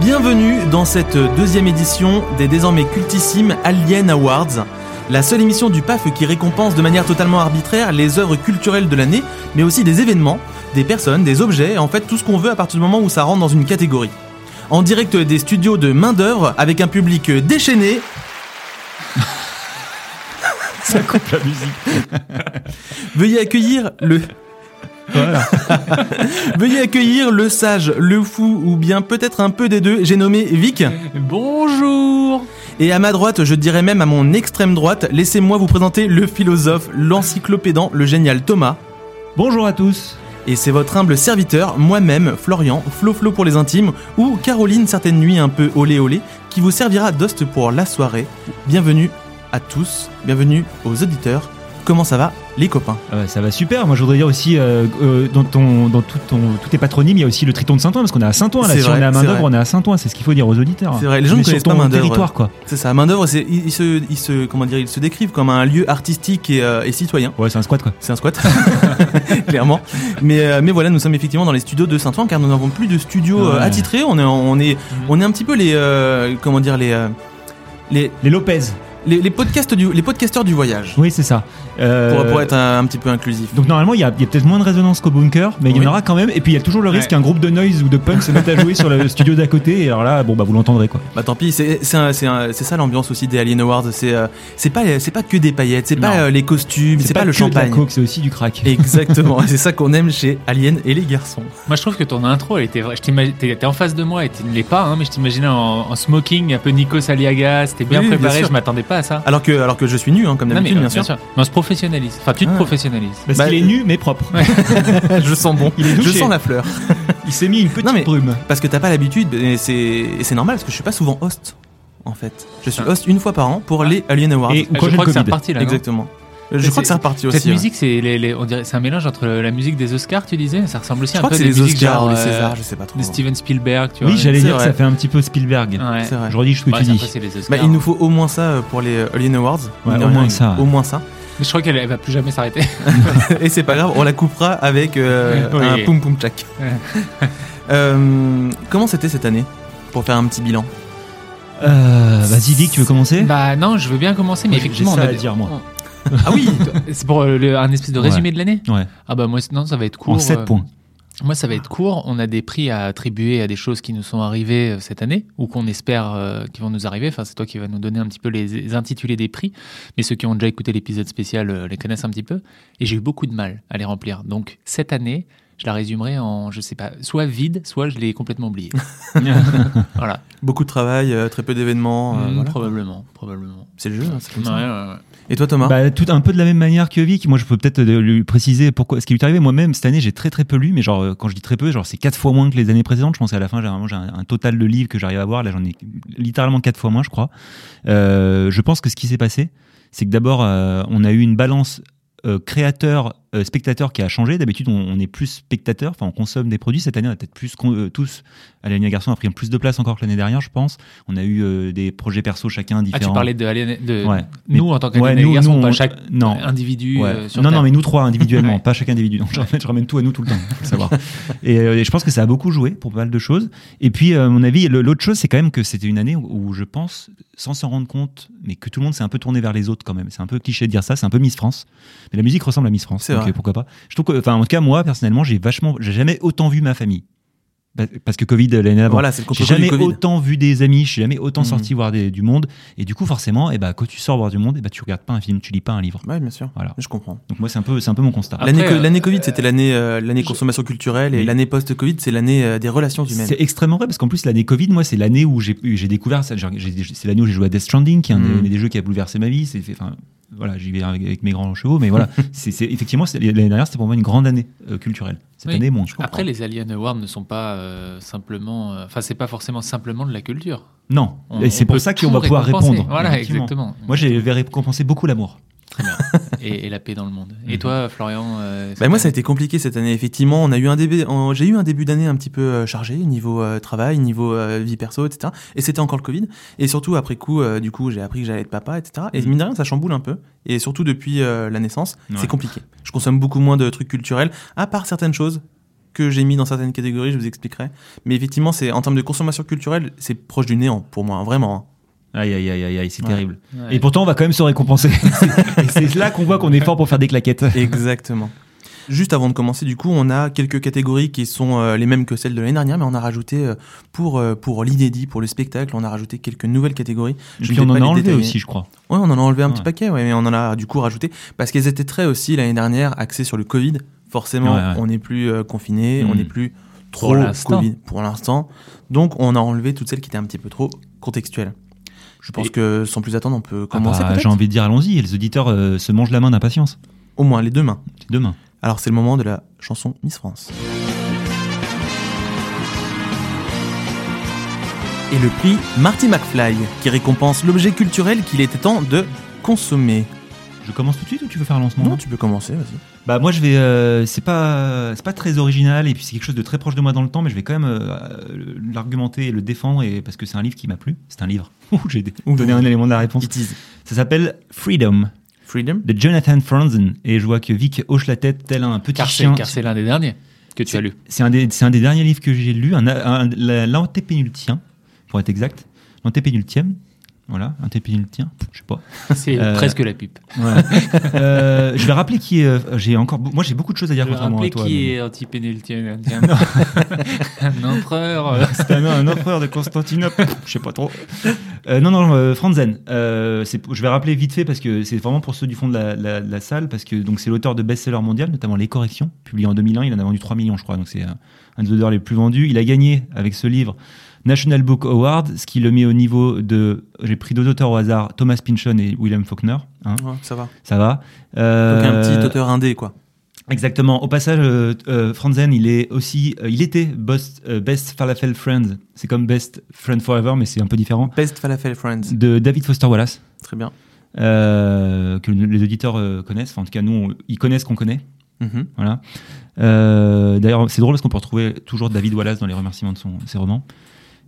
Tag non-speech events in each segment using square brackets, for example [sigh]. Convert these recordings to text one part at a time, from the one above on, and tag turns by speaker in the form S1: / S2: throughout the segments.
S1: Bienvenue dans cette deuxième édition des désormais cultissimes Alien Awards, la seule émission du PAF qui récompense de manière totalement arbitraire les œuvres culturelles de l'année, mais aussi des événements, des personnes, des objets, en fait tout ce qu'on veut à partir du moment où ça rentre dans une catégorie. En direct des studios de main d'œuvre avec un public déchaîné,
S2: Ça coupe la musique.
S1: veuillez accueillir le
S2: Voilà.
S1: [laughs] veuillez accueillir le sage, le fou ou bien peut-être un peu des deux. J'ai nommé Vic.
S2: Bonjour.
S1: Et à ma droite, je dirais même à mon extrême droite, laissez-moi vous présenter le philosophe, l'encyclopédant, le génial Thomas.
S2: Bonjour à tous.
S1: Et c'est votre humble serviteur, moi-même, Florian, Floflo pour les intimes, ou Caroline certaines nuits un peu olé olé, qui vous servira d'host pour la soirée. Bienvenue à tous, bienvenue aux auditeurs. Comment ça va, les copains
S2: Euh, ça va super. Moi, je voudrais dire aussi euh, euh, dans ton, dans tout ton, tous tes patronymes, il y a aussi le Triton de Saint-Ouen parce qu'on est à Saint-Ouen. Là,
S1: C'est
S2: si
S1: vrai,
S2: on est à main
S1: c'est
S2: d'œuvre,
S1: vrai.
S2: on est à Saint-Ouen. C'est ce qu'il faut dire aux auditeurs.
S1: C'est vrai, les gens
S2: On
S1: ne
S2: est
S1: connaissent
S2: sur
S1: pas
S2: ton
S1: main d'œuvre.
S2: territoire, quoi.
S1: C'est ça, main d'œuvre, c'est- ils, ils se, ils se- comment dire, ils se décrivent comme un lieu artistique et, euh, et citoyen.
S2: Ouais, c'est un squat, quoi.
S1: C'est un squat, [laughs] clairement. Mais, euh, mais voilà, nous sommes effectivement dans les studios de Saint-Ouen car nous n'avons plus de studio euh,
S2: Ouais.
S1: attitré. On est, on est, on est un petit peu les, euh, comment dire, les, euh, les,
S2: Les Lopez.
S1: les, les podcasts du, les podcasteurs du voyage.
S2: Oui, c'est ça. Euh,
S1: Pour, pour être un, un petit peu inclusif.
S2: Donc normalement, il y a, il y a peut-être moins de résonance qu'au bunker, mais il y
S1: Oui.
S2: en aura quand même. Et puis il y a toujours le risque
S3: Ouais.
S2: qu'un groupe de noise ou de punk se mette à jouer
S1: [laughs]
S2: sur le studio d'à côté. Et alors là, bon bah vous l'entendrez quoi.
S1: Bah tant pis, c'est c'est un- c'est un- c'est ça l'ambiance aussi des Alien Awards. C'est euh, c'est pas c'est pas que des paillettes, c'est pas
S2: Non.
S1: euh, les costumes, c'est pas, le
S2: que de la
S1: champagne.
S2: coke, c'est aussi du crack. [laughs]
S1: Exactement, c'est ça qu'on aime chez Alien et les garçons.
S3: Moi, je trouve que ton intro, elle était. vra- je t'imagine- T'es t'es en face de moi et tu ne l'es pas, hein, mais je t'imaginais en, en smoking, un peu Nico Saliaga. C'était bien
S1: Oui, bien
S3: préparé,
S1: sûr.
S3: je m'attendais pas à ça.
S1: Alors que alors que je suis nu hein, comme
S3: Non, mais,
S1: d'habitude,
S3: euh,
S1: bien sûr.
S3: Mais on se professionnalise. Enfin, tu te
S1: Ah.
S3: professionnalises.
S2: Parce
S1: Bah,
S2: qu'il est nu mais propre.
S1: [laughs] je sens bon,
S2: Il est
S1: je
S2: douché.
S1: sens la fleur.
S2: Il s'est mis une
S1: Non,
S2: petite
S1: mais-
S2: brume.
S1: Parce que t'as pas l'habitude, et c'est et c'est normal parce que je suis pas souvent host en fait. Je suis
S3: Ah.
S1: host une fois par an pour les Alien Awards.
S2: Et-
S3: Ah,
S2: Quand
S3: je
S2: j'ai
S3: crois
S2: le
S3: que c'est
S2: Covid.
S3: reparti là. non
S1: Exactement. Je
S3: Mais
S1: crois
S3: c'est-
S1: que c'est reparti aussi. hein.
S3: Cette
S1: ouais.
S3: musique, c'est les- les- on dirait, c'est un mélange entre la musique des Oscars, tu disais, ça ressemble aussi
S1: je
S3: un
S1: crois
S3: peu
S1: que
S3: à
S1: c'est
S3: des
S1: les
S3: musiques
S1: Oscars
S3: genre,
S1: ou les
S3: euh,
S1: Césars, je sais pas trop.
S3: de Steven Spielberg, tu vois.
S2: Oui, j'allais
S1: c'est
S2: dire que
S1: vrai.
S2: ça fait un petit peu Spielberg.
S3: Ouais.
S1: C'est vrai.
S2: Je redis ce que
S3: Ouais,
S2: tu
S3: c'est un peu,
S2: dis.
S3: c'est les Oscars.
S1: Bah, il nous faut au moins ça euh, pour les euh, Alien Awards.
S2: Ouais,
S1: Mine de
S2: au
S1: rien,
S2: moins
S1: il-
S2: ça, ouais.
S1: Au moins ça.
S3: Mais je crois qu'elle elle va plus jamais s'arrêter.
S1: Et c'est pas grave, on la coupera avec euh,
S3: Oui.
S1: un poum poum tchak.
S3: Ouais.
S1: [laughs] Euh, comment c'était cette année Pour faire un petit bilan.
S2: Euh, Vas-y, Vic, tu veux commencer
S3: Bah non, je veux bien commencer, mais
S2: Oui, j'ai
S3: effectivement,
S2: ça
S3: on a
S2: à
S3: des-
S2: dire, moi.
S3: on- ah oui, toi, c'est pour euh, le- un espèce de résumé de l'année.
S2: Ouais.
S3: Ah bah moi, non, ça va être court.
S2: En
S3: euh,
S2: 7 points.
S3: Moi, ça va être court. On a des prix à attribuer à des choses qui nous sont arrivées euh, cette année ou qu'on espère euh, qui vont nous arriver. Enfin, c'est toi qui vas nous donner un petit peu les, les intitulés des prix. Mais ceux qui ont déjà écouté l'épisode spécial euh, les connaissent un petit peu. Et j'ai eu beaucoup de mal à les remplir. Donc, cette année, je la résumerai en, je sais pas, soit vide, soit je l'ai complètement
S2: [laughs]
S3: oublié. voilà.
S1: Beaucoup de travail, euh, très peu d'événements. euh,
S3: Mm,
S1: voilà.
S3: Probablement, probablement.
S1: C'est le jeu, hein, c'est comme
S3: Ouais,
S1: ça.
S3: ouais, ouais.
S1: Et toi Thomas
S2: Bah, tout un peu de la même manière que Vic. Moi, je peux peut-être euh, lui préciser pourquoi ce qui lui est arrivé. Moi-même, cette année, j'ai très très peu lu, mais genre euh, quand je dis très peu, genre c'est quatre fois moins que les années précédentes. Je pense qu'à la fin, généralement, j'ai un, un total de livres que j'arrive à voir. Là, j'en ai littéralement quatre fois moins, je crois. Euh, je pense que ce qui s'est passé, c'est que d'abord, euh, on a eu une balance euh, créateur euh, spectateur qui a changé. D'habitude, on, on est plus spectateur, enfin, on consomme des produits. Cette année, on a peut-être plus con- euh, tous. Alénia Garçon a pris plus de place encore que l'année dernière, je pense. On a eu euh, des projets perso chacun
S3: Ah,
S2: différents.
S3: tu parlais de, Alien- de
S2: Ouais.
S3: nous en tant
S2: Ouais,
S3: qu'Alien
S2: nous,
S3: et garçons,
S2: nous,
S3: pas
S2: on-
S3: chaque
S2: non.
S3: individu
S2: Ouais.
S3: euh, sur
S2: non, non,
S3: Terre.
S2: mais nous
S3: [laughs]
S2: trois individuellement,
S3: Ouais.
S2: pas chaque individu. Donc, je, ramène, je ramène tout à nous tout le temps, faut le savoir. et, euh, et je pense que ça a beaucoup joué pour pas mal de choses. Et puis, euh, à mon avis, le- l'autre chose, c'est quand même que c'était une année où, où je pense, sans s'en rendre compte, mais que tout le monde s'est un peu tourné vers les autres quand même. C'est un peu cliché de dire ça, c'est un peu Miss France. Mais la musique ressemble à Miss France,
S1: C'est
S2: donc
S1: vrai.
S2: euh, pourquoi pas. Je trouve que, enfin, en tout cas, moi, personnellement, j'ai vachement, j'ai jamais autant vu ma famille. Bah, Parce que Covid l'année avant.
S1: Voilà, c'est le
S2: J'ai
S1: contre-coup du
S2: jamais
S1: Covid.
S2: autant vu des amis, je suis jamais autant
S1: Mhm.
S2: sorti voir des- du monde. Et du coup, forcément, et bah, quand tu sors voir du monde, et bah, tu regardes pas un film, tu lis pas un livre.
S1: Ouais, bien sûr.
S2: Voilà.
S1: Je comprends.
S2: Donc moi, c'est un peu, c'est un peu mon constat.
S3: Après,
S1: L'année co-
S3: euh,
S1: l'année Covid, c'était l'année euh, l'année consommation culturelle et
S2: Oui.
S1: l'année post-Covid, c'est l'année euh, des relations humaines.
S2: C'est extrêmement vrai parce qu'en plus l'année Covid, moi c'est l'année où j'ai j'ai découvert ça. Genre, j'ai- C'est l'année où j'ai joué à Death Stranding, qui est un
S1: Mm.
S3: Mhm.
S2: des, des jeux qui a bouleversé ma vie. C'est fait- enfin voilà, j'y vais avec, avec mes grands chevaux, mais
S3: [laughs]
S2: voilà. c'est c'est- effectivement c'est- l'année dernière c'était pour moi une grande année euh, culturelle. Cette
S3: Oui.
S2: année moins.
S3: Après, les Alien Awards ne sont pas euh, simplement. euh, Enfin, c'est pas forcément simplement de la culture.
S2: Non,
S3: On-
S2: et c'est
S3: on peut
S2: pour ça qu'on
S3: tout
S2: va pouvoir
S3: récompenser.
S2: répondre.
S3: Voilà,
S2: Effectivement.
S3: exactement.
S2: Moi j'avais récompensé beaucoup l'amour.
S3: Très bien. Et, et la paix dans le monde. Et
S2: Mhm.
S3: toi, Florian euh,
S1: Bah, moi, ça a été compliqué cette année. Effectivement, on a eu un début, on- j'ai eu un début d'année un petit peu euh, chargé niveau euh, travail, niveau euh, vie perso, etc. Et c'était encore le Covid. Et surtout après coup, euh, du coup, j'ai appris que j'allais être papa, etc. Et
S2: Mhm.
S1: mine de rien, ça chamboule un peu. Et surtout depuis euh, la naissance,
S2: Ouais.
S1: c'est compliqué. Je consomme beaucoup moins de trucs culturels, à part certaines choses que j'ai mis dans certaines catégories, je vous expliquerai. Mais effectivement, c'est en termes de consommation culturelle, c'est proche du néant pour moi, hein, vraiment. hein.
S2: Aïe, aïe, aïe, aïe, aïe, c'est
S1: Ouais.
S2: terrible.
S3: Ouais.
S2: Et pourtant, on va quand même se
S3: [laughs]
S2: récompenser. Et c'est là qu'on voit qu'on est fort pour faire des claquettes.
S1: Exactement. [laughs] Juste avant de commencer, du coup, on a quelques catégories qui sont euh, les mêmes que celles de l'année dernière, mais on a rajouté euh, pour, euh, pour l'inédit, pour le spectacle, on a rajouté quelques nouvelles catégories.
S2: Et
S1: Je
S2: puis
S1: vais
S2: on
S1: pas
S2: en a
S1: les
S2: enlevé
S1: détailler.
S2: aussi, je crois.
S1: Ouais, on en a enlevé un petit
S2: Ouais.
S1: paquet, ouais, mais on en a du coup rajouté parce qu'elles étaient très aussi l'année dernière axées sur le Covid. Forcément,
S2: Ouais, ouais.
S1: on n'est plus euh, confiné, on
S2: Hmm.
S1: n'est plus trop
S3: Pour l'instant.
S1: Covid pour l'instant. Donc, on a enlevé toutes celles qui étaient un petit peu trop contextuelles. Je pense
S3: Et-
S1: que sans plus attendre, on peut
S2: Ah
S1: commencer
S2: bah,
S1: peut-être.
S2: J'ai envie de dire, allons-y. Et Les auditeurs euh, se mangent la main d'impatience.
S1: Au moins les deux mains.
S2: C'est demain.
S1: Alors, c'est le moment de la chanson Miss France. Et le prix Marty McFly, qui récompense l'objet culturel qu'il était temps de consommer.
S2: Je commence tout de suite ou tu veux faire un lancement
S1: Non, tu peux commencer, vas-y.
S2: Bah moi je vais, euh, c'est pas, c'est pas très original et puis c'est quelque chose de très proche de moi dans le temps, mais je vais quand même euh, l'argumenter et le défendre et parce que c'est un livre qui m'a plu. C'est un livre. [laughs] Ouh, J'ai dé-
S1: Ouh.
S2: donné un élément de la réponse.
S1: It is
S2: Ça s'appelle Freedom
S1: Freedom.
S2: de Jonathan Franzen et je vois que Vic hoche la tête tel un petit
S3: Car c'est
S2: chien.
S3: car c'est l'un des derniers que tu
S2: C'est-
S3: as
S2: [laughs]
S3: lu.
S2: C'est un des, c'est un des derniers livres que j'ai lu, un, un- la- l'antépénultien pour être exact, l'antépénultième. Voilà, antépénultien, je sais pas.
S3: C'est
S2: Euh,
S3: presque la pipe.
S2: Voilà. Euh, je vais rappeler qui est. euh, J'ai encore, be- moi j'ai beaucoup de choses à dire
S3: Je vais
S2: contrairement à
S3: rappeler
S2: toi.
S3: qui
S2: mais- [laughs]
S3: est antipénultien. Un empereur. euh,
S2: C'était un, un empereur de Constantinople, je sais pas trop. Euh, non, non, euh, Franzen. Euh, c'est- je vais rappeler vite fait parce que c'est vraiment pour ceux du fond de la, la- la salle, parce que donc c'est l'auteur de best-seller mondial, notamment Les Corrections, publié en 2001. Il en a vendu 3 millions, je crois. Donc c'est euh, un des auteurs les plus vendus. Il a gagné avec ce livre National Book Award, ce qui le met au niveau de. J'ai pris deux auteurs au hasard, Thomas Pynchon et William Faulkner. hein,
S1: Ouais, ça va.
S2: ça va.
S1: Donc un
S2: Euh,
S1: petit auteur indé, quoi.
S2: Exactement. Au passage, euh, euh, Franzen, il est aussi, euh, il était boss- euh, best falafel friend. C'est comme best friend forever, mais c'est un peu différent.
S1: Best Falafel Friends.
S2: De David Foster Wallace,
S1: Très bien.
S2: euh, que nous- les auditeurs euh, connaissent. Enfin, en tout cas, nous, on- ils connaissent qu'on connaît.
S1: Mhm.
S2: Voilà. Euh, D'ailleurs, c'est drôle parce qu'on peut retrouver toujours David Wallace dans les remerciements de son, ses romans.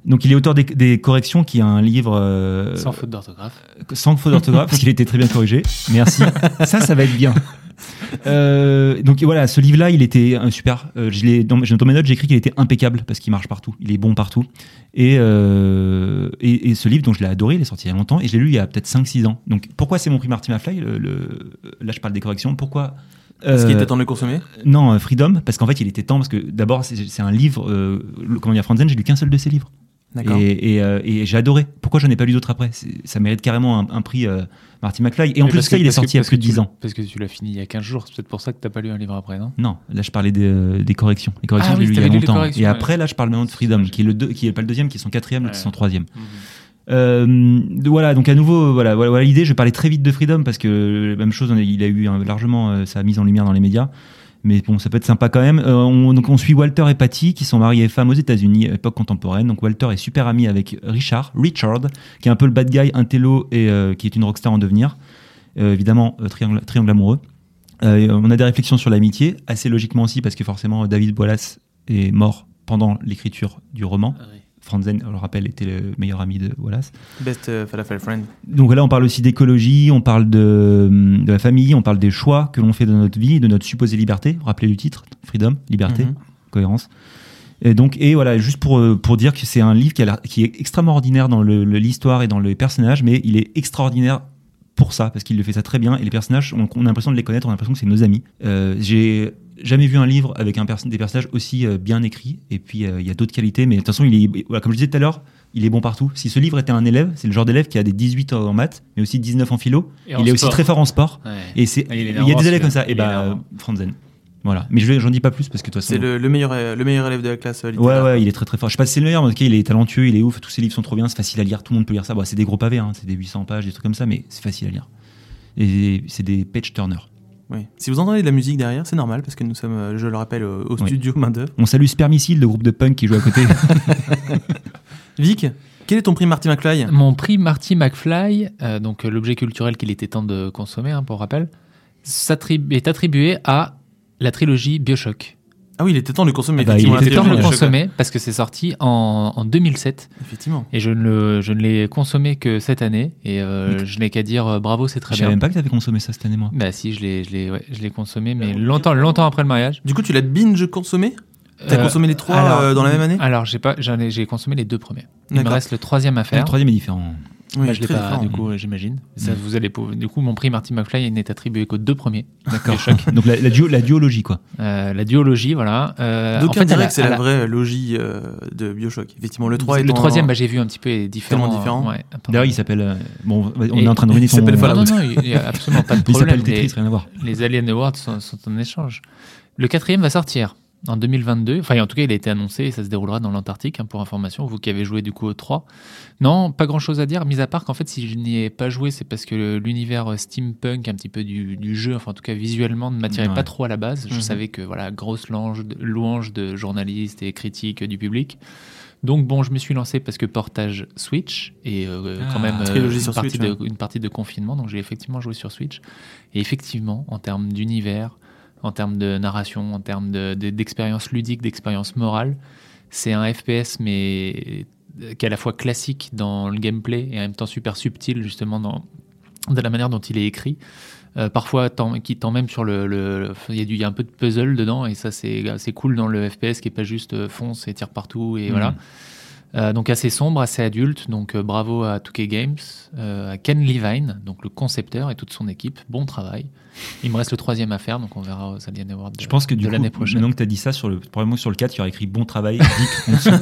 S2: Donc, il est auteur des, des Corrections, qui est un livre euh,
S3: Sans faute d'orthographe.
S2: sans faute d'orthographe, parce qu'il était très bien corrigé. Merci. Ça, ça va être bien. Euh, donc voilà, ce livre-là, il était euh, super. Euh, je l'ai- dans, dans mes notes, j'ai écrit qu'il était impeccable parce qu'il marche partout, il est bon partout. Et, euh, et, et ce livre, donc je l'ai adoré, il est sorti il y a longtemps et je l'ai lu il y a peut-être 5-6 ans. Donc pourquoi c'est mon prix Marty McFly le, le- Là, je parle des corrections. Pourquoi
S1: Est-ce
S2: euh,
S1: qu'il était temps de le consommer
S2: Non, euh, Freedom, parce qu'en fait, il était temps, parce que d'abord, c'est c'est un livre, euh, le- comment dire, Franzen, j'ai lu qu'un seul de ses livres.
S1: D'accord.
S2: Et, et, euh, et j'ai adoré. Pourquoi j'en ai pas lu d'autres après C'est- Ça mérite carrément un, un prix euh, Marty McFly. Et en
S3: Mais
S2: plus,
S3: parce
S2: ça,
S3: que-
S2: il est
S3: parce que-
S2: sorti il y a
S3: parce
S2: plus de
S3: que tu-
S2: 10 ans.
S3: Parce que tu l'as fini il y a 15 jours. C'est peut-être pour ça que t'as pas lu un livre après, non
S2: Non, là, je parlais des, euh, des corrections. Les corrections,
S3: Ah
S2: je
S3: oui,
S2: l'ai lu il y a
S3: t'avais lu les
S2: longtemps.
S3: corrections,
S2: Et
S3: ouais.
S2: après, là, je parle maintenant de Freedom, qui est, le deux, qui est pas le deuxième, qui est son quatrième, l'autre,
S3: Ouais.
S2: qui est son troisième. Euh, voilà, donc à nouveau, euh, voilà, voilà, voilà l'idée. Je vais parler très vite de Freedom parce que euh, la même chose, on a- il a eu hein, largement euh, sa mise en lumière dans les médias. Mais bon, ça peut être sympa quand même. Euh, on, donc on suit Walter et Patty qui sont mariés et femmes aux États-Unis, époque contemporaine. Donc Walter est super ami avec Richard, Richard, qui est un peu le bad guy, un télo et euh, qui est une rockstar en devenir. Euh, évidemment, euh, triangle, triangle amoureux. Euh, et on a des réflexions sur l'amitié, assez logiquement aussi parce que forcément euh, David Wallace est mort pendant l'écriture du roman. Franzen, on le rappelle, était le meilleur ami de Wallace.
S1: Best euh, Falafel Friend.
S2: Donc là, on parle aussi d'écologie, on parle de, de la famille, on parle des choix que l'on fait de notre vie, de notre supposée liberté. Rappelez du titre, Freedom, liberté,
S1: Mhm.
S2: cohérence. Et donc, et voilà, juste pour, euh, pour dire que c'est un livre qui, a l'air- qui est extrêmement ordinaire dans le- le- l'histoire et dans les personnages, mais il est extraordinaire pour ça, parce qu'il le fait ça très bien. Et les personnages, on, on a l'impression de les connaître, on a l'impression que c'est nos amis. Euh, J'ai jamais vu un livre avec un perso- des personnages aussi euh, bien écrits. Et puis, euh, il y a d'autres qualités, mais de toute façon, il est, voilà, comme je disais tout à l'heure, il est bon partout. Si ce livre était un élève, c'est le genre d'élève qui a des 18 en maths, mais aussi 19 en philo. il est aussi très fort en sport. Et c'est,
S3: Ah, il est
S2: il y a
S3: énervant,
S2: des élèves
S3: celui-là.
S2: comme ça. Et
S3: Il est
S2: bah,
S3: énervant.
S2: Franzen. Voilà. Mais je j'en dis pas plus parce que de toute façon.
S1: C'est le, le meilleur, euh, le meilleur élève de la classe. euh,
S2: Ouais,
S1: littéraire.
S2: ouais, il est très très fort. Je sais pas si c'est le meilleur, mais en tout cas, il est talentueux, il est ouf, tous ses livres sont trop bien, c'est facile à lire, tout le monde peut lire ça. Bon, c'est des gros pavés, hein, c'est des 800 pages, des trucs comme ça, mais c'est facile à lire. Et c'est des page turners.
S1: Oui. Si vous entendez de la musique derrière, c'est normal parce que nous sommes, euh, je le rappelle, au, au
S2: Oui.
S1: studio main d'œuvre.
S2: On salue Spermicile, le groupe de punk qui joue à
S3: [laughs]
S2: côté.
S1: Vic, quel est ton prix Marty McFly
S3: Mon prix Marty McFly, euh, donc euh, l'objet culturel qu'il était temps de consommer, hein, pour rappel, s'attribue- est attribué à la trilogie Bioshock.
S1: Ah oui, il était temps de le consommer.
S2: Ah bah,
S1: effectivement,
S2: il
S3: Il
S1: la
S3: était temps de le
S1: théorie du chocolat.
S3: consommer parce que c'est sorti en, en 2007
S1: Effectivement.
S3: et je ne, le- je ne l'ai consommé que cette année et euh, je n'ai qu'à dire euh, bravo,
S2: je
S3: c'est très
S2: savais
S3: bien.
S2: même pas que t'avais consommé ça cette année, moi.
S3: Bah si, je l'ai, je l'ai, ouais, je l'ai consommé, mais longtemps, longtemps après le mariage.
S1: Du coup, tu l'as binge consommé T'as
S3: Euh,
S1: consommé les trois
S3: alors,
S1: euh, dans la même année
S3: Alors, j'ai pas, j'en ai, j'ai consommé les deux premiers. Il me
S1: D'accord.
S3: reste le troisième à
S2: Le
S3: faire.
S2: troisième est différent.
S1: Oui,
S3: Bah, je l'ai
S1: très
S3: pas,
S1: différent.
S3: du coup, euh, j'imagine. Ça, vous allez, pou- du coup, mon prix Marty McFly n'est attribué qu'aux deux premiers.
S2: D'accord. Donc la, la duo- la duologie, quoi.
S3: Euh, la duologie, voilà. Euh,
S1: Donc,
S3: en fait, à
S1: dirait
S3: la-
S1: que c'est
S3: à
S1: la,
S3: la-
S1: vraie logie euh, de Bioshock. Effectivement, le 3
S3: le troisième, bah, j'ai vu un petit peu est différent.
S1: Tellement différent.
S3: ouais.
S2: D'ailleurs, il s'appelle. euh, bon, on
S3: Et-
S2: est en train de ruiner
S1: il
S2: son.
S1: s'appelle
S3: Non,
S1: Fallout.
S2: Il
S3: non, non, il n'y a absolument pas de problème.
S2: s'appelle Tetris,
S3: Les-
S2: rien à voir.
S3: Les Alien Awards sont, sont en échange. Le quatrième va sortir en 2022. Enfin, en tout cas, il a été annoncé et ça se déroulera dans l'Antarctique, hein, pour information, vous qui avez joué du coup au 3. Non, pas grand-chose à dire, mis à part qu'en fait, si je n'y ai pas joué, c'est parce que le- l'univers euh, steampunk, un petit peu du, du jeu, enfin en tout cas visuellement, ne m'attirait
S2: Ouais.
S3: pas trop à la base. Je
S1: Mhm.
S3: savais que, voilà, grosse lange- louange de journalistes et critiques euh, du public. Donc bon, je me suis lancé parce que portage Switch et euh,
S2: Ah,
S3: quand même euh,
S1: trilogie
S3: une,
S1: sur
S3: partie
S1: Switch,
S3: de, une partie de confinement, donc j'ai effectivement joué sur Switch. Et effectivement, en termes d'univers, en termes de narration, en termes de- de- d'expérience ludique, d'expérience morale, c'est un FPS mais euh, qui est à la fois classique dans le gameplay et en même temps super subtil justement dans, de la manière dont il est écrit. Euh, parfois, t'en- qui tend même sur le. le- le- il, y a du, il y a un peu de puzzle dedans, et ça, c'est c'est cool dans le FPS qui est pas juste euh, fonce et tire partout, et
S1: Mm.
S2: Mhm.
S3: voilà. Euh, donc, assez sombre, assez adulte. Donc, euh, bravo à 2K Games, euh, à Ken Levine, donc le concepteur et toute son équipe. Bon travail. Il me reste le troisième à faire, donc on verra aux Alien Awards de,
S2: Je pense que du
S3: de
S2: coup,
S3: l'année prochaine.
S2: maintenant que tu as dit ça, sur le, probablement que sur le 4, il y aura écrit bon travail, Dick Hanson.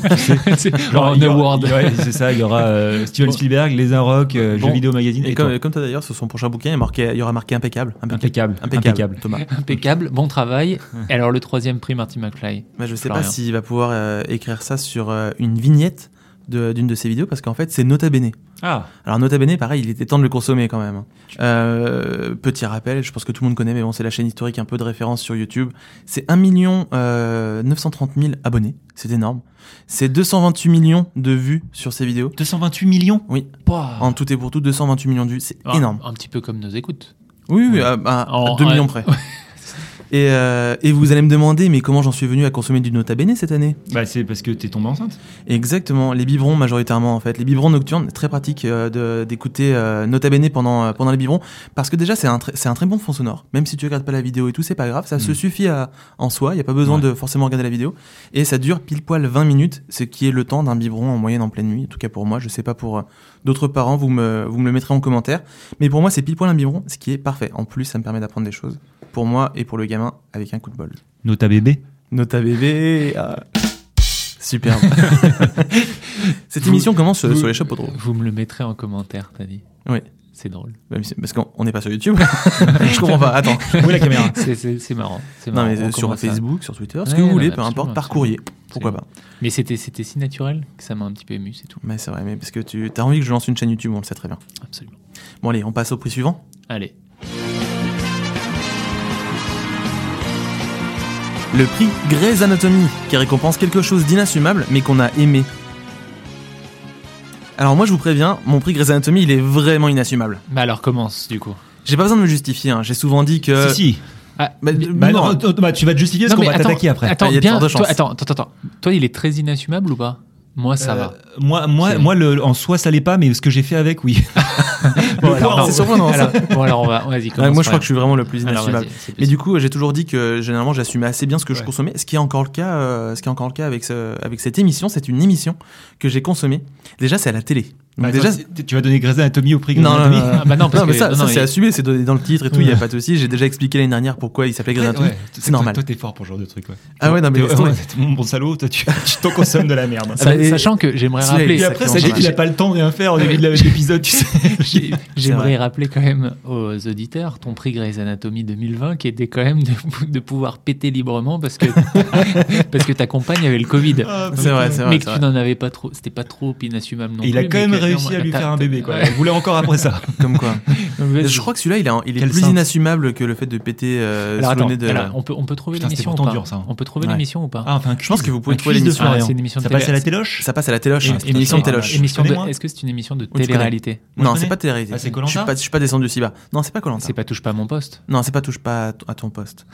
S3: C'est-
S1: [laughs]
S2: [laughs] Genre,
S3: [laughs] en
S2: il y aura-
S3: euh, award.
S2: ouais, c'est ça, il y aura euh, Steven
S3: Bon.
S2: Spielberg, Les Un Rock, euh,
S1: Bon.
S2: Jeux Vidéo Magazine.
S1: Et,
S2: Et
S1: comme,
S2: toi.
S1: comme toi d'ailleurs, sur son prochain bouquin, il, y a marqué- il y aura marqué impeccable. Impeccable.
S2: impeccable,
S1: Impeccable.
S2: impeccable.
S1: Thomas.
S3: [laughs] Impeccable, bon travail. Et alors, le troisième prix, Marty McFly.
S1: Mais Bah, je sais
S3: Florian.
S1: pas s'il va pouvoir euh, écrire ça sur euh, une vignette de- d'une de, ses vidéos parce qu'en fait, c'est Nota Bene.
S2: Ah,
S1: Alors, Nota Bene, pareil, il était temps de le consommer quand même. hein. Euh, petit rappel, je pense que tout le monde connaît, mais bon, c'est la chaîne historique un peu de référence sur YouTube. C'est 1 million euh, 930 000 abonnés. C'est énorme. C'est 228 millions de vues sur ses vidéos.
S2: 228 millions
S1: Oui,
S3: Pouah.
S1: en tout et pour tout, 228 millions de vues. C'est
S3: Ah,
S1: énorme.
S3: Un petit peu comme nos écoutes.
S1: Oui, oui,
S3: Ouais.
S1: à, à- à
S3: En-
S1: 2
S3: en-
S1: millions près. Et, euh, et vous allez me demander, mais comment j'en suis venu à consommer du Nota Bene cette année
S2: Bah, c'est parce que t'es tombé enceinte.
S1: Exactement, les biberons majoritairement en fait. Les biberons nocturnes, très pratique euh, de- d'écouter euh, Nota Bene pendant, euh, pendant les biberons, parce que déjà c'est un, tr- c'est un très bon fond sonore. Même si tu regardes pas la vidéo et tout, c'est pas grave, ça se
S2: Mm.
S1: suffit à, en soi, il n'y a pas besoin
S2: Ouais.
S1: de forcément regarder la vidéo. Et ça dure pile poil 20 minutes, ce qui est le temps d'un biberon en moyenne en pleine nuit, en tout cas pour moi, je sais pas pour euh, d'autres parents, vous me, vous me le mettrez en commentaire. Mais pour moi c'est pile poil un biberon, ce qui est parfait. En plus ça me permet d'apprendre des choses, pour moi et pour le gamin, avec un coup de bol.
S2: Nota [laughs] bébé.
S1: Nota bébé. ah. [laughs] Superbe. Cette
S3: Vous-
S1: émission commence euh,
S3: vous-
S1: sur les chapeaux de roue.
S3: Vous me le mettrez en commentaire, Tani.
S1: Oui.
S3: C'est drôle.
S1: Même si- Bah, Parce qu'on on n'est pas sur [laughs] YouTube. Je comprends pas. Attends.
S2: Où est la caméra
S3: [laughs]
S1: [laughs]
S3: C'est- C'est c'est marrant. c'est
S1: Ah. Non,
S3: marrant.
S1: mais euh,
S3: On
S1: sur
S3: commence à-
S1: Facebook, sur Twitter, ce
S3: Ouais,
S1: que vous
S3: non,
S1: voulez,
S3: mais
S1: peu importe,
S3: absolument,
S1: par courrier. Pourquoi
S3: Absolument.
S1: pas
S3: Mais c'était c'était si naturel que ça m'a un petit peu ému, c'est tout.
S1: Mais c'est vrai, mais parce que tu as envie que je lance une chaîne YouTube, on le sait très bien.
S3: Absolument.
S1: Bon, allez, on passe au prix suivant.
S3: Allez.
S1: Le prix Grey's Anatomy, qui récompense quelque chose d'inassumable, mais qu'on a aimé. Alors, moi, je vous préviens, mon prix Grey's Anatomy, il est vraiment inassumable.
S3: Bah alors commence du coup.
S1: J'ai pas besoin de me justifier, hein. j'ai souvent dit que.
S2: Si, si.
S3: Ah,
S1: Bah,
S3: mais-
S2: Bah,
S1: non.
S2: non, non, bah, tu vas te justifier parce
S3: non,
S2: qu'on
S3: mais
S2: va
S3: attends,
S2: t'attaquer après. Ah,
S3: Attends,
S1: Il y a de
S3: bien,
S1: fortes chances.
S3: toi, attends, attends, attends. Toi, il est très inassumable ou pas Moi, ça
S2: Euh,
S3: va.
S2: Moi, moi,
S3: C'est-
S2: moi le, en soi, ça l'est pas, mais ce que j'ai fait avec,
S1: [laughs]
S2: oui.
S3: Bon,
S1: alors,
S3: non,
S1: c'est surprenant, ça.
S3: alors, bon, alors, on va, vas-y,
S1: Ouais,
S3: commence
S1: Ah, moi, je
S3: par-
S1: crois que je suis vraiment le plus
S3: Alors,
S1: inassumable.
S3: vas-y, c'est
S1: Mais du coup, euh, j'ai toujours dit que généralement j'assumais assez bien ce que je
S2: Ouais.
S1: consommais, ce qui est encore le cas, euh, ce qui est encore le cas avec, ce- avec cette émission. C'est une émission que j'ai consommée. Déjà, c'est à la télé. Donc
S2: Bah,
S1: déjà,
S2: attends, tu- tu vas donner Grey's Anatomy au prix Grey's
S1: Non, non,
S2: Anatomy.
S1: non,
S3: Ah, bah non, parce
S1: non, mais
S3: que-
S1: ça,
S3: non,
S1: ça,
S3: non,
S1: c'est
S3: il-
S1: assumé, c'est donné dans le titre et tout. Il y a pas de souci. J'ai déjà expliqué l'année dernière pourquoi il s'appelait Grey's
S2: Ouais,
S1: Anatomy.
S2: ouais.
S1: c'est normal.
S2: Toi, toi, t'es fort pour ce genre de truc. Ouais.
S1: Ah ouais, non, mais
S2: T'es-
S1: laisse tomber.
S2: t'es mon bon salaud, toi, tu, tu t'en consommes de la merde.
S1: Ah bah, et-
S3: Sachant que j'aimerais
S1: Si,
S3: rappeler.
S2: Et
S1: ça
S2: après,
S1: commence
S2: ça dit
S1: mal.
S2: qu'il a pas le temps de rien faire au début de
S1: [laughs]
S2: la- de l'épisode, tu sais.
S3: [laughs] J'ai-
S1: vrai.
S3: J'aimerais rappeler quand même aux auditeurs ton prix Grey's Anatomy 2020 qui était quand même de, de pouvoir péter librement parce que, [laughs] parce que ta compagne avait le Covid.
S1: C'est vrai, c'est vrai.
S3: mais
S1: c'est
S3: que
S1: vrai.
S3: tu n'en avais pas trop, c'était pas trop inassumable non
S2: Ah, Et il a
S3: plus.
S2: quand
S3: mais
S2: même
S3: que-
S2: réussi
S3: non,
S2: à lui
S3: t'as- [laughs]
S2: faire un bébé, quoi.
S3: Ouais.
S2: Il voulait encore après ça.
S1: Comme quoi. Je crois que celui-là, il, est en- il est
S2: Quel
S1: plus
S2: saint.
S1: inassumable que le fait de péter euh,
S3: Alors
S1: sous le
S3: attends,
S1: nez de.
S3: alors, on, peut, on peut trouver
S2: Putain,
S3: l'émission ou
S2: c'était pourtant
S3: pas
S2: dur, ça.
S3: On peut trouver
S1: Ouais.
S3: l'émission ou pas
S2: Ah, enfin,
S1: Je pense que vous pouvez
S2: un
S1: trouver
S2: quiz de
S1: l'émission.
S2: soirée. hein.
S3: Ah, c'est une émission de
S2: Ça
S3: télé.
S2: passe à la téloche
S1: Ça passe à la téloche.
S2: Et-
S1: Ah, C'est une émission de
S2: et-
S1: téloche.
S3: Émission Ah, de-
S2: Connais-moi.
S3: Est-ce que c'est une émission de
S1: tu connais
S3: télé-réalité
S2: Vous
S1: Non,
S2: connaissez
S1: c'est pas télé-réalité.
S2: Ah, c'est
S1: je suis
S2: Koh-Lanta
S1: pas, je suis pas descendu si bas. Non, c'est pas Colanta.
S3: C'est pas touche pas à mon poste.
S1: Non, c'est pas touche pas à ton- à ton poste.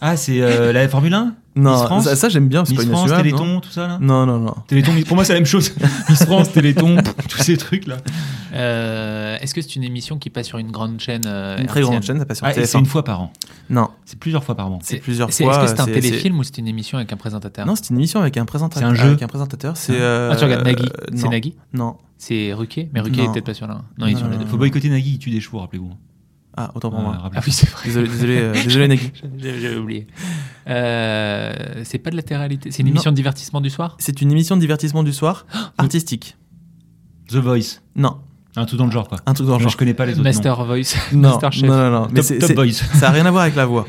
S2: Ah, c'est euh, la Formule 1 Miss
S1: Non,
S2: France
S1: ça, ça, j'aime bien, c'est pas
S2: Miss
S1: une
S2: France,
S1: assumable,
S2: Téléthon, tout ça, là
S1: Non, non, non. non. [laughs]
S2: Ah, Téléthon, Miss- pour moi, c'est la même chose. Miss France, Téléthon, tous ces trucs, là.
S3: Euh, Est-ce que c'est une émission qui passe sur une grande chaîne euh,
S1: Une très grande
S3: RTL?
S1: chaîne, ça passe sur
S2: Ah, et c'est
S1: TF1.
S2: une fois par an.
S1: Non,
S2: C'est plusieurs fois par an.
S1: c'est plusieurs
S3: c'est-
S1: fois.
S3: Est-ce que c'est un
S1: c'est-
S3: téléfilm ou c'est une émission avec un présentateur
S1: Non, c'est une émission avec un présentateur.
S2: C'est un jeu.
S1: Avec un présentateur, c'est. euh,
S3: Ah, tu regardes Nagui.
S1: euh,
S3: c'est
S1: non,
S3: Nagui
S1: Non.
S3: C'est Ruquier Mais Ruquier
S1: Non.
S3: est peut-être pas sur l'un. Non, il est
S1: Non,
S3: sur les
S1: non,
S3: deux.
S2: Faut boycotter Nagui, il tue des chevaux, rappelez-vous.
S1: Ah, autant pour
S2: Euh,
S1: moi.
S2: rappelez-vous.
S3: Ah oui, c'est vrai.
S1: Désolé,
S3: [laughs]
S1: désolé, euh, désolé Nagui.
S3: J'avais j'avais oublié. Euh, c'est pas de la télé-réalité. C'est une
S1: Non.
S3: émission de divertissement du soir
S1: C'est une émission de divertissement du soir, artistique.
S2: The Voice.
S1: Non,
S2: Un tout dans le genre, quoi.
S1: un truc dans le
S2: Moi,
S1: genre.
S2: Je connais pas les autres. noms.
S3: Master Voice,
S1: Non,
S3: [laughs] Master Chef.
S1: non, non, non, mais
S2: Top,
S1: c'est-
S2: Top
S1: c'est-
S2: Boys.
S1: ça n'a rien à voir avec la voix.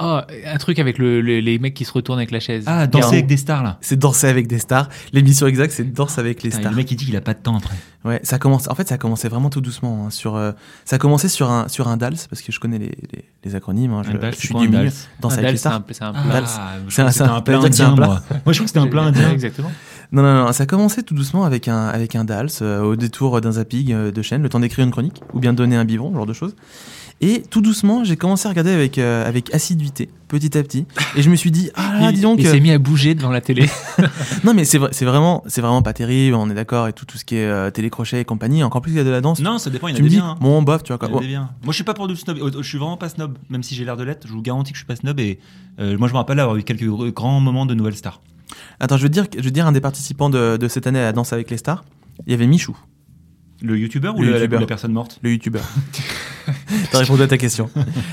S3: Oh, un truc avec le- le- les mecs qui se retournent avec la chaise.
S2: Ah, danser avec des stars, là.
S1: C'est danser avec des stars. L'émission exacte, c'est danse avec les
S2: Putain, et
S1: stars.
S2: le mec, il dit qu'il a pas de temps après.
S1: Ouais, ça commence. En fait, ça commençait vraiment tout doucement. hein, sur, euh, ça commençait sur un sur un DALS parce que je connais les, les, les acronymes. hein, je,
S2: Un DALS,
S1: je
S2: c'est
S1: suis
S2: quoi
S1: du
S2: un
S1: milieu.
S2: DALS
S1: Danse avec
S3: Un
S1: les
S3: dalle, c'est
S1: stars.
S3: un, c'est un
S2: Ah,
S3: plat.
S2: je
S1: C'est un-
S2: crois que
S1: c'est
S2: c'était
S1: un-
S2: un plein
S1: c'est-à-dire que c'est
S2: indien,
S1: un plat.
S2: moi. Moi, je crois que c'était un [laughs] plein indien.
S3: Exactement.
S1: Non, non, non, ça commençait tout doucement avec un, avec un DALS euh, au détour d'un zapping euh, de chaîne, le temps d'écrire une chronique ou bien de donner un biberon, ce genre de choses. Et tout doucement, j'ai commencé à regarder avec, euh, avec assiduité, petit à petit. Et je me suis dit, ah là, dis donc.
S3: il
S1: euh,
S3: s'est mis à bouger devant la télé. [laughs]
S1: non, mais c'est vrai- c'est vraiment, c'est vraiment pas terrible, on est d'accord, et tout, tout ce qui est euh, télécrochet et compagnie, encore plus qu'il y a de la danse.
S2: Non, ça dépend, il y en
S1: tu
S2: a
S1: me
S2: des
S1: dis,
S2: biens. hein.
S1: bon, bof, tu vois quoi.
S2: Il y en a
S1: Oh,
S2: des biens. Moi, je suis pas pour du snob. Je suis vraiment pas snob, même si j'ai l'air de l'être. Je vous garantis que je suis pas snob. Et euh, moi, je me rappelle avoir eu quelques gr- grands moments de nouvelles stars.
S1: Attends, je veux dire, je veux dire un des participants de, de cette année à la Danse avec les stars, il y avait Michou,
S2: Le youtubeur ou
S1: Le
S2: le- la-
S1: youtubeur.
S2: la personne morte
S1: le
S3: [laughs]
S1: youtubeur. T'as répondu à ta question.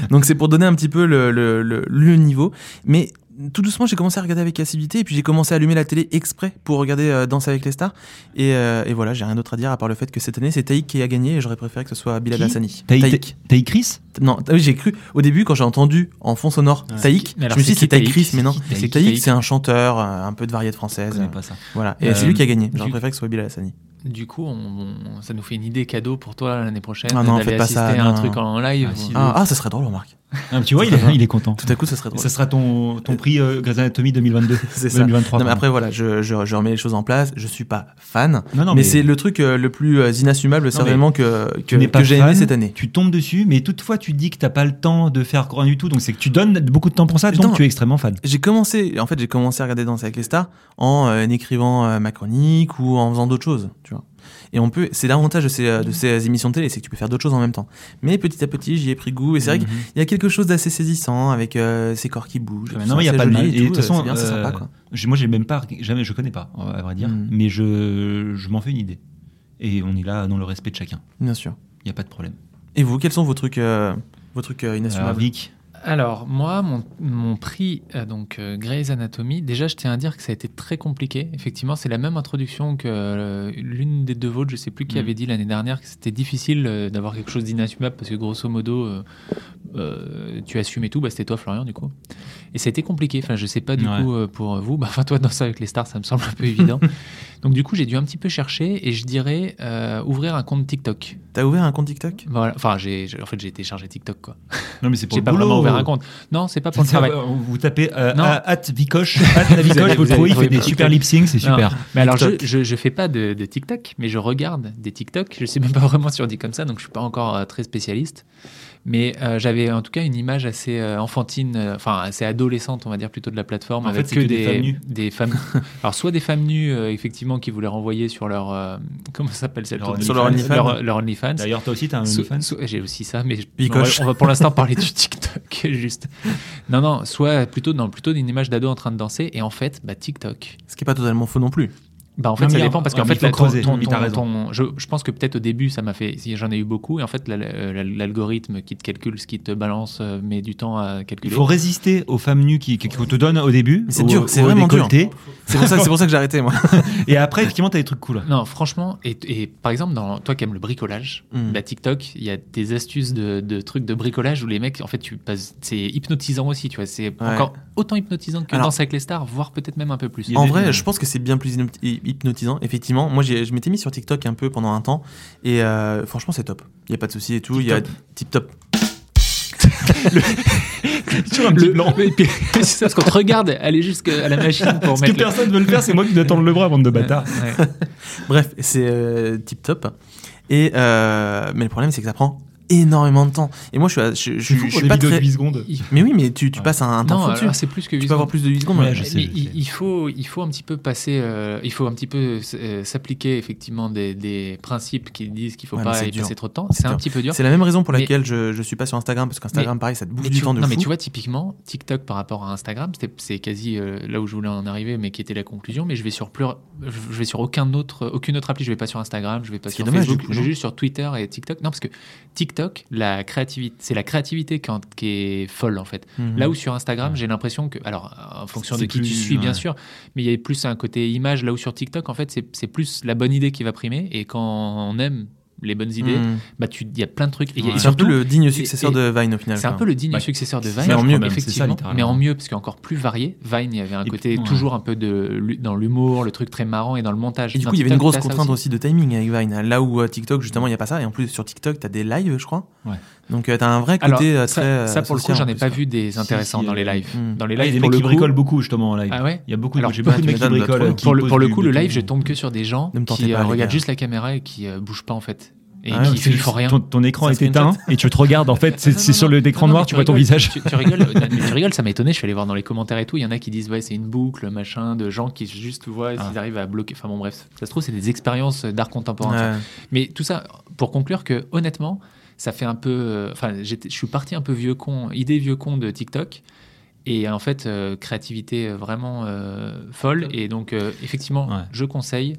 S1: Donc c'est pour donner un petit peu le, le, le, le niveau, mais tout doucement j'ai commencé à regarder avec assiduité et puis j'ai commencé à allumer la télé exprès pour regarder euh, Danse avec les stars et, euh, et voilà j'ai rien d'autre à dire à part le fait que cette année c'est Taïk qui a gagné et j'aurais préféré que ce soit Bilal
S2: Qui
S1: Hassani. Taïk.
S2: Taïk. Taïk Chris
S1: Non, t- oui, j'ai cru au début quand j'ai entendu en fond sonore
S2: Ouais.
S1: Taïk,
S3: Mais alors,
S1: je me suis
S3: c'est
S1: dit c'est
S3: qui Taïk
S1: Taïk Chris, mais non,
S3: C'est qui
S1: c'est
S3: Taïk
S1: Taïk,
S3: Taïk
S1: c'est un chanteur euh, un peu de variété
S2: Je
S1: française.
S2: connais pas ça.
S1: Voilà, et
S2: Euh,
S1: c'est lui qui a gagné. J'aurais
S3: du-
S1: préféré que ce soit Bilal Hassani.
S3: Du coup, on- on- ça nous fait une idée cadeau pour toi l'année prochaine.
S1: Ah non,
S3: d'aller
S1: faites pas ça,
S3: assister à un
S1: non,
S3: truc
S1: non.
S3: en live.
S2: Ah, si,
S1: Ah, ah, ça serait drôle, remarque.
S2: Ah, tu vois, il est, il est
S1: [laughs]
S2: content.
S1: Tout à coup, ça serait drôle.
S2: Ça sera ton, ton prix euh, Grey's Anatomy 2022.
S1: C'est ça.
S2: 2023.
S1: Non, mais
S2: pardon.
S1: après, voilà, je, je, je remets les choses en place. Je suis pas fan,
S2: non, non,
S1: mais, c'est le truc euh, le plus euh, inassumable, certainement, que, que,
S2: tu n'es
S1: que
S2: pas
S1: j'ai
S2: fan,
S1: aimé cette année.
S2: Tu tombes dessus, mais toutefois tu dis que t'as pas le temps de faire rien du tout, donc c'est que tu donnes beaucoup de temps pour ça,
S1: Putain.
S2: donc tu es extrêmement fan.
S1: J'ai commencé, en fait, j'ai commencé à regarder Danse avec les stars en euh, en écrivant euh, ma chronique ou en faisant d'autres choses, tu vois. Et on peut, c'est l'avantage de ces, euh, de ces émissions de télé, c'est que tu peux faire d'autres choses en même temps. Mais petit à petit, j'y ai pris goût, et c'est
S2: Mhm.
S1: vrai qu'il y a quelque chose d'assez saisissant avec euh, ces corps qui bougent.
S2: Non,
S1: tout ça,
S2: mais il y a
S1: c'est
S2: pas de
S1: joli
S2: mal.
S1: et
S2: Et de
S1: tout,
S2: toute
S1: euh,
S2: façon,
S1: c'est bien, c'est
S2: euh,
S1: sympa, quoi.
S2: J'ai- Moi, j'ai même pas, jamais, je connais pas, à vrai dire,
S1: Mhm.
S2: mais je, je m'en fais une idée. Et on est là dans le respect de chacun.
S1: Bien sûr.
S2: Il y a pas de problème.
S1: Et vous, quels sont vos trucs, euh, vos trucs euh,
S2: Alors,
S1: inassumables
S2: Rick,
S3: Alors, moi, mon, mon prix, euh, donc euh, Grey's Anatomy, déjà, je tiens à dire que ça a été très compliqué. Effectivement, c'est la même introduction que euh, l'une des deux vôtres, je sais plus qui
S2: Mm.
S3: avait dit l'année dernière que c'était difficile euh, d'avoir quelque chose d'inassumable parce que grosso modo, euh, euh, tu assumais tout. Bah, c'était toi, Florian, du coup. Et ça a été compliqué. Enfin, je sais pas du
S2: Ouais.
S3: coup euh, pour vous. Bah, enfin, toi, dans ça avec les stars, ça me semble un peu
S2: [laughs]
S3: évident. Donc, du coup, j'ai dû un petit peu chercher et je dirais euh, ouvrir un compte TikTok.
S1: T'as ouvert un compte TikTok
S3: Voilà. Enfin, j'ai, j'ai- en fait, j'ai téléchargé TikTok, quoi.
S2: Non, mais c'est pour
S3: J'ai
S2: le
S3: pas
S2: boulot.
S3: vraiment
S2: [laughs]
S3: ouvert un compte. Non, c'est pas pour le
S2: Ça,
S3: travail.
S2: euh, Vous tapez euh,
S3: Non.
S2: à- at Vicoche, at la
S3: Vous avez-
S2: Vicoche, vous
S3: vous
S2: le trouvez,
S3: avez
S2: il fait
S3: trouvé
S2: des
S3: Vicoche.
S2: super lip sync, c'est
S3: Non.
S2: super.
S3: Mais alors, je,
S1: TikTok.
S3: je, je fais pas de, de TikTok, mais je regarde des TikTok. Je sais même pas [laughs] vraiment si on dit comme ça, donc je suis pas encore euh, très spécialiste. Mais euh, j'avais en tout cas une image assez euh, enfantine, euh, enfin assez adolescente, on va dire plutôt de la plateforme,
S2: En
S3: avec
S2: fait, c'est
S3: que,
S2: que des
S3: des,
S2: femmes nues.
S3: des femmes-
S2: [laughs]
S3: alors soit des femmes nues, euh, effectivement, qui voulaient renvoyer sur leur euh, comment ça s'appelle cette
S2: Leur
S3: autre-
S2: Sur
S1: leur OnlyFans.
S3: leur, leur OnlyFans.
S2: D'ailleurs, toi aussi, t'as un
S3: So-
S2: fan.
S3: so- J'ai aussi ça, mais je- on va,
S1: Bicoche.
S3: on va pour l'instant parler du TikTok [laughs] juste. Non, non, soit plutôt non, plutôt d'une image d'ado en train de danser. Et en fait, bah TikTok,
S1: Ce qui n'est pas totalement faux non plus.
S3: Bah en fait
S2: Non, mais
S3: ça
S2: il y a-
S3: dépend parce
S2: ouais,
S3: qu'en
S2: mais
S3: fait
S2: il faut
S3: la- ton-
S2: creuser,
S3: ton-
S2: mais t'as
S3: ton-
S2: raison.
S3: ton- je, je pense que peut-être au début ça m'a fait si j'en ai eu beaucoup et en fait la- la- la- l'algorithme qui te calcule ce qui te balance euh, met du temps à
S2: Il
S3: calculer.
S2: faut résister aux femmes nues qui- qui- qu'on te donne au début.
S1: Mais c'est
S2: au-
S1: dur, c'est
S2: au
S1: vraiment dur.
S2: décolleté.
S1: C'est pour ça, c'est pour ça que j'ai arrêté, moi.
S2: Et après, effectivement, t'as des trucs
S3: [laughs]
S2: cool.
S3: Non franchement et, et par exemple dans toi qui aimes le bricolage,
S2: Hmm.
S1: Mm.
S3: bah TikTok il y a des astuces de, de trucs de bricolage où les mecs en fait tu passes c'est hypnotisant aussi tu vois c'est encore autant hypnotisant que
S1: Alors-
S3: Danse avec les stars voire peut-être même un peu plus.
S2: Il y a
S1: En
S2: des-
S3: [laughs]
S1: vrai,
S2: des-
S1: je pense que c'est bien plus hypno- hy- hypnotisant. Effectivement, moi, j'ai- je m'étais mis sur TikTok un peu pendant un temps. Et euh, franchement, c'est top. Il n'y a pas de souci et tout. Il y a tip top.
S2: Sur un
S3: Le- et puis, c'est ça, parce qu'on te regarde aller jusqu'à la machine
S2: [laughs]
S3: pour
S2: Ce que
S3: mettre. le-
S2: personne veut le faire, c'est moi qui dois tendre le bras, bande de bâtards.
S3: Ouais.
S1: Bref, c'est euh, tip top. Et euh, mais le problème, c'est que ça prend énormément de temps. Et moi, je suis, à- je, je- je
S2: pour
S1: suis
S2: des
S1: pas
S2: vidéos
S1: très.
S2: de 8 secondes.
S1: Mais oui, mais tu, tu
S2: Ouais.
S1: passes un, temps
S3: Non,
S1: foutu.
S3: alors, c'est plus que
S1: tu
S3: 8
S1: peux avoir
S3: secondes.
S1: plus de 8 secondes.
S2: Ouais,
S1: ouais.
S2: je sais.
S3: Mais
S2: je
S3: il, il faut, il faut un petit peu passer, euh, il faut un petit peu s- euh, s'appliquer effectivement des, des principes qui disent qu'il faut
S1: Ouais, mais
S3: pas
S1: c'est
S3: y
S1: dur.
S3: passer trop de temps.
S1: C'est
S3: C'est un
S1: dur.
S3: petit peu dur.
S1: C'est la même raison pour
S3: Mais-
S1: laquelle je, je suis pas sur Instagram, parce qu'Instagram, pareil, ça te bouffe
S3: Mais
S1: du
S3: tu-
S1: temps de
S3: non,
S1: fou.
S3: mais tu vois, typiquement, TikTok par rapport à Instagram, c'était- c'est quasi euh, là où je voulais en arriver, mais qui était la conclusion. Mais je vais sur plus, je je vais sur aucun autre, aucune autre appli. Je vais pas sur Instagram, je vais pas
S1: Ce qui
S3: sur
S1: est dommage,
S3: Facebook.
S1: du coup,
S3: je vais
S1: non
S3: juste sur Twitter et TikTok. Non, parce que TikTok, la créativité, c'est la créativité quand, qui est folle en fait.
S1: Mhm.
S3: Là où sur Instagram, j'ai l'impression que, alors en fonction de
S2: C'est
S3: qui tu
S2: plus-
S3: suis bien
S2: ouais.
S3: sûr, mais il y a plus un côté image. Là où sur TikTok, en fait, c'est c'est plus la bonne idée qui va primer. Et quand on aime les bonnes idées,
S1: Mhm.
S3: bah tu, il y a plein de trucs. Et, il y a- et
S1: C'est un peu
S3: surtout,
S1: le digne
S3: et-
S1: successeur
S3: et-
S1: de Vine au final.
S3: c'est un
S1: quoi.
S3: peu le digne
S2: Bah,
S3: successeur de
S2: c'est
S3: Vine,
S2: ça,
S1: Mais en mieux.
S2: même, c'est ça,
S3: effectivement,
S2: littéralement.
S3: mais en mieux parce qu'encore plus varié. Vine, il y avait un
S2: Et
S3: côté
S2: puis- ouais.
S3: toujours un peu de lu- dans l'humour, le truc très marrant et dans le montage.
S1: Et du
S3: Dans
S1: coup, il y avait
S3: TikTok,
S1: une grosse
S3: t'as ça
S1: contrainte aussi. de timing avec Vine. Là où euh, TikTok, justement, il n'y a pas ça. Et en plus, sur TikTok, tu as des lives, je crois.
S2: Ouais.
S1: Donc, tu as un vrai
S3: Alors,
S1: côté euh,
S3: ça,
S1: très. euh,
S3: ça, pour le coup,
S1: social,
S3: j'en
S1: en
S3: ai
S1: plus, hein.
S3: pas
S1: quoi.
S3: vu des
S2: Si,
S3: intéressants
S2: si,
S3: dans
S2: il y
S3: les
S2: a-
S3: lives.
S1: Mm.
S3: Dans les
S2: Et là, il y a
S3: lives,
S2: des
S3: pour
S2: mecs
S3: le
S2: qui
S3: coup-
S2: bricolent beaucoup justement en live.
S3: Ah ouais
S2: Il y a beaucoup,
S3: Alors,
S2: j'ai
S1: bah,
S2: beaucoup de
S1: tu
S2: mecs qui
S1: m'étonnes, bah, trop
S2: bricolent.
S1: bien.
S2: qui
S3: Euh, Pour le,
S2: posent
S3: pour le
S2: de-
S3: coup,
S2: de
S3: le
S2: tout.
S3: live, je tombe que sur des gens
S1: Ne me tentez
S3: qui
S1: pas,
S3: euh,
S1: les
S3: regardent
S1: gars.
S3: juste la caméra et qui euh, bougent pas en fait. Et
S1: Ah ouais,
S2: Ouais,
S3: qui
S2: c'est
S3: ne font
S2: juste
S3: rien.
S2: Ton, ton écran
S1: Ça
S2: est
S1: se fait une
S2: éteint
S1: tête.
S2: et tu te regardes en fait. C'est
S3: Non,
S2: c'est
S3: non,
S2: sur
S3: non,
S2: le
S3: non,
S2: l'écran
S3: non,
S2: noir,
S3: mais
S2: tu vois ton
S3: rigoles,
S2: visage.
S3: Tu,
S2: [laughs]
S3: tu rigoles, euh, mais tu rigoles, ça m'a étonné. Je suis allé voir dans les commentaires et tout. Il y en a qui disent, ouais, c'est une boucle, machin, de gens qui juste voient et
S2: Ah.
S3: ils arrivent à bloquer. Enfin bon, bref, ça se trouve, c'est des expériences d'art contemporain.
S1: Ouais.
S3: Mais tout ça, pour conclure que honnêtement, ça fait un peu. euh, Enfin, j'étais- je suis parti un peu vieux con, idée vieux con de TikTok. Et en fait, euh, créativité vraiment euh, folle. Et donc, euh, effectivement,
S2: Ouais.
S3: je conseille,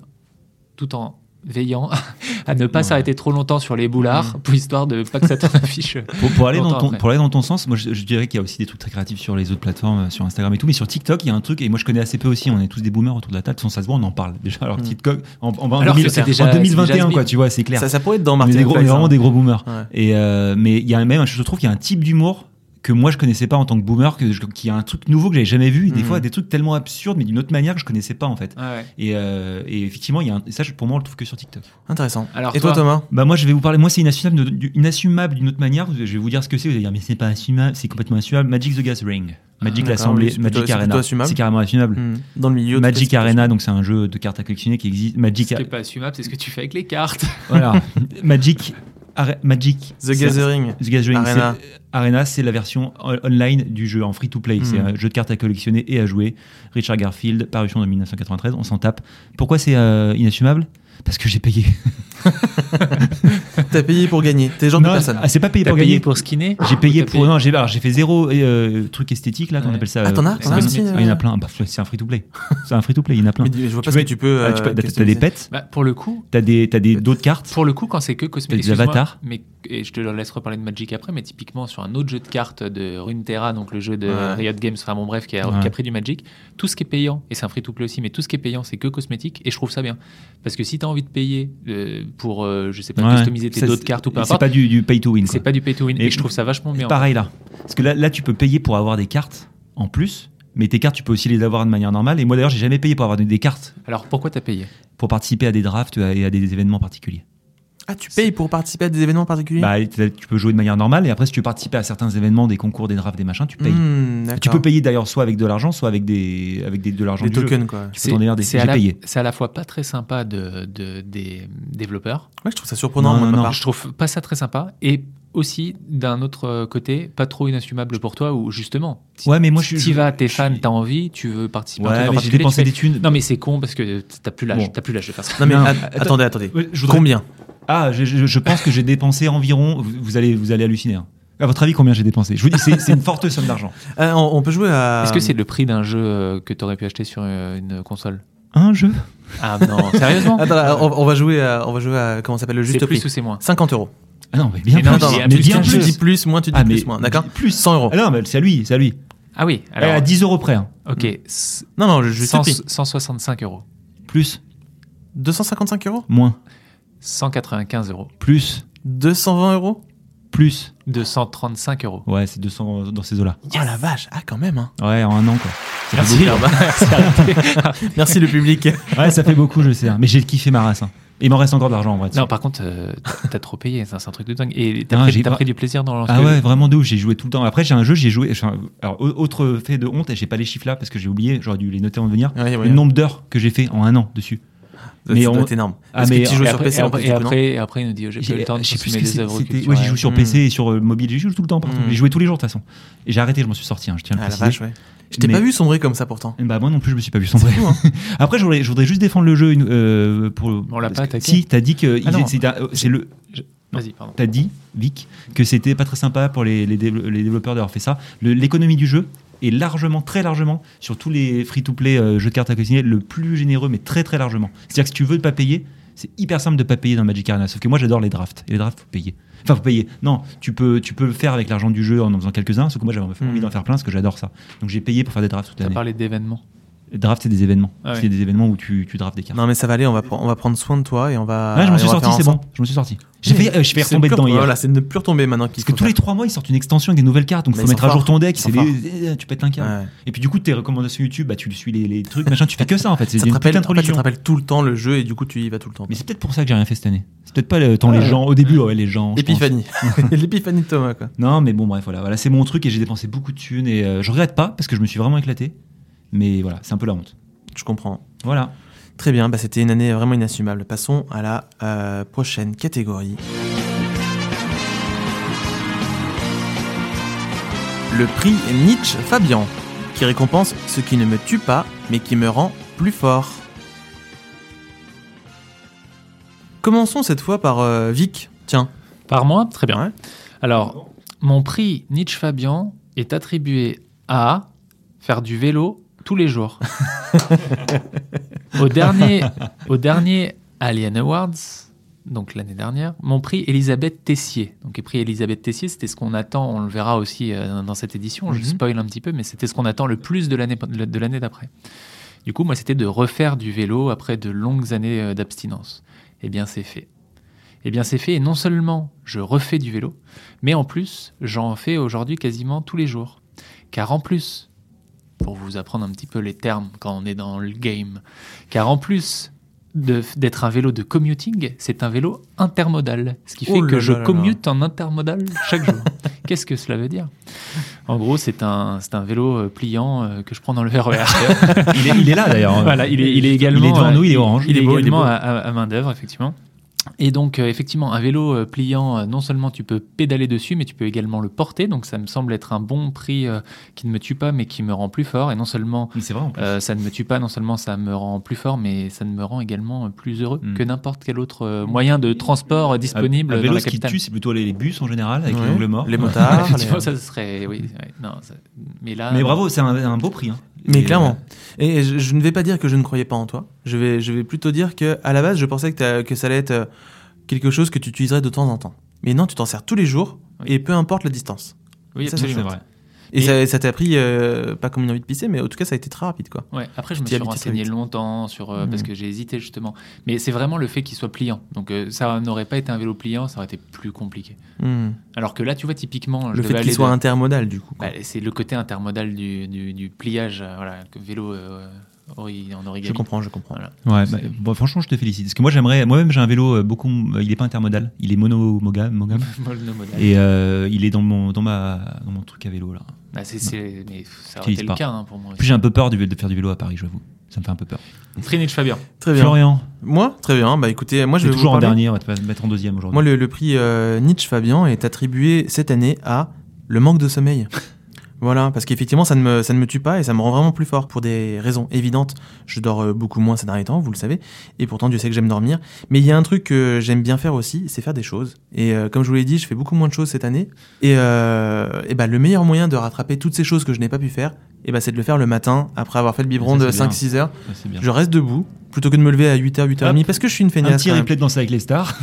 S3: tout en veillant [laughs] à ne pas
S2: Ouais.
S3: s'arrêter trop longtemps sur les boulards, pour histoire de pas que ça tourne affiche.
S2: Pour, pour aller dans
S3: Longtemps
S2: ton,
S3: après.
S2: pour aller dans ton sens, moi je, je dirais qu'il y a aussi des trucs très créatifs sur les autres plateformes, euh, sur Instagram et tout, mais sur TikTok, il y a un truc, et moi je connais assez peu aussi, on est tous des boomers autour de la table, sans ça se voit, on en parle déjà. Alors
S1: Mm.
S2: TikTok, en, en- en
S3: Alors que
S2: 2000,
S3: c'est
S2: en
S3: déjà-
S2: 2021,
S3: c'est
S2: quoi,
S3: déjà
S2: tu vois, c'est clair.
S1: Ça, ça pourrait être dans
S2: on, est
S1: Martin
S2: des gros- on est
S1: Flex,
S2: vraiment
S1: hein.
S2: des gros boomers.
S1: Ouais.
S2: Et euh, mais il y a même, je trouve qu'il y a un type d'humour que moi je connaissais pas en tant que boomer, que je- qu'il y a un truc nouveau que j'avais jamais vu, et des
S1: Mhm.
S2: fois des trucs tellement absurdes, mais d'une autre manière que je connaissais pas en fait.
S3: Ouais.
S2: Et, euh, et effectivement, il y a un- et ça je- pour moi on le trouve que sur TikTok.
S1: Intéressant.
S3: Alors
S1: Et toi,
S3: toi-
S1: Thomas
S2: Bah moi je vais vous parler, moi c'est inassumable de- du- inassumable d'une autre manière, je vais vous dire ce que c'est, vous allez dire mais c'est pas assumable, c'est complètement assumable, Magic the Gathering, Magic
S1: Ah, d'accord,
S2: l'Assemblée,
S1: oui, c'est plutôt-
S2: Magic
S1: c'est plutôt
S2: Arena,
S1: assumable.
S2: c'est carrément assumable.
S1: Hmm. Dans le milieu.
S2: Magic
S1: tout ça, c'est-
S2: Arena, donc c'est un jeu de cartes à collectionner qui existe, Magic,
S3: Ce qui est pas assumable, c'est ce que tu fais avec les cartes.
S2: [laughs] voilà, Magic, Are- Magic,
S1: The
S2: c'est-
S1: Gathering.
S2: The Gathering,
S1: Arena.
S2: c'est- euh, Arena, c'est la version on- online du jeu en free to play. C'est
S1: Mm.
S2: un jeu de cartes à collectionner et à jouer. Richard Garfield, parution de 1993, on s'en tape. Pourquoi c'est euh, inassumable Parce que j'ai payé.
S1: T'as payé pour gagner. T'es le genre de
S2: Non,
S1: personne.
S2: ah, c'est pas payé
S3: T'as
S2: pour
S3: payé
S2: gagner.
S3: pour skinner
S2: J'ai payé
S3: Ou t'as
S2: pour. Non, j'ai alors, j'ai fait zéro euh, truc esthétique, là, qu'on
S3: Ouais.
S2: appelle ça.
S1: Ah, t'en as-
S2: euh,
S1: t'en as
S2: c'est-
S1: aussi,
S2: ah, Il y en
S1: euh,
S2: a plein. Ah, bah, c'est un free to play. C'est un free to play, il y en a plein.
S1: Mais dis- je vois pas
S2: Tu
S1: ce que
S2: peux-
S1: tu peux.
S2: Ah, tu
S1: euh,
S2: peux- t'as- T'as
S1: customiser.
S2: des pets,
S3: Bah, pour le coup,
S2: t'as des t'as des- d'autres cartes.
S3: Pour le coup, quand c'est que cosmétique.
S2: Des avatars.
S3: Mais et je te laisse reparler de Magic après, mais typiquement sur un autre jeu de cartes de Runeterra, donc le jeu de
S1: Ouais.
S3: Riot Games, enfin bon bref, qui a,
S2: Ouais.
S3: qui a pris du Magic, tout ce qui est payant, et c'est un free-to-play aussi, mais tout ce qui est payant, c'est que cosmétique, et je trouve ça bien. Parce que si tu as envie de payer euh, pour, euh, je sais pas,
S2: Ouais.
S3: customiser tes
S2: Ça,
S3: d'autres
S2: c'est-
S3: cartes ou peu
S2: C'est
S3: importe,
S2: pas du, du pay to win.
S3: c'est
S2: quoi.
S3: pas du pay-to-win, et,
S2: Et-
S3: je trouve ça vachement bien.
S2: Pareil là. Parce que là, là, tu peux payer pour avoir des cartes en plus, mais tes cartes, tu peux aussi les avoir de manière normale. Et moi d'ailleurs, j'ai jamais payé pour avoir des- des cartes
S3: Alors pourquoi t'as payé
S2: pour participer à des drafts euh, et à des événements particuliers.
S1: Ah, tu payes pour participer à des événements particuliers
S2: Bah, t'as- tu peux jouer de manière normale, et après, si tu veux participer à certains événements, des concours, des drafts, des machins, tu payes.
S1: Hmm, d'accord.
S2: Tu peux payer d'ailleurs soit avec de l'argent, soit avec des, avec des, de l'argent
S1: des
S2: du jeu.
S1: tokens, quoi.
S2: Tu peux t'en démerder.
S3: c'est à
S2: J'ai
S3: la-
S2: payé.
S3: c'est à la fois pas très sympa de, de- des développeurs,
S1: Ouais, je trouve ça surprenant,
S2: Non,
S1: moi, de ma
S2: non, non,
S1: part.
S3: Je trouve pas ça très sympa. Et aussi, d'un autre euh, côté, pas trop inassumable pour toi, où justement, tu
S2: Ouais, mais moi, je suis.
S3: t'y vas, t'es
S2: je suis-
S3: fan, t'as envie, tu veux participer à un truc
S2: Ouais,
S3: en
S2: mais j'ai
S3: particulier,
S2: dépensé
S3: tu
S2: des
S3: fais,
S2: thunes.
S3: Non, mais c'est con parce que t'as plus l'âge,
S2: Bon.
S3: t'as plus l'âge de faire ça.
S1: Non, mais
S2: Non,
S1: att-
S2: attends.
S1: attendez, attendez.
S2: Ouais, euh, je voudrais-
S1: Combien
S2: Ah, je, je- je pense que j'ai dépensé environ. Vous, vous allez, vous allez halluciner. hein. À votre avis, combien j'ai dépensé Je vous dis, c'est c'est une forte somme d'argent.
S1: Euh, on, on peut jouer à.
S3: Est-ce que c'est le prix d'un jeu euh, que t'aurais pu acheter sur euh,
S2: [laughs]
S3: une console
S2: Un jeu
S3: Ah non, sérieusement
S1: Attends, on, on va jouer à. On va jouer à. Comment ça s'appelle le
S3: C'est
S1: juste
S3: plus
S1: prix
S3: ou c'est moins
S1: 50 euros.
S2: Ah non, mais bien
S3: Mais non,
S2: plus.
S3: mais
S1: Attends,
S3: il y a
S2: mais
S3: plus
S2: bien
S3: qu'un
S1: tu
S3: jeu.
S2: plus.
S1: dis plus, moins tu dis
S2: Ah, mais
S1: plus, moins. D'accord
S2: Plus
S1: 100 euros.
S2: Ah non, mais c'est à lui, c'est à lui.
S3: Ah oui,
S2: à
S3: alors.
S2: 10 euros près. hein.
S3: Ok, c-
S1: Non, non, juste le
S3: 100
S1: prix.
S3: 165 euros,
S2: Plus,
S1: 255 euros
S2: moins,
S3: 195 euros,
S2: plus,
S1: 220 euros
S2: plus.
S3: 235 euros.
S2: Ouais, c'est 200 dans ces eaux-là.
S1: Oh la vache Ah, quand même, hein.
S2: Ouais, en un an, quoi. Ça fait
S1: Merci,
S2: beaucoup.
S1: Merci le
S2: [laughs]
S1: public.
S2: Ouais, ça fait beaucoup, je sais. hein. Mais j'ai kiffé ma race. hein. Et il m'en reste encore de l'argent, en vrai. dessus.
S3: Non, par contre, euh, t'as trop payé, ça, c'est un truc de dingue. Et t'as
S2: Non,
S3: pris,
S2: j'ai
S3: t'as
S2: pas-
S3: pris du plaisir dans
S2: Ah
S3: ce que-
S2: ouais, vraiment de ouf, j'ai joué tout le temps. Après, j'ai un jeu, j'ai joué. enfin, Alors, au- autre fait de honte, et j'ai pas les chiffres là parce que j'ai oublié, j'aurais dû les noter en venir.
S1: Ouais, ouais.
S2: Le nombre d'heures que j'ai fait en un an dessus.
S1: Ça,
S2: Mais
S1: ça doit
S2: on-
S1: être énorme.
S2: Ah,
S1: Parce
S2: mais-
S1: que tu joues
S3: et
S1: sur
S3: après,
S1: PC
S3: et
S1: en
S3: après,
S1: plus,
S3: et
S1: du coup, non
S3: après, et après, il nous dit, j'ai
S2: J'ai-
S3: pas eu le temps de
S2: je sais plus ce
S3: consommer
S2: que
S3: des
S2: c'est-
S3: œuvres
S2: c'était-
S3: culturelles. Mm.
S2: Ouais, j'y joue sur
S1: Hmm.
S2: PC et sur euh, mobile, j'y joue tout le temps partout.
S1: Hmm.
S2: J'y jouais tous les jours de toute façon. Et j'ai arrêté, je m'en suis sorti, hein, je tiens à
S1: Ah
S2: le
S1: la
S2: préciser.
S1: vache, ouais. Je t'ai
S2: Mais-
S1: pas vu sombrer comme ça pourtant.
S2: Eh ben, moi non plus, je me suis pas vu sombrer.
S1: C'est fou, hein.
S2: [laughs] Après, je voudrais, je voudrais juste défendre le jeu. une- euh, pour,
S3: On l'a
S2: parce
S3: pas
S2: que-
S3: attaqué.
S2: Si, t'as dit que
S3: Ah
S2: il-
S3: non.
S2: c'est un- c'est le.
S3: Vas-y, pardon.
S2: T'as dit, Vic, que c'était pas très sympa pour les, les dév- les développeurs d'avoir fait ça. Le- L'économie du jeu est largement, très largement, sur tous les free-to-play euh, jeux de cartes à collectionner, le plus généreux, mais très très largement. C'est-à-dire que si tu veux ne pas payer, c'est hyper simple de pas payer dans Magic Arena. Sauf que moi j'adore les drafts. Et les drafts, faut payer. Enfin, faut payer. Non, tu peux, tu peux le faire avec l'argent du jeu en en faisant quelques-uns. Sauf que moi j'avais
S1: Mm.
S3: Hmm.
S2: envie d'en faire plein parce que j'adore ça. Donc j'ai payé pour faire des drafts toute
S3: T'as
S2: l'année.
S3: parlé d'événements.
S2: Les drafts, c'est des événements.
S3: Ah ouais. Bah,
S2: C'est des événements où tu, tu draftes des cartes.
S1: Non mais ça va aller, on va, pre- on va prendre soin de toi et on va.
S2: ouais, Ah, je
S1: et on
S2: m'en suis
S1: va
S2: sorti,
S1: faire
S2: c'est bon.
S1: ensemble.
S2: Je m'en suis sorti. J'ai
S3: [laughs]
S1: Mais
S2: failli- euh, je suis
S1: c'est
S2: tombé
S1: de plus-
S2: dedans hier.
S1: Voilà, c'est de ne plus retomber maintenant qu'il
S2: Parce que
S1: faut
S2: tous les
S1: faire.
S2: trois mois, ils sortent une extension avec des nouvelles cartes, donc
S1: Mais
S2: faut
S1: ils
S2: mettre
S1: sont
S2: à jour
S1: forts.
S2: ton deck.
S1: Ils
S2: c'est
S1: sont
S2: les- euh, Tu pètes un câble.
S1: Ouais.
S2: Et puis du coup, tes recommandations YouTube, bah, tu suis les, les
S1: [laughs]
S2: trucs, machin, tu fais que ça en fait. C'est
S1: Ça te
S2: une
S1: rappelle,
S2: putain
S1: en
S2: de
S1: fait, ça te
S2: religion.
S1: rappelle tout le temps le jeu et du coup tu y vas tout le temps.
S2: Mais c'est peut-être pour ça que j'ai rien fait cette année. C'est peut-être pas le temps les gens. Au début, ouais, les gens. je pense.
S1: L'épiphanie. [laughs] L'épiphanie de Thomas quoi.
S2: Non, mais bon, bref, voilà, voilà c'est mon truc et j'ai dépensé beaucoup de thunes et euh, je regrette pas parce que je me suis vraiment éclaté. Mais voilà, c'est un peu la honte.
S1: Je comprends.
S2: Voilà.
S1: Très bien, bah, c'était une année vraiment inassumable. Passons à la euh, prochaine catégorie. Le prix Nietzsche Fabian, qui récompense ce qui ne me tue pas, mais qui me rend plus fort. Commençons cette fois par euh, Vic. Tiens,
S3: Par mois Très bien.
S1: Ouais.
S3: Alors, mon prix Nietzsche Fabian est attribué à faire du vélo tous les jours. au, dernier, au dernier Alien Awards, donc l'année dernière, mon prix Elisabeth Tessier. Donc, le prix Elisabeth Tessier, c'était ce qu'on attend, on le verra aussi euh, dans cette édition, je
S1: Mhm.
S3: spoil un petit peu, mais c'était ce qu'on attend le plus de l'année de l'année d'après. Du coup, moi, c'était de refaire du vélo après de longues années euh, d'abstinence. Eh bien, c'est fait. Eh bien, c'est fait. Et non seulement je refais du vélo, mais en plus, j'en fais aujourd'hui quasiment tous les jours. Car en plus, pour vous apprendre un petit peu les termes quand on est dans le game, car en plus de- d'être un vélo de commuting, c'est un vélo intermodal. Ce qui fait
S1: Oh là
S3: que je
S1: là là là.
S3: commute en intermodal chaque
S1: [laughs]
S3: jour. Qu'est-ce que cela veut dire En gros, c'est un, c'est un vélo euh, pliant euh, que je prends dans le [laughs] RER.
S2: Il est, il est
S1: [laughs]
S2: là d'ailleurs.
S3: Voilà, il est, il est également.
S2: Il est devant
S3: euh,
S2: nous, il est orange.
S3: Il,
S1: Il est
S3: est
S1: beau, il est
S3: également
S1: beau.
S3: à, à- à main d'œuvre, effectivement. Et donc, euh, effectivement, un vélo euh, pliant, euh, non seulement tu peux pédaler dessus, mais tu peux également le porter. Donc, ça me semble être un bon prix euh, qui ne me tue pas, mais qui me rend plus fort. Et non seulement
S2: Mais c'est vrai en plus.
S3: euh, ça ne me tue pas, non seulement ça me rend plus fort, mais ça ne me rend également euh, plus heureux
S2: Mm.
S3: que n'importe quel autre euh, moyen de transport euh, disponible
S2: Un
S3: dans
S2: vélo,
S3: la
S2: ce qui
S3: capitale. [laughs]
S2: tue, c'est plutôt les, les bus en général avec
S1: Ouais.
S2: les angles morts.
S1: Les motards.
S3: Effectivement,
S1: les-
S3: ça serait. Oui, ouais, non, ça- mais là.
S2: Mais bravo, c'est un, un beau prix. hein.
S1: Mais
S2: Et,
S1: clairement. Et je, je ne vais pas dire que je ne croyais pas en toi. Je vais, je vais plutôt dire que à la base, je pensais que, t'as- que ça allait être euh, quelque chose que tu utiliserais de temps en temps. Mais non, tu t'en sers tous les jours
S3: Oui.
S1: et peu importe la distance.
S3: Oui,
S1: Ça, c'est
S2: euh, C'est
S3: absolument.
S2: vrai.
S1: Et
S3: Mais-
S1: ça- ça t'a pris euh, pas comme une envie de pisser, mais en tout cas, ça a été très rapide, quoi.
S3: Ouais, après, je
S1: Tu
S3: me
S1: t'y
S3: suis
S1: habitues très
S3: renseigné
S1: vite.
S3: longtemps sur, euh, parce
S1: Mhm.
S3: que j'ai hésité justement. Mais c'est vraiment le fait qu'il soit pliant. Donc euh, ça n'aurait pas été un vélo pliant, ça aurait été plus compliqué.
S1: Hmm.
S3: Alors que là, tu vois, typiquement,
S1: Le
S3: je devais
S1: fait
S3: aller
S1: qu'il soit
S3: de-
S1: intermodal, du coup. quoi.
S3: Bah, c'est le côté intermodal du, du, du pliage, euh, voilà, que vélo euh, ori- en
S1: je
S3: [laughs] origami.
S1: comprends, je comprends.
S3: Voilà.
S2: Ouais,
S3: C'est-
S2: bah, bon, franchement, je te félicite. Parce que moi, j'aimerais. Moi-même, j'ai un vélo euh, beaucoup. euh, Il est pas intermodal, il est mono moga- mogam.
S1: Mm.
S3: Monomodal.
S2: Et euh, il est dans mon, dans, ma, dans mon truc à vélo. Là.
S3: Bah, c'est- c'est- mais ça aurait
S2: Utilise
S3: été le
S2: pas.
S3: cas hein, pour moi.
S2: En plus, j'ai un peu peur du- de faire du vélo à Paris, j'avoue. Ça me fait un peu peur.
S3: Trinich Fabien.
S1: Très bien.
S2: Florian,
S1: Moi, très bien. Bah écoutez, moi, je
S2: t'es
S1: vais
S2: toujours
S1: vous
S2: en
S1: parler-
S2: dernier, on va te mettre en deuxième aujourd'hui.
S1: Moi, le, le prix euh, Nietzsche Fabian est attribué cette année à le manque de
S2: [laughs]
S1: sommeil. voilà, parce qu'effectivement, ça, ne me- ça ne me tue pas et ça me rend vraiment plus fort pour des raisons évidentes. Je dors euh, beaucoup moins ces derniers temps, vous le savez, et pourtant, Dieu sait que j'aime dormir. Mais il y a un truc que j'aime bien faire aussi, c'est faire des choses. Et euh, comme je vous l'ai dit, je fais beaucoup moins de choses cette année. Et, euh, eh ben, le meilleur moyen de rattraper toutes ces choses que je n'ai pas pu faire, eh ben, c'est de le faire le matin, après avoir fait le biberon
S2: Ça, c'est
S1: de
S2: bien.
S1: 5-6 heures.
S2: Ouais, c'est bien.
S1: Je reste debout, plutôt que de me lever à 8h, 8h30, parce que je suis une
S2: Un
S1: feignasse.
S2: petit
S1: quand même.
S2: replay de danser avec les stars.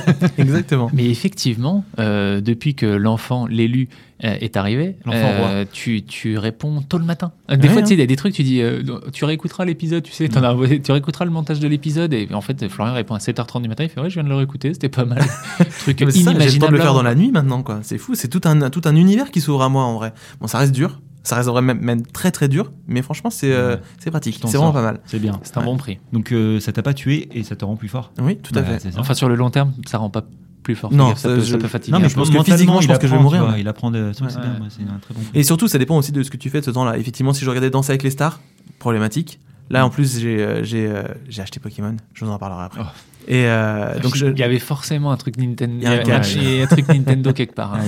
S1: [laughs] Exactement.
S3: Mais effectivement, euh, depuis que l'enfant, l'élu, euh, est arrivé,
S2: L'enfant
S3: euh, tu, tu réponds tôt le matin. Euh, Des
S1: Ouais,
S3: fois,
S1: hein.
S3: tu sais, il y a des trucs, tu dis, euh, tu réécouteras l'épisode, tu sais, t'en as envoyé- tu réécouteras le montage de l'épisode. Et en fait, Florian répond à 7h30 du matin, il fait, ouais, je viens de le réécouter, c'était pas mal.
S1: [laughs]
S3: truc
S1: Mais c'est ça,
S3: inimaginable.
S1: J'ai le temps de le faire
S3: avant.
S1: dans la nuit maintenant, quoi. C'est fou, c'est tout un, tout un univers qui s'ouvre à moi en vrai. Bon, ça reste dur, ça reste même, même très très dur, mais franchement, c'est euh,
S2: Ouais.
S1: c'est pratique,
S2: Tu t'en
S1: c'est vraiment
S2: sors.
S1: pas mal.
S2: C'est bien.
S3: C'est un
S1: Ouais.
S3: bon prix.
S2: Donc, euh, ça t'a pas tué et ça te rend plus fort.
S1: Oui, tout à
S2: Voilà,
S1: fait.
S2: c'est ça.
S3: Enfin, sur le long terme, ça rend pas plus fort.
S1: Non,
S3: Fais gaffe, ça,
S1: ça,
S3: peut,
S1: je-
S3: ça peut fatiguer.
S2: non, mais
S3: un
S2: je
S3: peu.
S2: pense
S1: Parce
S2: que
S1: que
S2: physiquement,
S1: physiquement,
S2: il
S1: je pense que je vais
S2: apprend, tu
S1: mourir,
S2: vois,
S1: ouais.
S2: Il apprend de. ça, C'est
S3: Ouais.
S1: [laughs]
S2: bien, moi, c'est un très bon prix.
S1: Et surtout, ça dépend aussi de ce que tu fais de ce temps-là. Effectivement, si je regardais Danser avec les stars, problématique. Là, en plus, j'ai euh, j'ai, euh, j'ai acheté Pokémon. Je vous en parlerai après.
S2: Oh.
S1: Et euh, donc, je...
S3: Il y avait forcément un truc Nintendo,
S1: Il y a un
S3: un,
S1: catch.
S3: un truc Nintendo quelque
S1: [laughs]
S3: part. hein.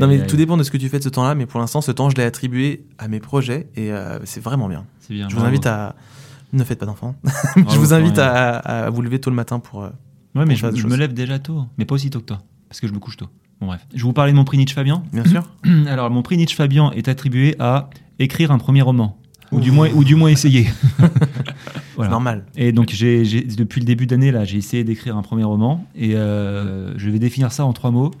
S1: non, mais tout dépend de ce que tu fais de ce temps-là. Mais pour l'instant, ce temps, je l'ai attribué à mes projets et euh, c'est vraiment bien.
S2: C'est bien.
S1: Je vous invite à. Ne faites pas d'enfants. [laughs] je vous invite à, à- à vous lever tôt le matin pour. euh,
S2: Ouais,
S1: qu'on
S2: mais je,
S1: fasse des
S2: je me
S1: choses.
S2: lève déjà tôt, mais pas aussi tôt que toi, parce que je me couche tôt. Bon, bref. Je vais vous parler de mon prix Nietzsche Fabian. [clears throat]
S1: Bien sûr.
S2: Alors, mon prix Nietzsche Fabian est attribué à écrire un premier roman, ou du, moins, ou du moins
S1: [laughs]
S2: essayer.
S1: C'est
S2: Voilà.
S1: normal.
S2: Et donc, j'ai j'ai- depuis le début d'année, là, j'ai essayé d'écrire un premier roman, et euh, je vais définir ça en trois mots.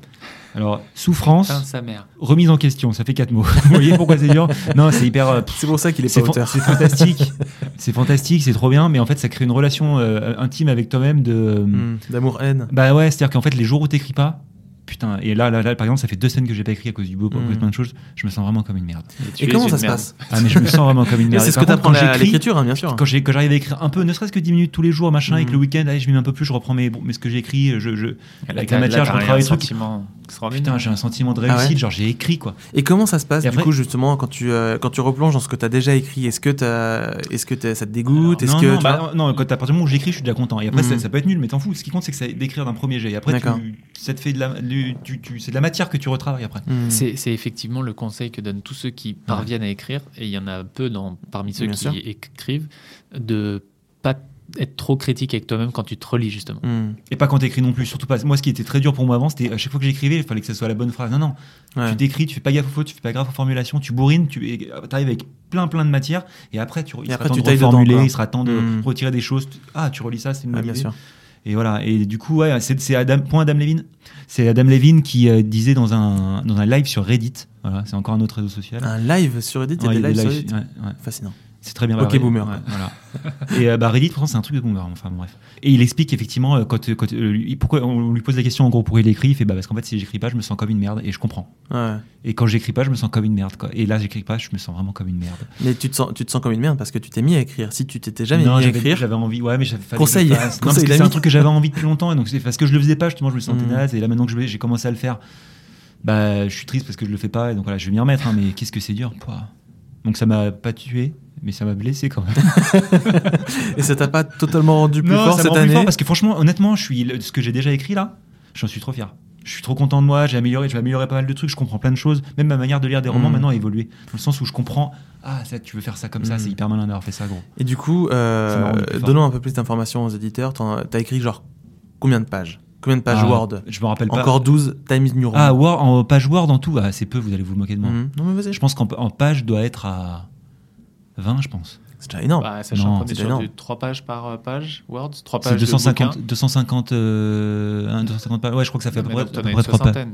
S2: Alors,
S3: Putain,
S1: Ah.
S2: souffrance,
S3: sa mère.
S2: remise en question, ça fait quatre mots. [laughs] Vous voyez pourquoi c'est dur Non, c'est
S1: [laughs]
S2: hyper. euh,
S1: C'est pour ça qu'il est,
S2: C'est
S1: pas
S2: fan-
S1: auteur.
S2: c'est fantastique, c'est fantastique, c'est trop bien, mais en fait ça crée une relation euh, intime avec toi-même de. euh,
S1: Hmm, D'amour-haine.
S2: Bah ouais, c'est-à-dire qu'en fait les jours où t'écris pas, putain, et là, là, là, par exemple ça fait deux semaines que j'ai pas écrit à cause du beau, à cause de
S1: Mm.
S2: plein de choses, je me sens vraiment comme une merde.
S3: tu
S1: Et
S3: es
S1: comment
S3: une
S1: ça se
S3: merde.
S1: passe
S2: Ah mais je me sens vraiment comme une merde.
S1: C'est
S2: Et
S1: ce
S2: par
S1: que
S2: contre,
S1: t'apprends
S2: quand
S1: à
S2: j'écris,
S1: l'écriture, hein, bien sûr.
S2: quand j'ai- quand j'arrive à écrire un peu, ne serait-ce que 10 minutes tous les jours, machin, et que
S1: Mm.
S2: le week-end, allez, je mets un peu plus, je reprends mes, mais ce que j'ai écrit, je, je-
S3: Là,
S2: avec
S3: t'as-
S2: la matière,
S3: là,
S2: je
S3: t'as
S2: retravaille
S3: un
S2: les trucs.
S3: sentiment extraordinaire.
S2: Putain, j'ai un sentiment de
S1: Ah ouais
S2: réussite, genre j'ai écrit quoi.
S1: Et comment ça se passe,
S2: Et
S1: du
S2: après-
S1: coup, justement, quand tu, euh, quand tu replonges dans ce que t'as déjà écrit Est-ce que, t'as- est-ce que t'as- ça te dégoûte Est-ce
S2: Alors,
S1: que.
S2: non, non,
S1: tu
S2: bah,
S1: vois
S2: non, quand à partir du moment où j'écris, je suis déjà content. Et après,
S1: Mhm.
S2: ça, ça peut être nul, mais t'en fous. Ce qui compte, c'est que c'est d'écrire d'un premier jet. Et après, tu-
S1: D'accord.
S2: ça te fait de la, du- tu- tu- c'est de la matière que tu retravailles après.
S1: Hmm.
S3: C'est c'est effectivement le conseil que donnent tous ceux qui parviennent à écrire, et il y en a peu dans, parmi ceux
S1: Bien
S3: qui
S1: sûr.
S3: écrivent, de pas être trop critique avec toi-même quand tu te relis justement.
S1: Hmm.
S2: Et pas quand t'écris non plus. Surtout pas. Moi, ce qui était très dur pour moi avant, c'était à chaque fois que j'écrivais, il fallait que ça soit la bonne phrase. Non, non.
S1: Ouais.
S2: Tu t'écris, tu fais pas gaffe aux fautes, tu fais pas gaffe aux formulations, tu bourrines, tu et, euh, t'arrives avec plein plein de matière. Et après, tu, il
S1: Et
S2: sera
S1: après,
S2: temps
S1: tu
S2: de
S1: tailles dedans,
S2: reformuler,
S1: quoi.
S2: il sera temps de
S1: Mhm.
S2: retirer des choses. Tu- Ah, tu relis ça, c'est une
S1: Ah,
S2: bonne
S1: bien
S2: idée.
S1: sûr.
S2: Et voilà. Et du coup, ouais, c'est c'est Adam, point Adam Levine. C'est Adam Levine qui euh, disait dans un, dans un live sur Reddit. Voilà, c'est encore un autre réseau social.
S1: Un live sur Reddit, il y a
S2: Ouais,
S1: Ah, des
S2: il y a
S1: lives
S2: des
S1: sur
S2: lives,
S1: Reddit.
S2: ouais, ouais.
S1: Fascinant.
S2: C'est très bien.
S1: Ok,
S2: Reddit,
S1: boomer.
S2: ouais, voilà. Et euh, bah, Reddit, pourtant, c'est un truc de boomer. hein, Enfin, bref. Et il explique effectivement euh, quand, euh, quand euh, lui- pourquoi on lui pose la question en gros pourquoi il écrit. Il fait bah, parce qu'en fait, si j'écris pas, je me sens comme une merde et je comprends.
S1: Ouais.
S2: Et quand j'écris pas, je me sens comme une merde. Quoi. Et là, j'écris pas, je me sens vraiment comme une merde.
S1: Mais tu te, sens, tu te sens comme une merde parce que tu t'es mis à écrire. Si tu t'étais jamais
S2: non,
S1: mis à
S2: j'avais-
S1: écrire,
S2: J'avais envie, ouais, mais j'avais fallait que je
S1: Conseil.
S2: le fasse. Non, parce
S1: Conseil
S2: que c'est un
S1: d'ami.
S2: truc que j'avais envie depuis longtemps. Et donc, c'est parce que je le faisais pas, justement, je me sentais
S1: Mm.
S2: naze. Et là, maintenant que je, vais- j'ai commencé à le faire, bah, je suis triste parce que je le fais pas. Et donc, voilà, je vais m'y remettre. hein, mais qu'est-ce que c'est dur. pouah. Donc, ça m'a pas tué, mais ça m'a blessé quand même.
S1: et ça t'a pas totalement rendu plus
S2: Non,
S1: fort
S2: ça me
S1: cette
S2: rend plus
S1: année.
S2: fort parce que franchement, honnêtement, je suis le- ce que j'ai déjà écrit là, j'en suis trop fier. Je suis trop content de moi, j'ai amélioré, je vais améliorer pas mal de trucs, je comprends plein de choses. Même ma manière de lire des romans
S1: Mhm.
S2: maintenant a évolué. Dans le sens où je comprends, ah, ça, tu veux faire ça comme ça,
S1: Mhm.
S2: c'est hyper malin d'avoir fait ça, gros.
S1: Et du coup, euh,
S2: Ça m'a rendu plus fort.
S1: donnons un peu plus d'informations aux éditeurs. T'en- T'as écrit genre combien de pages Combien de pages
S2: Ah,
S1: Word
S2: Je me rappelle pas.
S1: Encore 12 Times New Roman.
S2: Ah, Word, en page Word en tout, ah, c'est peu, vous allez vous moquer de moi.
S1: Mhm. Non, mais vas-y.
S2: Je pense qu'en en page doit être à 20, je pense.
S1: C'est déjà énorme.
S3: Bah, sachant
S2: Non,
S3: qu'on est
S1: c'est
S3: sur
S1: énorme.
S3: du 3 pages par euh, page, Word, 3
S2: C'est
S3: pages
S2: 250,
S3: de
S2: 250, euh, hein, 250 pages. Ouais, je crois que ça fait à peu près, à peu près
S3: une
S2: trois pages.
S3: soixantaine.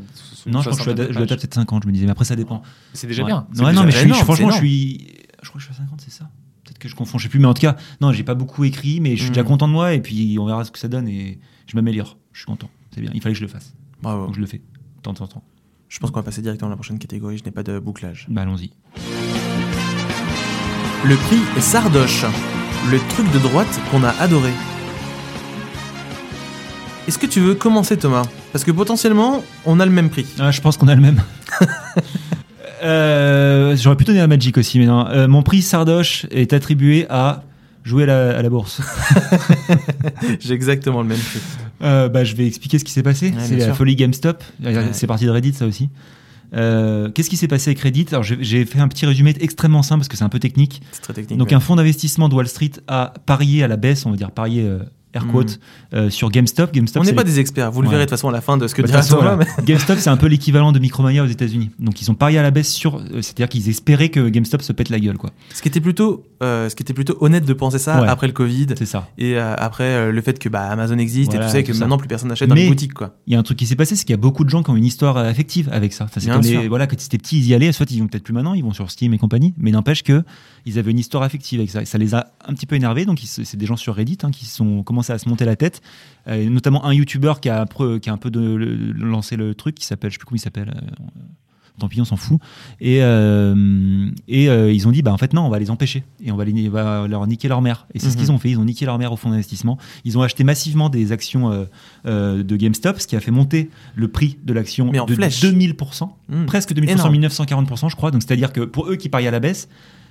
S2: Non, je crois que je dois je dois taper peut-être 50, je me disais, mais après ça dépend.
S3: C'est déjà
S2: Ouais.
S3: bien.
S2: Ouais,
S3: C'est
S2: non,
S3: déjà
S2: mais je suis-
S1: énorme,
S2: franchement,
S1: c'est
S2: je suis. Je crois que je suis à 50, c'est ça Peut-être que je confonds, je sais plus. Mais en tout cas, non, j'ai pas beaucoup écrit, mais je suis
S1: Mm.
S2: déjà content de moi. Et puis, on verra ce que ça donne. Et je m'améliore. Je suis content. C'est bien. Il fallait que je le fasse.
S1: Bravo.
S2: Donc, je le fais. De temps en temps.
S1: Je pense qu'on va passer directement à la prochaine catégorie. Je n'ai pas de bouclage.
S2: Bah, allons-y.
S1: Le prix Sardoche. Le truc de droite qu'on a adoré. Est-ce que tu veux commencer, Thomas Parce que potentiellement, on a le même prix.
S2: Ah, je pense qu'on a le même. Euh, J'aurais pu donner à Magic aussi, mais non. Euh, mon prix Sardoche est attribué à jouer à la, à la bourse.
S1: [laughs] J'ai exactement le même prix.
S2: Euh, bah, je vais expliquer ce qui s'est passé.
S1: Ouais,
S2: c'est
S1: bien
S2: la
S1: sûr.
S2: folie GameStop. Euh,
S1: Ouais.
S2: C'est parti de Reddit, ça aussi. Euh, Qu'est-ce qui s'est passé avec Reddit Alors, j'ai- J'ai fait un petit résumé extrêmement simple parce que c'est un peu technique.
S1: C'est très technique.
S2: Donc,
S1: ouais.
S2: un fonds d'investissement de Wall Street a parié à la baisse, on va dire parié euh, air quote, euh, sur GameStop. GameStop
S1: Hmm. on n'est
S2: c'est
S1: pas
S2: les-
S1: des experts. Vous le
S2: Ouais.
S1: verrez de toute façon à la fin de ce que
S2: Bah, de
S1: dira
S2: toute façon,
S1: Thomas.
S2: voilà. GameStop, c'est un peu l'équivalent de Micromania aux États-Unis. Donc, ils ont parié à la baisse sur. euh, C'est-à-dire qu'ils espéraient que GameStop se pète la gueule, quoi.
S1: mais Ce qui était plutôt, euh, ce qui était plutôt honnête de penser ça
S2: Ouais.
S1: après le Covid
S2: C'est ça.
S1: et euh, après euh, le fait que bah, Amazon existe et
S2: Voilà,
S1: tout ça et que
S2: tout ça.
S1: maintenant plus personne n'achète dans les
S2: Mais-
S1: boutiques quoi.
S2: Il y a un truc qui s'est passé, c'est qu'il y a beaucoup de gens qui ont une histoire euh, affective avec ça. Enfin, c'est
S1: Bien
S2: comme
S1: sûr.
S2: les, voilà, quand ils étaient petits, ils y allaient. Soit ils y vont peut-être plus maintenant, ils vont sur Steam et compagnie. Mais n'empêche que ils avaient une histoire affective avec ça. Et ça les a un petit peu énervés. Donc, ils se- c'est des gens sur Reddit hein, qui se sont commencé à se monter la tête. Euh, et notamment un YouTuber qui a, pre- qui a un peu de, le- lancé le truc, qui s'appelle, je sais plus comment il s'appelle. euh, Tant pis, on s'en fout. Et, euh, et euh, ils ont dit, bah en fait non, on va les empêcher et on va, les, on va leur niquer leur mère. Et c'est ce
S1: Mhm.
S2: qu'ils ont fait. Ils ont niqué leur mère au fonds d'investissement. Ils ont acheté massivement des actions euh, euh, de GameStop, ce qui a fait monter le prix de l'action
S1: Mais en
S2: de
S1: flèche.
S2: 2000%,
S1: Hmm.
S2: presque 2000%,
S1: Énorme.
S2: 1940%, je crois. Donc, c'est-à-dire que pour eux qui parient à la baisse,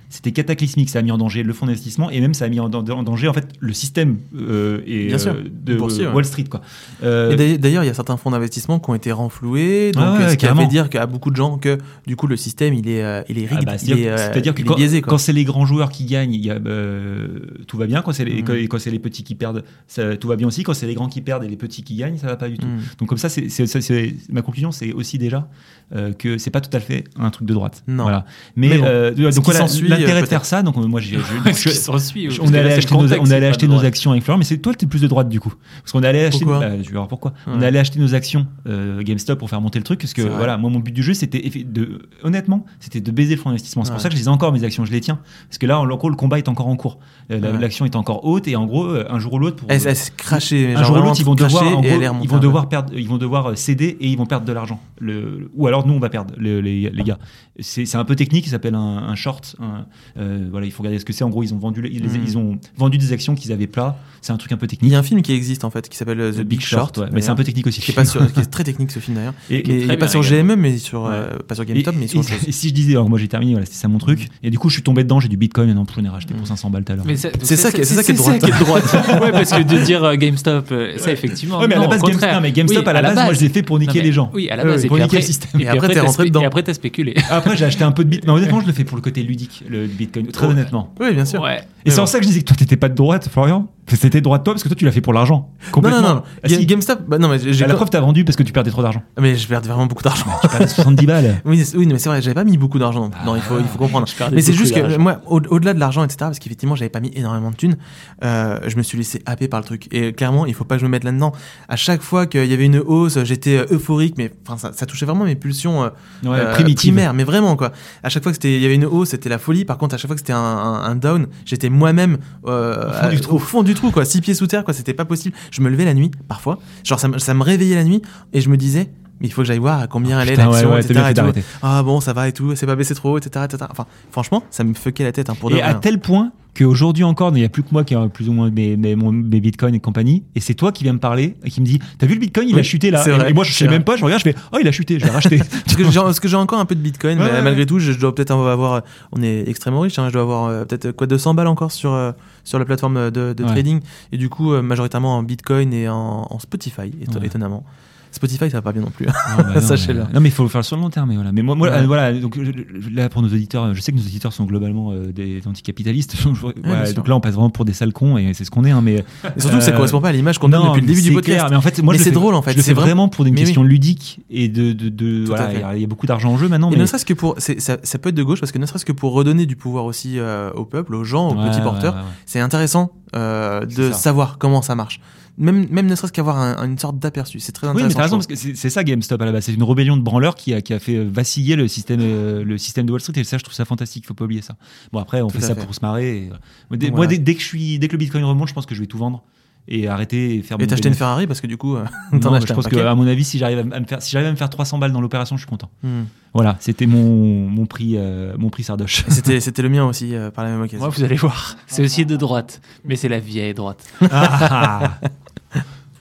S2: C'était cataclysmique, ça a mis en danger le fonds d'investissement et même ça a mis en, dan- en danger en fait le système euh, et,
S1: Bien sûr,
S2: euh, de
S1: boursier, ouais.
S2: Wall Street quoi. Euh,
S1: Et d'ailleurs- D'ailleurs, il y a certains fonds d'investissement qui ont été renfloués, donc
S2: Ah ouais,
S1: euh, ce qui a
S2: carrément.
S1: fait dire qu'à beaucoup de gens que du coup le système il est, euh, il est
S2: Ah
S1: rigide,
S2: bah,
S1: il est,
S2: C'est-à-dire
S1: euh,
S2: c'est-à-dire que
S1: il est
S2: quand,
S1: biaisé. quoi.
S2: quand c'est les grands joueurs qui gagnent, il y a, euh, tout va bien. Quand c'est les,
S1: Mm.
S2: quand- et quand c'est les petits qui perdent, ça- tout va bien aussi. Quand c'est les grands qui perdent et les petits qui gagnent, ça va pas du tout.
S1: Mm.
S2: Donc comme ça, c'est c'est- ça, c'est- ma conclusion, c'est aussi déjà euh, que c'est pas tout à fait un truc de droite.
S1: Non.
S2: Voilà. Mais,
S1: Mais bon,
S2: euh, donc
S1: qui
S2: voilà,
S1: s'ensuit,
S2: l'intérêt
S1: euh,
S2: de faire ça. Donc euh, moi, j'ai-
S1: [laughs]
S2: je-
S3: Ce qui s'ensuit,
S2: je-
S3: parce
S2: on
S3: que là,
S2: allait
S3: c'est le
S2: acheter, nos,
S3: contexte,
S2: on allait
S3: c'est
S2: acheter
S3: pas
S2: nos
S3: le droit.
S2: actions avec Florent, mais c'est toi, t'es plus de droite du coup, parce qu'on allait acheter.
S1: Pourquoi
S2: bah, je vais voir pourquoi. On
S1: Ouais.
S2: allait acheter nos actions euh, GameStop pour faire monter le truc, parce que
S1: C'est vrai.
S2: voilà, moi, mon but du jeu, c'était effi- de, honnêtement, c'était de baiser le fonds d'investissement. C'est
S1: Ouais.
S2: pour ça que je les ai encore mes actions, je les tiens, parce que là, en gros, le combat est encore en cours. Euh, la-
S1: Ouais. Eh,
S2: L'action est encore haute et en gros, euh, un jour ou l'autre, pour
S1: Elle, elle s'est crachée, genre
S2: un jour ou
S1: vraiment
S2: l'autre, ils vont
S1: crachée
S2: devoir, en
S1: et
S2: gros,
S1: elle est
S2: ils
S1: remontée
S2: vont
S1: un peu.
S2: devoir perdre, ils vont devoir euh, céder et ils vont perdre de l'argent. Le, ou alors nous, on va perdre, le- les, les gars. C'est c'est un peu technique, ça s'appelle un, un short. un- euh, voilà, il faut regarder ce que c'est. En gros, ils ont vendu, les- ils, les-
S1: Mm.
S2: ils ont vendu des actions qu'ils avaient pas. C'est un truc un peu
S1: Il
S2: technique.
S1: y a un film qui existe en fait qui s'appelle euh, The Big, Short,
S2: ouais. mais c'est un peu technique aussi.
S1: qui est, pas sur- qui est très technique ce
S2: [laughs]
S1: film d'ailleurs.
S2: Et-
S1: Il
S3: est
S1: est,
S3: très
S1: pas
S3: bien
S1: sur
S3: également.
S1: GMM, mais sur, euh, pas sur GameTop,
S2: et-
S1: mais sur
S2: et-
S1: autre chose. Hmm.
S2: et si je disais, alors moi j'ai terminé, voilà, c'est ça mon truc. Et du coup, je suis tombé dedans, j'ai du bitcoin, et non, plus, j'en ai racheté
S1: Mm.
S2: pour 500 balles tout à l'heure.
S3: Mais ça- donc
S1: C'est ça qui est- c'est ça qui est de droite.
S3: ça qui est
S2: [laughs]
S3: de droite. ouais, parce que de dire euh, GameStop, euh, ça effectivement.
S2: Ouais, mais à
S3: non,
S2: la base,
S3: au
S2: Games-
S3: contraire.
S2: non, mais GameStop,
S3: Oui,
S2: à la base, moi je les ai fait pour
S3: Non,
S2: niquer
S3: mais-
S2: les gens.
S3: Oui, à la
S2: Euh,
S3: base. et
S2: pour
S3: puis
S2: niquer
S3: après-
S2: le système.
S1: Et après, t'es
S3: t'as
S1: rentré
S3: spé-
S1: dedans.
S3: Et après, t'as spéculé.
S2: Après, j'ai acheté un peu de bitcoin. Mais honnêtement, je le fais pour le côté ludique, le le bitcoin. Très
S3: Ouais.
S2: honnêtement.
S1: Oui, bien sûr.
S3: Ouais.
S2: Et c'est
S1: Ouais.
S2: en ça que je disais que toi, t'étais pas de droite, Florian. C'était de droite, toi, parce que toi, tu l'as fait pour l'argent.
S1: Non,
S2: Complètement.
S1: non, non.
S2: Ah,
S1: Ga-
S2: si.
S1: GameStop, bah, non, mais j'ai- j'ai
S2: À la
S1: co-
S2: preuve, Ah. t'as vendu parce que tu perdais trop d'argent.
S1: Mais je perds vraiment beaucoup d'argent.
S2: Tu perdais
S1: [laughs]
S2: 70 balles.
S1: Oui, c'est- oui, mais c'est vrai, j'avais pas mis beaucoup d'argent. Non, il faut, il faut comprendre. Mais c'est juste que moi, au- au-delà de l'argent, etc., parce qu'effectivement, j'avais pas mis énormément de thunes, euh, je me suis laissé happer par le truc. Et clairement, il faut pas que je me mette là-dedans. À chaque fois qu'il y avait une hausse, j'étais euh, euphorique, mais enfin, ça, ça touchait vraiment mes pulsions euh,
S2: Ouais,
S1: euh,
S2: primitive.
S1: primaires, mais vraiment quoi. À chaque fois que c'était, il y avait une hausse, c'était la folie. Par contre, à chaque fois que c'était un, un- un down, j'étais moi-même euh,
S2: Au fond
S1: à-
S2: du trou.
S1: au fond du trou, quoi, six pieds sous terre, quoi. C'était pas possible. Je me levais la nuit, parfois, genre ça, me- ça me réveillait la nuit et je me disais. Mais il faut que j'aille voir à combien elle est
S2: Putain, ouais,
S1: l'action,
S2: ouais, t'as
S1: etc.
S2: bien fait
S1: et tout
S2: d'arrêter.
S1: ah bon ça va et tout, c'est pas baissé trop haut, etc., etc. Enfin, franchement, ça me fuckait la tête hein, pour de
S2: Et à
S1: vrai.
S2: tel point qu'aujourd'hui encore, il n'y a plus que moi qui a plus ou moins mes, mes, mon- mes bitcoins et compagnie. Et c'est toi qui viens me parler et qui me dit T'as vu le bitcoin, il
S1: Oui,
S2: a chuté là.
S1: c'est
S2: Et,
S1: vrai,
S2: et moi, je
S1: c'est
S2: sais
S1: vrai.
S2: même pas, je regarde, je fais Oh, il a chuté, je vais racheter.
S1: Parce que j'ai- parce que j'ai encore un peu de bitcoin,
S2: Ouais,
S1: mais
S2: ouais,
S1: malgré tout, je, je dois peut-être avoir. euh, On est extrêmement riche, hein, je dois avoir euh, peut-être quoi 200 balles encore sur, euh, sur la plateforme de, de
S2: Ouais.
S1: trading. Et du coup, euh, majoritairement en bitcoin et en, en Spotify, éto-
S2: Ouais.
S1: étonnamment. Spotify, ça va pas bien non plus. hein.
S2: [laughs] Ah, bah non,
S1: Sachez-le.
S2: mais- Non, mais il faut le faire sur le long terme. Mais voilà. Mais moi, moi,
S1: Ouais.
S2: euh, voilà. Donc je- je- là, pour nos auditeurs, euh, je sais que nos auditeurs sont globalement euh, des anticapitalistes. [laughs] Je- voilà,
S1: bien sûr.
S2: donc là, on passe vraiment pour des sales cons et c'est ce qu'on est. Hein, mais
S1: Et surtout que ça
S2: Euh,
S1: correspond pas à l'image qu'on
S2: Non,
S1: a depuis le
S2: mais
S1: début du
S2: c'est
S1: podcast.
S2: clair, mais en fait, moi,
S1: Mais
S2: je le
S1: c'est
S2: fais-
S1: drôle, en fait,
S2: Je le
S1: c'est
S2: fais
S1: vraiment-
S2: vraiment pour une
S1: Mais oui.
S2: question ludique et de. de, de-
S1: Tout à
S2: voilà,
S1: fait.
S2: il y a- il y, a beaucoup d'argent en jeu maintenant.
S1: Et
S2: mais...
S1: ne serait-ce que pour, c'est- ça, ça peut être de gauche parce que ne serait-ce que pour redonner du pouvoir aussi euh, au peuple, aux gens, aux
S2: Ouais,
S1: petits
S2: ouais,
S1: porteurs,
S2: ouais, ouais.
S1: c'est intéressant euh, de
S2: C'est ça.
S1: savoir comment ça marche. Même, même ne serait-ce qu'avoir un- une sorte d'aperçu, c'est très
S2: Oui,
S1: intéressant.
S2: mais t'as raison,
S1: je
S2: parce que c'est c'est ça GameStop à la base. C'est une rébellion de branleurs qui a, qui a fait vaciller le système, euh, le système de Wall Street. Et ça, je trouve ça fantastique. Faut pas oublier ça. Bon, après, on
S1: Tout
S2: fait
S1: à
S2: ça
S1: fait.
S2: pour se marrer. et- Moi, dès,
S1: Voilà.
S2: moi, dès- dès que je suis, dès que le Bitcoin remonte, je pense que je vais tout vendre et arrêter et faire
S1: trouve. Et
S2: mon
S1: t'as acheté une
S2: bénéfice.
S1: Ferrari parce que du coup, euh, t'en
S2: Non,
S1: as
S2: mais
S1: acheté
S2: Je
S1: un
S2: pense que,
S1: paquet.
S2: à mon avis, si j'arrive à me faire, si j'arrive à me faire 300 balles dans l'opération, je suis content. [laughs]
S1: Hmm.
S2: Voilà, c'était mon, mon prix, euh, mon prix sardoche.
S1: Et C'était, c'était le mien aussi euh, par la même occasion.
S3: Moi, vous allez voir. [laughs] C'est aussi de droite, mais c'est la vieille droite.
S2: Ah,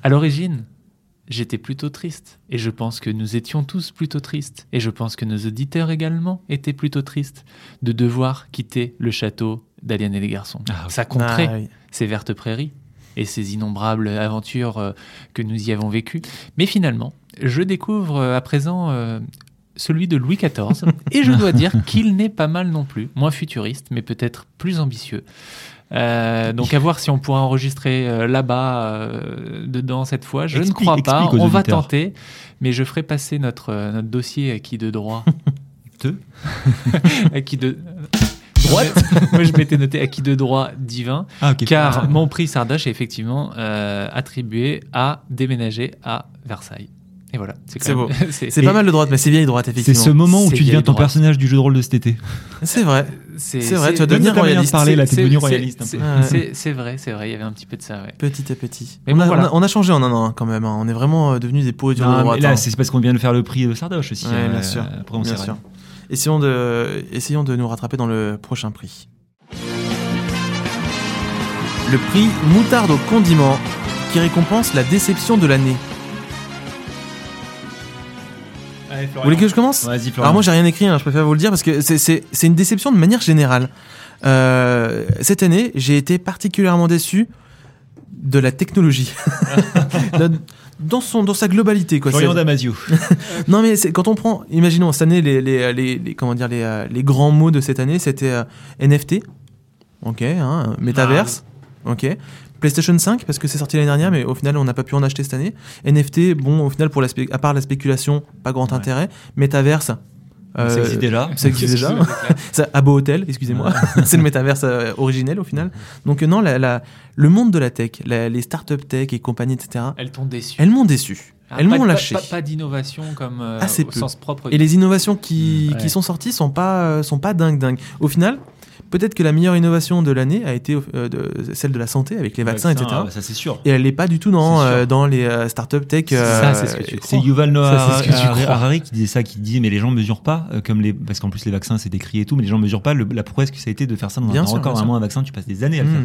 S3: À l'origine, j'étais plutôt triste. Et je pense que nous étions tous plutôt tristes. Et je pense que nos auditeurs également étaient plutôt tristes de devoir quitter le château d'Alien et les garçons.
S2: Ah oui.
S3: Ça
S1: Ah,
S3: compterait.
S1: oui.
S3: ces vertes prairies et ces innombrables aventures euh, que nous y avons vécues. Mais finalement, je découvre euh, à présent euh, celui de
S2: [laughs]
S3: Louis XIV et je dois dire qu'il n'est pas mal non plus, moins futuriste, mais peut-être plus ambitieux. Euh, donc à voir si on pourra enregistrer euh, là-bas, euh, dedans cette fois. Je
S2: Explique-
S3: ne crois pas.
S2: explique aux
S3: On va
S2: auditeurs.
S3: tenter, mais je ferai passer notre, euh, notre dossier acquis
S2: [laughs]
S3: de droit. [laughs]
S2: Te
S3: acquis de droite. [laughs] Moi je m'étais noté acquis de droit divin.
S2: Ah, ok.
S3: Car mon prix Sardoche est effectivement euh, attribué à déménager à Versailles. Et voilà, [laughs] c'est
S1: C'est
S3: quand même-
S1: C'est pas mal de droite, mais c'est vieille droite,
S2: c'est
S1: effectivement.
S2: ce moment où
S3: C'est
S2: tu deviens
S3: vieille
S2: ton
S3: droite.
S2: personnage du jeu de rôle de cet été.
S1: C'est vrai.
S3: C'est
S1: C'est vrai,
S3: c'est-
S1: tu vas devenir
S2: ta manière
S3: c'est-
S2: de
S1: royaliste.
S2: parler là,
S3: c'est-
S2: t'es devenu
S3: c'est-
S2: royaliste. un peu.
S3: c'est-
S1: peu.
S3: c'est- C'est vrai, c'est vrai, il y avait un petit peu de ça, ouais.
S1: Petit à petit.
S3: Mais
S1: on,
S3: bon,
S1: a,
S3: voilà.
S1: on a- on a changé en un an hein, quand même. hein. On est vraiment euh, devenus des pourritures
S2: Non,
S1: de
S2: mais
S1: droite.
S2: là,
S1: hein.
S2: c'est c'est parce qu'on vient de faire le prix de Sardoche aussi.
S1: Ouais,
S2: euh,
S1: bien sûr.
S2: Après, on
S1: Bien
S2: s'est
S1: sûr. Essayons de, essayons de nous rattraper dans le prochain prix. Le prix Moutarde au condiment, qui récompense la déception de l'année.
S2: Allez,
S1: Vous voulez que je commence
S2: Vas-y, Florian.
S1: Alors moi j'ai rien écrit, hein, je préfère vous le dire parce que c'est- c'est c'est une déception de manière générale. Euh, cette année, j'ai été particulièrement déçu de la
S2: [laughs]
S1: technologie Dans- dans son dans sa globalité quoi.
S2: Florian
S1: C'est-
S2: Damasio.
S1: non mais c'est- quand on prend, imaginons cette année les, les, les- les- comment dire les, euh, les grands mots de cette année c'était euh, NFT, ok, hein, Metaverse,
S3: Ah.
S1: ok, PlayStation 5 parce que c'est sorti l'année dernière mais au final on n'a pas pu en acheter cette année. NFT bon au final pour la spé- à part la spéculation pas grand
S2: Ouais.
S1: intérêt. Metaverse. euh,
S2: Ça existe déjà.
S1: ça existe déjà.
S2: [laughs]
S1: Ça, à Beau Hôtel, excusez-moi. [laughs] c'est le métaverse euh, originel au final. Donc euh, non, la- la- le monde de la tech, la- les startup tech et compagnie, etc.
S3: Elles t'ont déçu.
S1: Elles m'ont déçu.
S3: Ah,
S1: elles
S3: pas-
S1: m'ont
S3: pas-
S1: lâché.
S3: Pas, pas d'innovation comme euh,
S1: Assez
S3: au
S1: peu.
S3: sens propre.
S1: Et les innovations qui,
S2: Hmm.
S3: Mm, ouais.
S1: qui sont sorties sont pas euh, sont pas dingues dingues. Au final, peut-être que la meilleure innovation de l'année a été euh, de- celle de la santé avec les vaccins, etc.
S2: ah, bah, ça, c'est sûr.
S1: Et elle n'est pas du tout dans
S2: C'est sûr.
S1: euh, dans les euh, startup tech.
S3: Ça, c'est ce que tu
S2: C'est
S3: crois.
S2: Yuval Noah
S3: Ça, c'est ce que tu
S2: Harari-
S3: crois.
S2: Harari qui disait ça, qui disait mais les gens mesurent pas, euh, comme les, parce qu'en plus les vaccins c'est décrié et tout, mais les gens mesurent pas le- la prouesse que ça a été de faire ça dans
S1: Bien
S2: un
S1: sûr,
S2: record.
S1: bien sûr.
S2: Vraiment un vaccin, tu passes des années à le faire.
S1: Mm.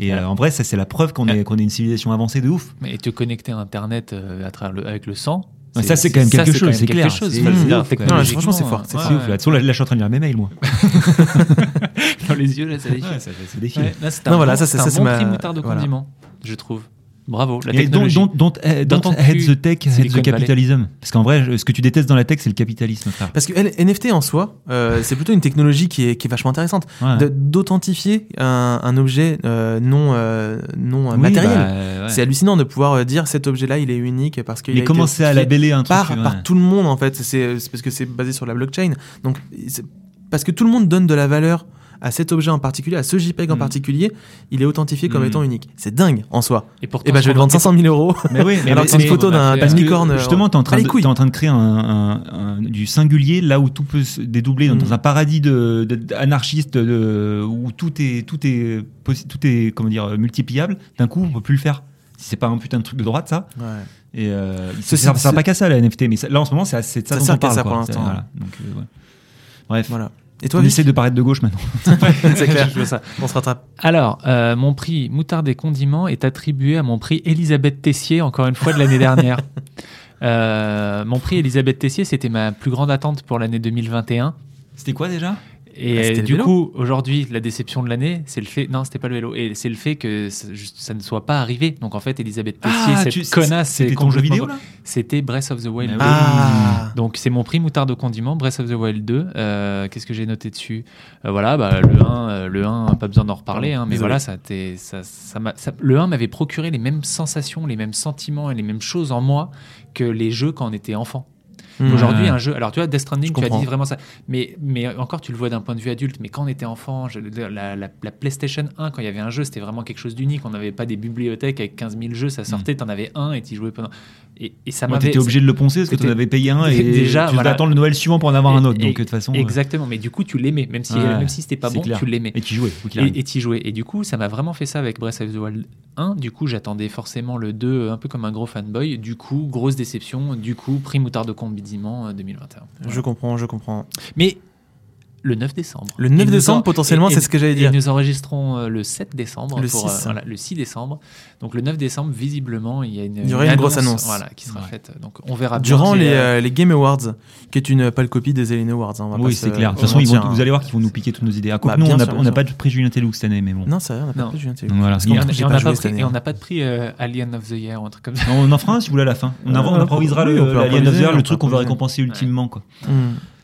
S2: Et euh, en vrai, ça c'est la preuve qu'on est qu'on est une civilisation avancée de ouf.
S3: Mais te connecter à Internet euh, à travers le, avec le sang.
S2: Ouais, ça, c'est quand même
S3: ça,
S2: quelque chose,
S3: quand même
S2: c'est
S3: quelque
S2: clair.
S3: chose.
S2: C'est-
S3: Enfin,
S1: c'est
S3: c'est-à-dire,
S2: ouf, quand même.
S3: technologiquement,
S1: Ouais, franchement, c'est fort, c'est
S3: ouais,
S2: C'est ouf.
S3: ouais.
S2: Là-dessous, là, là, je suis en train de lire mes mails moi.
S3: Dans les yeux, là, ça déchire.
S2: Ouais, ça- ça défile.
S3: Ouais, là, c'est
S1: Non,
S3: un
S1: voilà,
S3: bon-
S1: ça, c'est-
S3: c'est
S1: ça,
S3: un
S1: c'est
S3: bon
S1: ma-
S3: prix moutarde au
S1: voilà.
S3: condiment, je trouve. Bravo, la
S2: Et don't,
S3: technologie.
S2: don't, don't, eh,
S3: Dans
S2: don't
S3: ton
S2: hate
S3: cul,
S2: the tech, hate
S3: Silicon
S2: the
S3: Valley.
S2: capitalism. Parce qu'en vrai, je- ce que tu détestes dans la tech, c'est le capitalisme, frère.
S1: Parce que elle- NFT en soi, euh, c'est plutôt une technologie qui est, qui est vachement intéressante.
S2: Ouais.
S1: de- d'authentifier un, un objet euh, non, euh, non euh,
S2: Oui,
S1: matériel.
S2: bah, ouais.
S1: C'est hallucinant de pouvoir euh, dire cet objet-là, il est unique parce qu'il a
S2: Mais
S1: été
S2: commencer à
S1: authentifié
S2: labeller un truc.
S1: par,
S2: ouais.
S1: par tout le monde en fait. C'est c'est parce que c'est basé sur la blockchain. Donc c'est- parce que tout le monde donne de la valeur à cet objet en particulier, à ce JPEG en
S3: Mm.
S1: particulier, il est authentifié comme
S2: Mm.
S1: étant unique. C'est dingue en soi.
S3: Et pourtant,
S1: Et ben je vais le vendre 500 000 euros.
S2: Mais
S1: [laughs]
S2: oui, mais-
S1: alors que c'est une
S2: mais-
S1: photo
S3: on a
S1: d'un
S3: fait-
S1: d'une
S3: parce que
S1: licorne. euh,
S2: Justement, t'es en, train
S1: les
S2: de-
S1: couilles.
S2: t'es en train de créer un, un- un- du singulier là où tout peut se dédoubler, dans,
S1: Mm.
S2: dans un paradis de, de- d'anarchiste de- où tout est, tout est, possi- tout est comment dire, multipliable. D'un coup, on peut plus le faire. Si c'est pas un putain de truc de droite, ça.
S1: Ouais.
S2: Et euh, il-
S1: Ceci-
S2: ça, ça sert pas qu'à ça, la NFT. Mais ça- là, en ce moment, c'est à- c'est de ça,
S1: Ça
S2: dont
S1: sert
S2: on
S1: qu'à
S2: parle.
S1: ça
S2: quoi.
S1: pour
S2: C'est-
S1: l'instant.
S2: voilà. Donc, euh, ouais. Bref.
S1: Voilà. Et toi,
S2: On
S1: Vic
S2: essaie de paraître de gauche maintenant.
S1: c'est clair.
S3: Je veux ça.
S1: On se rattrape.
S3: Alors, euh, mon prix moutarde et condiments est attribué à mon prix Elisabeth Tessier, encore une fois de
S1: [laughs]
S3: l'année dernière. Euh, mon prix Elisabeth Tessier, c'était ma plus grande attente pour l'année 2021.
S2: C'était quoi déjà
S1: Ah,
S3: Et
S1: c'était le
S3: du
S1: vélo
S3: coup, aujourd'hui, la déception de l'année, c'est le fait. Non, c'était pas le vélo. Et c'est le fait que ça, juste- ça ne soit pas arrivé. Donc en fait, Elisabeth
S1: Ah,
S3: Tessier, cette connasse, c'est
S2: c'était ton jeu
S3: complètement-
S2: vidéo là
S3: C'était Breath of the Wild.
S2: Ah
S3: deux.
S2: oui.
S1: Ah.
S3: Donc c'est mon prix moutarde au condiment, Breath of the Wild 2. Euh, Qu'est-ce que j'ai noté dessus Euh, Voilà, bah, le 1, euh, le 1, pas besoin d'en reparler, hein, mais
S1: Désolé.
S3: voilà, ça, a été- ça, ça m'a- ça- le 1 m'avait procuré les mêmes sensations, les mêmes sentiments et les mêmes choses en moi que les jeux quand on était enfant.
S1: Mm.
S3: Aujourd'hui,
S2: Ouais.
S3: un jeu, alors tu vois, Death Stranding,
S1: Je
S3: tu as
S1: comprends.
S3: dit vraiment ça, mais, mais encore tu le vois d'un point de vue adulte, mais quand on était enfant, je- la, la- la PlayStation 1, quand il y avait un jeu, c'était vraiment quelque chose d'unique, on n'avait pas des bibliothèques avec 15 000 jeux, ça sortait,
S1: Mmh.
S3: t'en avais un et t'y jouais pendant... Et, et ça
S2: Ouais,
S3: m'avait...
S2: T'étais obligé de le poncer parce que
S3: c'était-
S2: t'en avais
S1: [laughs]
S2: payé un et
S3: Déjà,
S2: tu
S3: voilà.
S2: dois attendre le Noël suivant pour en avoir un
S3: Et-
S2: autre.
S3: et-
S2: Donc de toute façon. euh,
S3: Exactement, mais du coup, tu l'aimais, même si,
S2: Ouais,
S3: même si c'était pas
S2: c'est
S3: bon,
S2: clair.
S3: tu l'aimais.
S2: Et tu jouais. faut qu'il arrive.
S3: Et tu jouais. Et du coup, ça m'a vraiment fait ça avec Breath of the Wild 1. Du coup, j'attendais forcément le 2 euh, un peu comme un gros fanboy. Du coup, grosse déception. Du coup, prix moutarde de condiment euh, 2021. Voilà.
S1: Je comprends, je comprends.
S3: Mais le 9 décembre.
S1: Le 9
S3: Et nous
S1: décembre,
S3: en-
S1: potentiellement,
S3: et- et-
S1: c'est ce que j'allais
S3: et
S1: dire.
S3: nous enregistrons euh, le 7 décembre.
S1: Le
S3: pour, euh,
S1: 6.
S3: voilà, le 6 décembre. Donc le 9 décembre, visiblement, il y a une,
S1: Il y aurait une grosse annonce.
S3: voilà, qui sera
S2: Ouais.
S3: faite. Donc on verra. bien
S1: Durant
S3: si,
S1: les,
S3: euh,
S1: euh, les Game Awards, qui est une euh, pâle copie des Ellen Awards. hein, on va pas
S2: Oui,
S1: se-
S2: c'est clair. De
S1: on
S2: toute façon, ils vont-
S1: mentir, hein.
S2: vous allez voir qu'ils vont nous piquer toutes nos idées. Ah, quoi
S1: Bah,
S2: que nous,
S1: bien
S2: on n'a-
S1: sûr,
S2: on
S1: bien
S2: n'a pas de prix Julien Tellou cette année, mais bon.
S1: Non, c'est vrai, on n'a pas
S3: Non.
S1: de jeu intelligent.
S2: Donc, voilà.
S1: Parce
S3: Et
S1: qu'on
S3: on
S1: j'ai pas
S3: n'a
S1: joué
S3: pas,
S1: cette
S3: pris-
S1: année. hein.
S3: et on n'a pas de prix euh, Alien of the Year ou un truc comme ça.
S2: On on en fera un si vous voulez à la fin. On,
S1: Ouais,
S2: invent- on improvisera
S1: Euh, oui,
S2: le,
S1: on peut
S2: la Alien
S1: improviser,
S2: of the Year,
S1: on
S2: le
S1: peut
S2: truc qu'on va
S1: improviser.
S2: récompenser ultimement. quoi.
S1: Hmm.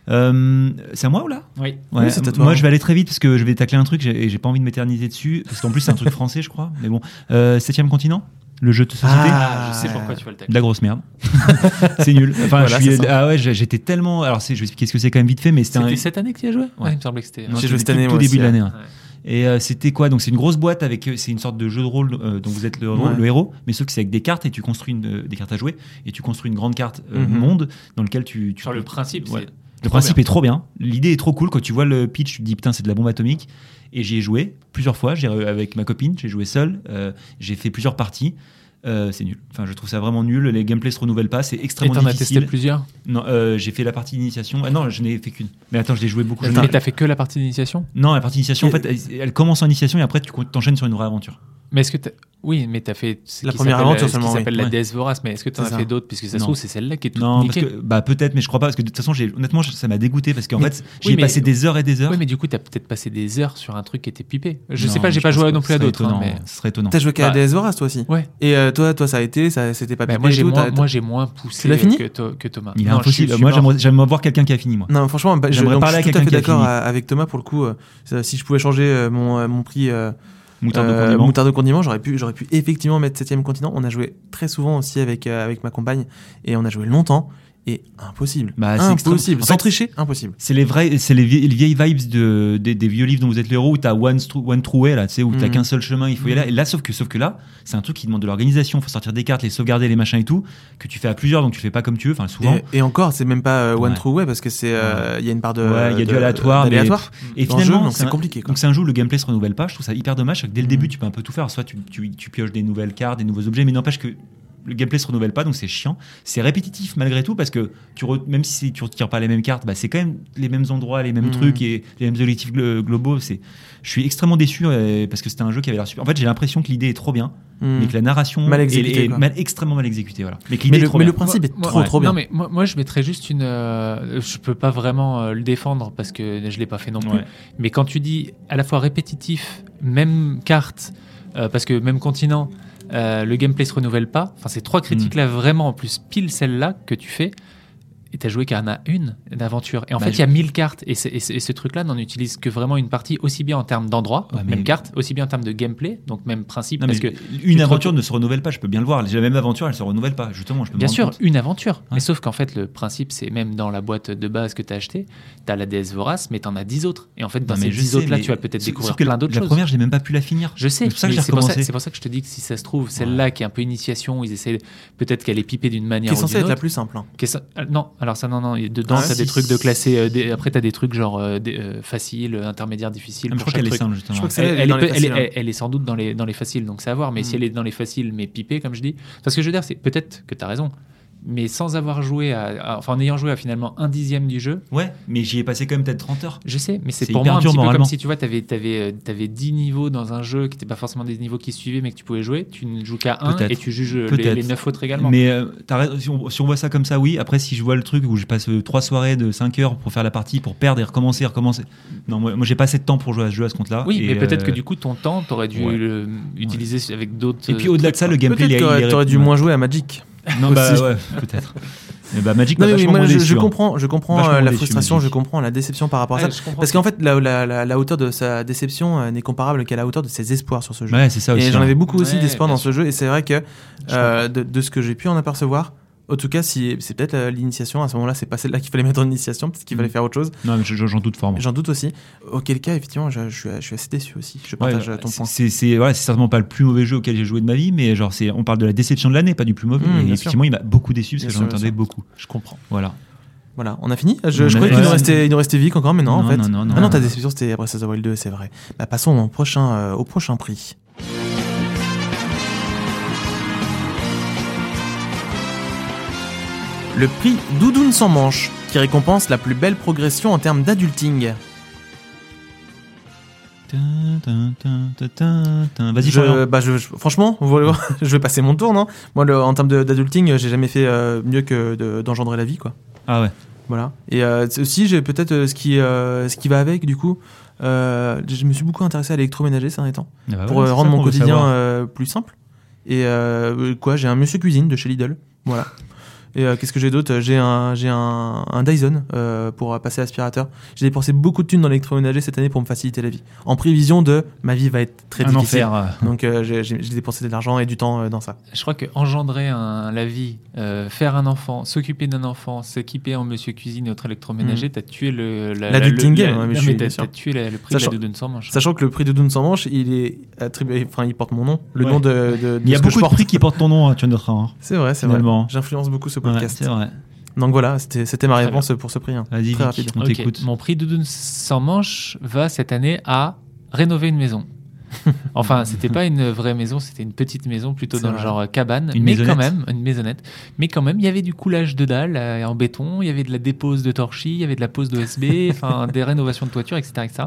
S2: Euh, c'est à moi ou là
S3: Oui.
S1: Oui, c'est à toi.
S2: Moi, je vais aller très vite parce que je vais tacler un truc j'ai- et j'ai pas envie de m'éterniser dessus. Parce qu'en plus, c'est un truc [laughs] français, je crois. Mais bon, euh, Septième continent, le jeu de société.
S1: Ah,
S3: je sais pourquoi tu vas le
S2: De
S3: tacler.
S2: la grosse merde. [laughs] c'est nul. Enfin,
S1: Voilà,
S2: je suis-
S1: c'est ça.
S2: ah ouais, j'ai- j'étais tellement. Alors, c'est- je vais expliquer ce que c'est quand même vite fait, mais c'était un.
S3: C'était cette année que tu y as joué
S2: Ouais.
S3: Il me semblait que c'était.
S2: Non,
S1: J'ai
S2: c'était
S1: joué cette
S2: tout-
S1: année,
S2: Tout
S1: moi
S2: début
S1: aussi,
S2: de l'année.
S3: Ouais.
S2: ouais. Et euh, c'était quoi Donc c'est une grosse boîte avec euh, c'est une sorte de jeu de rôle euh, dont vous êtes le,
S1: Ouais.
S2: le héros, mais sauf que c'est avec des cartes et tu construis une, euh, des cartes à jouer et tu construis une grande carte euh,
S1: Mhm.
S2: monde dans lequel tu, tu
S3: Sur le principe,
S2: Ouais.
S3: c'est.
S2: le principe est trop bien. L'idée est trop cool. Quand tu vois le pitch, tu te dis putain, c'est de la bombe atomique. Et j'y ai joué plusieurs fois. J'ai avec ma copine, j'ai joué seul. euh, j'ai fait plusieurs parties. euh, c'est nul. Enfin, je trouve ça vraiment nul. Les gameplays se renouvellent pas, c'est extrêmement
S3: Et t'en as
S2: difficile.
S3: testé plusieurs
S2: Non, euh, j'ai fait la partie d'initiation. Ah non, je n'ai fait qu'une. Mais attends, je l'ai joué beaucoup. Je
S3: Mais
S2: n'ai-
S3: t'as fait que la partie d'initiation
S2: Non, la partie d'initiation, en fait, elle, elle commence en initiation et après tu con- t'enchaînes sur une vraie aventure.
S3: Mais est-ce que t'as- Oui, mais t'as fait ce
S1: La
S3: qui
S1: première
S3: s'appelle-
S1: aventure
S3: ce qui
S1: seulement, oui.
S3: s'appelle la
S2: Ouais.
S3: déesse vorace, mais est-ce que t'en
S1: C'est
S3: as
S1: ça.
S3: fait d'autres Puisque ça se
S2: Non.
S3: trouve, c'est celle-là qui est toute
S2: Non, parce
S3: niquée.
S2: que bah peut-être, mais je crois pas parce que de toute façon, j'ai honnêtement, je- ça m'a dégoûté parce qu'en
S1: Mais-
S2: fait,
S3: oui,
S2: j'ai
S3: mais-
S2: passé des heures et des heures.
S3: Oui, mais du coup, t'as peut-être passé des heures sur un truc qui était pipé. Je sais
S2: Non,
S3: pas, j'ai
S2: je
S3: pas
S2: pense
S3: joué
S2: que
S3: non
S2: ce
S3: plus à
S2: serait
S3: d'autres. hein,
S2: étonnant,
S3: mais...
S2: Ce serait étonnant.
S1: T'as joué qu'à
S3: Bah,
S1: DS Vorace, toi aussi
S3: Ouais.
S1: Et euh, toi, toi, ça a été, ça, c'était pas
S3: Bah,
S1: pipé
S3: moi,
S1: et
S3: j'ai
S1: tout,
S3: moins,
S1: t'as-
S3: moi, j'ai moins poussé
S1: Tu l'as fini
S3: que, to- que Thomas.
S2: Il est
S3: Non, je suis-
S2: impossible.
S3: je suis
S2: Moi,
S3: mort.
S2: j'aimerais j'aimerais voir quelqu'un qui a fini, moi.
S1: Non, franchement, bah, je,
S2: J'aimerais
S1: donc,
S2: parler
S1: je
S2: à
S1: suis tout à
S2: quelqu'un
S1: fait
S2: qui a
S1: d'accord
S2: fini.
S1: à- avec Thomas pour le coup. euh, ça, si je pouvais changer euh, mon, euh, mon prix euh,
S2: Moutarde de
S1: euh,
S2: condiment.
S1: moutarde au condiment, j'aurais pu, j'aurais pu effectivement mettre 7ème continent. On a joué très souvent aussi avec, euh, avec ma compagne et on a joué longtemps et impossible.
S2: Bah,
S3: Ah,
S2: c'est extrême.
S1: impossible.
S2: En
S1: Sans
S2: fait-
S1: tricher, impossible.
S2: C'est les vrais, c'est les vieilles, les vieilles vibes de, des, des vieux livres dont vous êtes le héros où t'as one, stru- one true way là, tu sais, où t'as
S1: Mhm.
S2: qu'un seul chemin, il faut y aller. Et là, sauf que, sauf que là, c'est un truc qui demande de l'organisation, faut sortir des cartes, les sauvegarder, les machins et tout, que tu fais à plusieurs, donc tu fais pas comme tu veux, enfin souvent.
S1: Et, et encore, c'est même pas euh, one
S2: Ouais.
S1: true way parce que c'est, euh, il y a une part de,
S2: ouais, il y a
S1: de-
S2: du aléatoire, mais-
S1: d'aléatoire
S2: Et
S1: dans le jeu,
S2: finalement,
S1: donc
S2: c'est
S1: c'est
S2: un-
S1: compliqué. quoi.
S2: Donc c'est un jeu où le gameplay se renouvelle pas, je trouve ça hyper dommage, c'est que dès le
S1: Mhm.
S2: début tu peux un peu tout faire, soit tu, tu- tu pioches des nouvelles cartes, des nouveaux objets, mais n'empêche que le gameplay se renouvelle pas, donc c'est chiant. C'est répétitif malgré tout, parce que tu re- même si tu retires pas les mêmes cartes, bah, c'est quand même les mêmes endroits, les mêmes
S1: Mhm.
S2: trucs et les mêmes objectifs glo- globaux. C'est, Je suis extrêmement déçu euh, parce que c'était un jeu qui avait l'air super. En fait j'ai l'impression que l'idée est trop bien,
S1: Hmm.
S2: mais que la narration
S1: Mal
S2: est-
S1: exécutée,
S2: est,
S1: quoi.
S2: mal- extrêmement mal exécutée. Voilà. Mais que l'idée
S1: Mais,
S2: est
S1: le,
S2: trop
S1: mais
S2: bien.
S1: le principe est
S3: Moi-
S1: trop
S2: ouais.
S1: trop bien.
S3: Non, mais moi, moi, je mettrais juste une. euh, je peux pas vraiment euh, le défendre parce que je l'ai pas fait non plus.
S2: Ouais.
S3: Mais quand tu dis à la fois répétitif, même carte, euh, parce que même continent, euh, le gameplay se renouvelle pas. Enfin, ces trois
S2: Hmm.
S3: critiques là, vraiment, en plus, pile celle-là que tu fais. Et t'as joué qu'à un- à une d'aventure. Et en
S2: Bah,
S3: fait, il
S2: je-
S3: y a 1000 cartes. Et, c'est- et c'est- et ce truc-là n'en utilise que vraiment une partie, aussi bien en termes d'endroit,
S2: Ouais,
S3: donc
S2: mais-
S3: même carte, aussi bien en termes de gameplay, donc même principe.
S2: Non, mais
S3: parce que
S2: une
S3: te
S2: aventure
S3: retrouves-
S2: ne se renouvelle pas, je peux bien le voir. La même aventure, elle se renouvelle pas, justement. Je peux me
S3: Bien
S2: rendre
S3: sûr,
S2: compte.
S3: une aventure.
S2: Ouais.
S3: Mais sauf qu'en fait, le principe, c'est même dans la boîte de base que tu as acheté, tu as la déesse vorace, mais tu en as 10 autres. Et en fait, dans
S2: Non, mais
S3: ces
S2: je
S3: 10
S2: sais,
S3: autres-là,
S2: mais
S3: tu vas peut-être
S2: sauf-
S3: découvrir
S2: sauf que la-
S3: plein d'autres
S2: La
S3: choses.
S2: première, j'ai même pas pu la finir.
S3: Je sais,
S2: C'est pour ça que
S3: mais
S2: j'ai
S3: c'est pour, ça-
S2: recommencé.
S3: c'est pour ça que je te dis que si ça se trouve, celle-là qui est un peu initiation, où ils essaient peut-être qu'elle est pipée d'une
S1: Qui
S3: manière
S1: est
S3: ou
S1: censé
S3: d'une
S1: être la
S3: autre.
S1: plus simple. hein.
S3: qui est cen- ah, Non, alors ça, non, non. et Dedans,
S1: Ah,
S3: tu as
S1: si,
S3: des trucs de
S1: si.
S3: classé. euh, des- Après, tu as des trucs genre euh, des, euh, facile, euh, intermédiaire, difficile.
S2: Ah, mais je
S3: pour
S2: crois qu'elle
S3: chaque
S2: est
S3: truc.
S2: simple,
S1: Je
S2: justement.
S1: crois que c'est
S3: Elle,
S1: elle est
S3: elle
S1: dans
S3: est
S1: les
S3: peu-
S1: faciles,
S3: elle
S1: hein.
S3: est- elle est sans doute dans les, dans les faciles, donc c'est à voir. Mais si
S2: Hmm.
S1: Mm.
S3: elle est dans les faciles, mais pipée, comme je dis. Parce que je veux dire, c'est peut-être que tu as raison. Mais sans avoir joué à, à- Enfin, en ayant joué à finalement un dixième du jeu,
S2: Ouais, mais j'y ai passé quand même peut-être 30 heures.
S3: je sais, mais c'est
S2: C'est
S3: pour
S2: hyper
S3: moi un
S2: dur
S3: petit peu comme
S2: moralement.
S3: si tu vois, t'avais avais, 10 niveaux dans un jeu qui n'étaient pas forcément des niveaux qui suivaient, mais que tu pouvais jouer. Tu ne joues qu'à un
S2: Peut-être.
S3: et tu juges les,
S2: Peut-être.
S3: les 9 autres également.
S2: Mais euh, t'as raison, si, on, si on voit ça comme ça, oui. Après, si je vois le truc où je passe euh, trois soirées de 5 heures pour faire la partie, pour perdre et recommencer, recommencer. Non, moi, moi, j'ai pas assez de temps pour jouer à ce jeu à ce compte-là.
S3: oui,
S2: Et,
S3: mais peut-être
S2: euh,
S3: que du coup, euh, ton temps, t'aurais dû
S2: ouais.
S3: le- utiliser avec d'autres.
S2: Et puis au-delà de ça, le gameplay, il est-
S1: Peut-être
S2: il
S1: que
S2: est-
S1: t'aurais dû moins jouer à Magic.
S2: Non,
S3: [laughs]
S2: bah
S1: aussi.
S2: ouais, peut-être. Mais bah, Magic,
S1: Non,
S2: m'a
S1: mais oui,
S2: vachement
S1: moi,
S2: moins
S1: je,
S2: déçu,
S1: je
S2: hein.
S1: comprends, je comprends
S2: Vachement
S1: euh, la
S2: déçu,
S1: frustration,
S2: Magic.
S1: je comprends la déception par rapport à ça.
S3: Ouais, je comprends.
S1: Parce qu'en fait, la, la- la- la hauteur de sa déception euh, n'est comparable qu'à la hauteur de ses espoirs sur ce jeu.
S2: Ouais, c'est ça aussi.
S1: et j'en
S2: hein.
S1: avais beaucoup aussi
S3: Ouais,
S1: d'espoir
S3: bien
S1: dans ce jeu, et c'est vrai que
S3: Je
S1: euh, de, de ce que j'ai pu en apercevoir, en tout cas, si c'est peut-être euh, l'initiation, à ce moment-là, c'est pas celle-là qu'il fallait mettre en initiation, peut-être qu'il fallait
S2: Mm.
S1: faire autre chose,
S2: Non, mais je- je- j'en doute fort. moi.
S1: j'en doute aussi. Auquel cas, effectivement, je, je suis, je suis assez déçu aussi, je
S2: Ouais,
S1: partage
S2: bah,
S1: euh, ton
S2: c'est-
S1: point.
S2: C'est c'est- voilà, c'est certainement pas le plus mauvais jeu auquel j'ai joué de ma vie, mais genre c'est on parle de la déception de l'année, pas du plus mauvais.
S1: Mmh,
S2: Et
S1: bien sûr.
S2: effectivement, il m'a beaucoup déçu parce
S1: Bien
S2: que j'en
S1: sûr, bien
S2: entendais
S1: sûr.
S2: beaucoup.
S3: Je comprends.
S2: Voilà.
S1: Voilà, on a fini Je,
S2: On
S1: je
S2: a-
S1: croyais qu'il nous
S2: ouais.
S1: restait, il nous restait Vic encore, mais non, en
S2: Non,
S1: fait.
S2: non, non, non.
S1: ah non, ta déception, c'était Breath of the Wild 2, c'est vrai. Bah, passons au prochain, euh, au prochain prix. Le prix Doudoune sans manche, qui récompense la plus belle progression en termes d'adulting.
S2: Tin, tin, tin, tin, tin, tin. Vas-y,
S1: Je,
S2: Florian.
S1: bah je, je- franchement, [laughs] vous voulez voir, je vais passer mon tour, non Moi, le- en termes de- d'adulting, euh, j'ai jamais fait euh, mieux que de- d'engendrer la vie, quoi.
S2: Ah ouais.
S1: Voilà. Et euh, c'est aussi, j'ai peut-être euh, ce, qui, euh, ce qui va avec, du coup. Euh, je me suis beaucoup intéressé à l'électroménager ces derniers temps,
S2: Ah bah
S1: pour
S2: voilà,
S1: euh,
S2: c'est
S1: rendre mon
S2: ça qu'on veut
S1: quotidien
S2: savoir.
S1: euh, plus simple. Et euh, quoi, j'ai un monsieur cuisine de chez Lidl. Voilà. Et euh, qu'est-ce que j'ai d'autre J'ai un, j'ai un, un Dyson euh, pour euh, passer aspirateur. J'ai dépensé beaucoup de thunes dans l'électroménager cette année pour me faciliter la vie. En prévision de ma vie va être très
S2: un
S1: difficile.
S2: enfer. euh.
S1: Donc euh, j'ai j'ai- j'ai dépensé de l'argent et du temps euh, dans ça.
S3: Je crois que engendrer un- la vie, euh, faire un enfant, s'occuper d'un enfant, s'équiper en monsieur cuisine et autres électroménagers,
S2: Mmh.
S3: t'as tué le la,
S1: L'adulting
S3: le-
S1: game, hein, mais
S3: non,
S1: je suis
S3: t'as-
S1: sûr.
S3: t'as tué la- le prix
S1: Sachant-
S3: de la doudoune sans manche.
S1: Sachant que le prix de Dune sans manche, il est attribué, enfin il porte mon nom, le
S2: Ouais.
S1: nom de, de, de
S2: Il y a
S1: ce que je
S2: beaucoup de
S1: porte.
S2: prix qui portent ton nom, hein, tu noteras. hein.
S1: C'est vrai, c'est vrai.
S2: Finalement.
S1: J'influence beaucoup ce
S2: Ouais,
S1: podcast.
S2: c'est vrai.
S1: Donc voilà, c'était c'était ma
S3: Très
S1: réponse pour ce prix. hein.
S2: Vas-y, Vic,
S1: Très rapide.
S2: on
S3: Ok,
S2: t'écoute. [laughs]
S3: Mon prix doudoune sans manche va cette année à rénover une maison. Enfin, c'était pas une vraie maison, c'était une petite maison plutôt
S1: C'est
S3: dans le
S1: vrai.
S3: genre euh, cabane,
S2: Une
S3: mais
S2: maisonnette.
S3: quand même une maisonnette. Mais quand même, il y avait du coulage de dalles euh, en béton, il y avait de la dépose de torchis, il y avait de la
S2: [laughs]
S3: pose d'OSB, enfin des rénovations de toiture, etc., etc.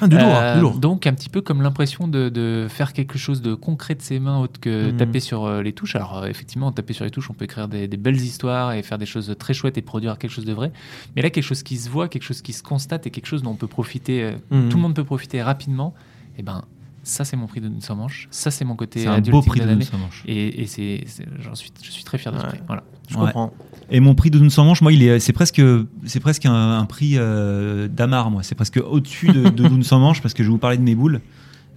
S1: Ah, du lourd,
S2: hein,
S3: Euh,
S1: du lourd.
S3: Donc, un petit peu comme l'impression de, de faire quelque chose de concret de ses mains, autre que
S2: Hmm.
S1: Mhm.
S3: taper sur euh, les touches. Alors, euh, effectivement, en taper sur les touches, on peut écrire des, des belles histoires et faire des choses très chouettes et produire quelque chose de vrai. Mais là, quelque chose qui se voit, quelque chose qui se constate et quelque chose dont on peut profiter, euh,
S1: Mhm.
S2: Hmm.
S3: tout le monde peut profiter rapidement. Et ben, ça, c'est mon prix de sans manche. Ça, c'est mon côté
S2: C'est un
S3: adulte
S2: beau prix de
S3: l'année.
S2: Dune sans manche.
S3: Et, et c'est, c'est- j'en suis, je suis très fier de ce
S1: Ouais.
S3: prix. Voilà.
S1: Je
S2: Ouais.
S1: comprends.
S2: Et mon prix de Dune sans manche, moi, il est, c'est presque, c'est presque un, un prix euh, d'Amar, moi. C'est presque au-dessus
S1: [laughs]
S2: de, de Dune sans manche parce que je vais vous parler de mes boules,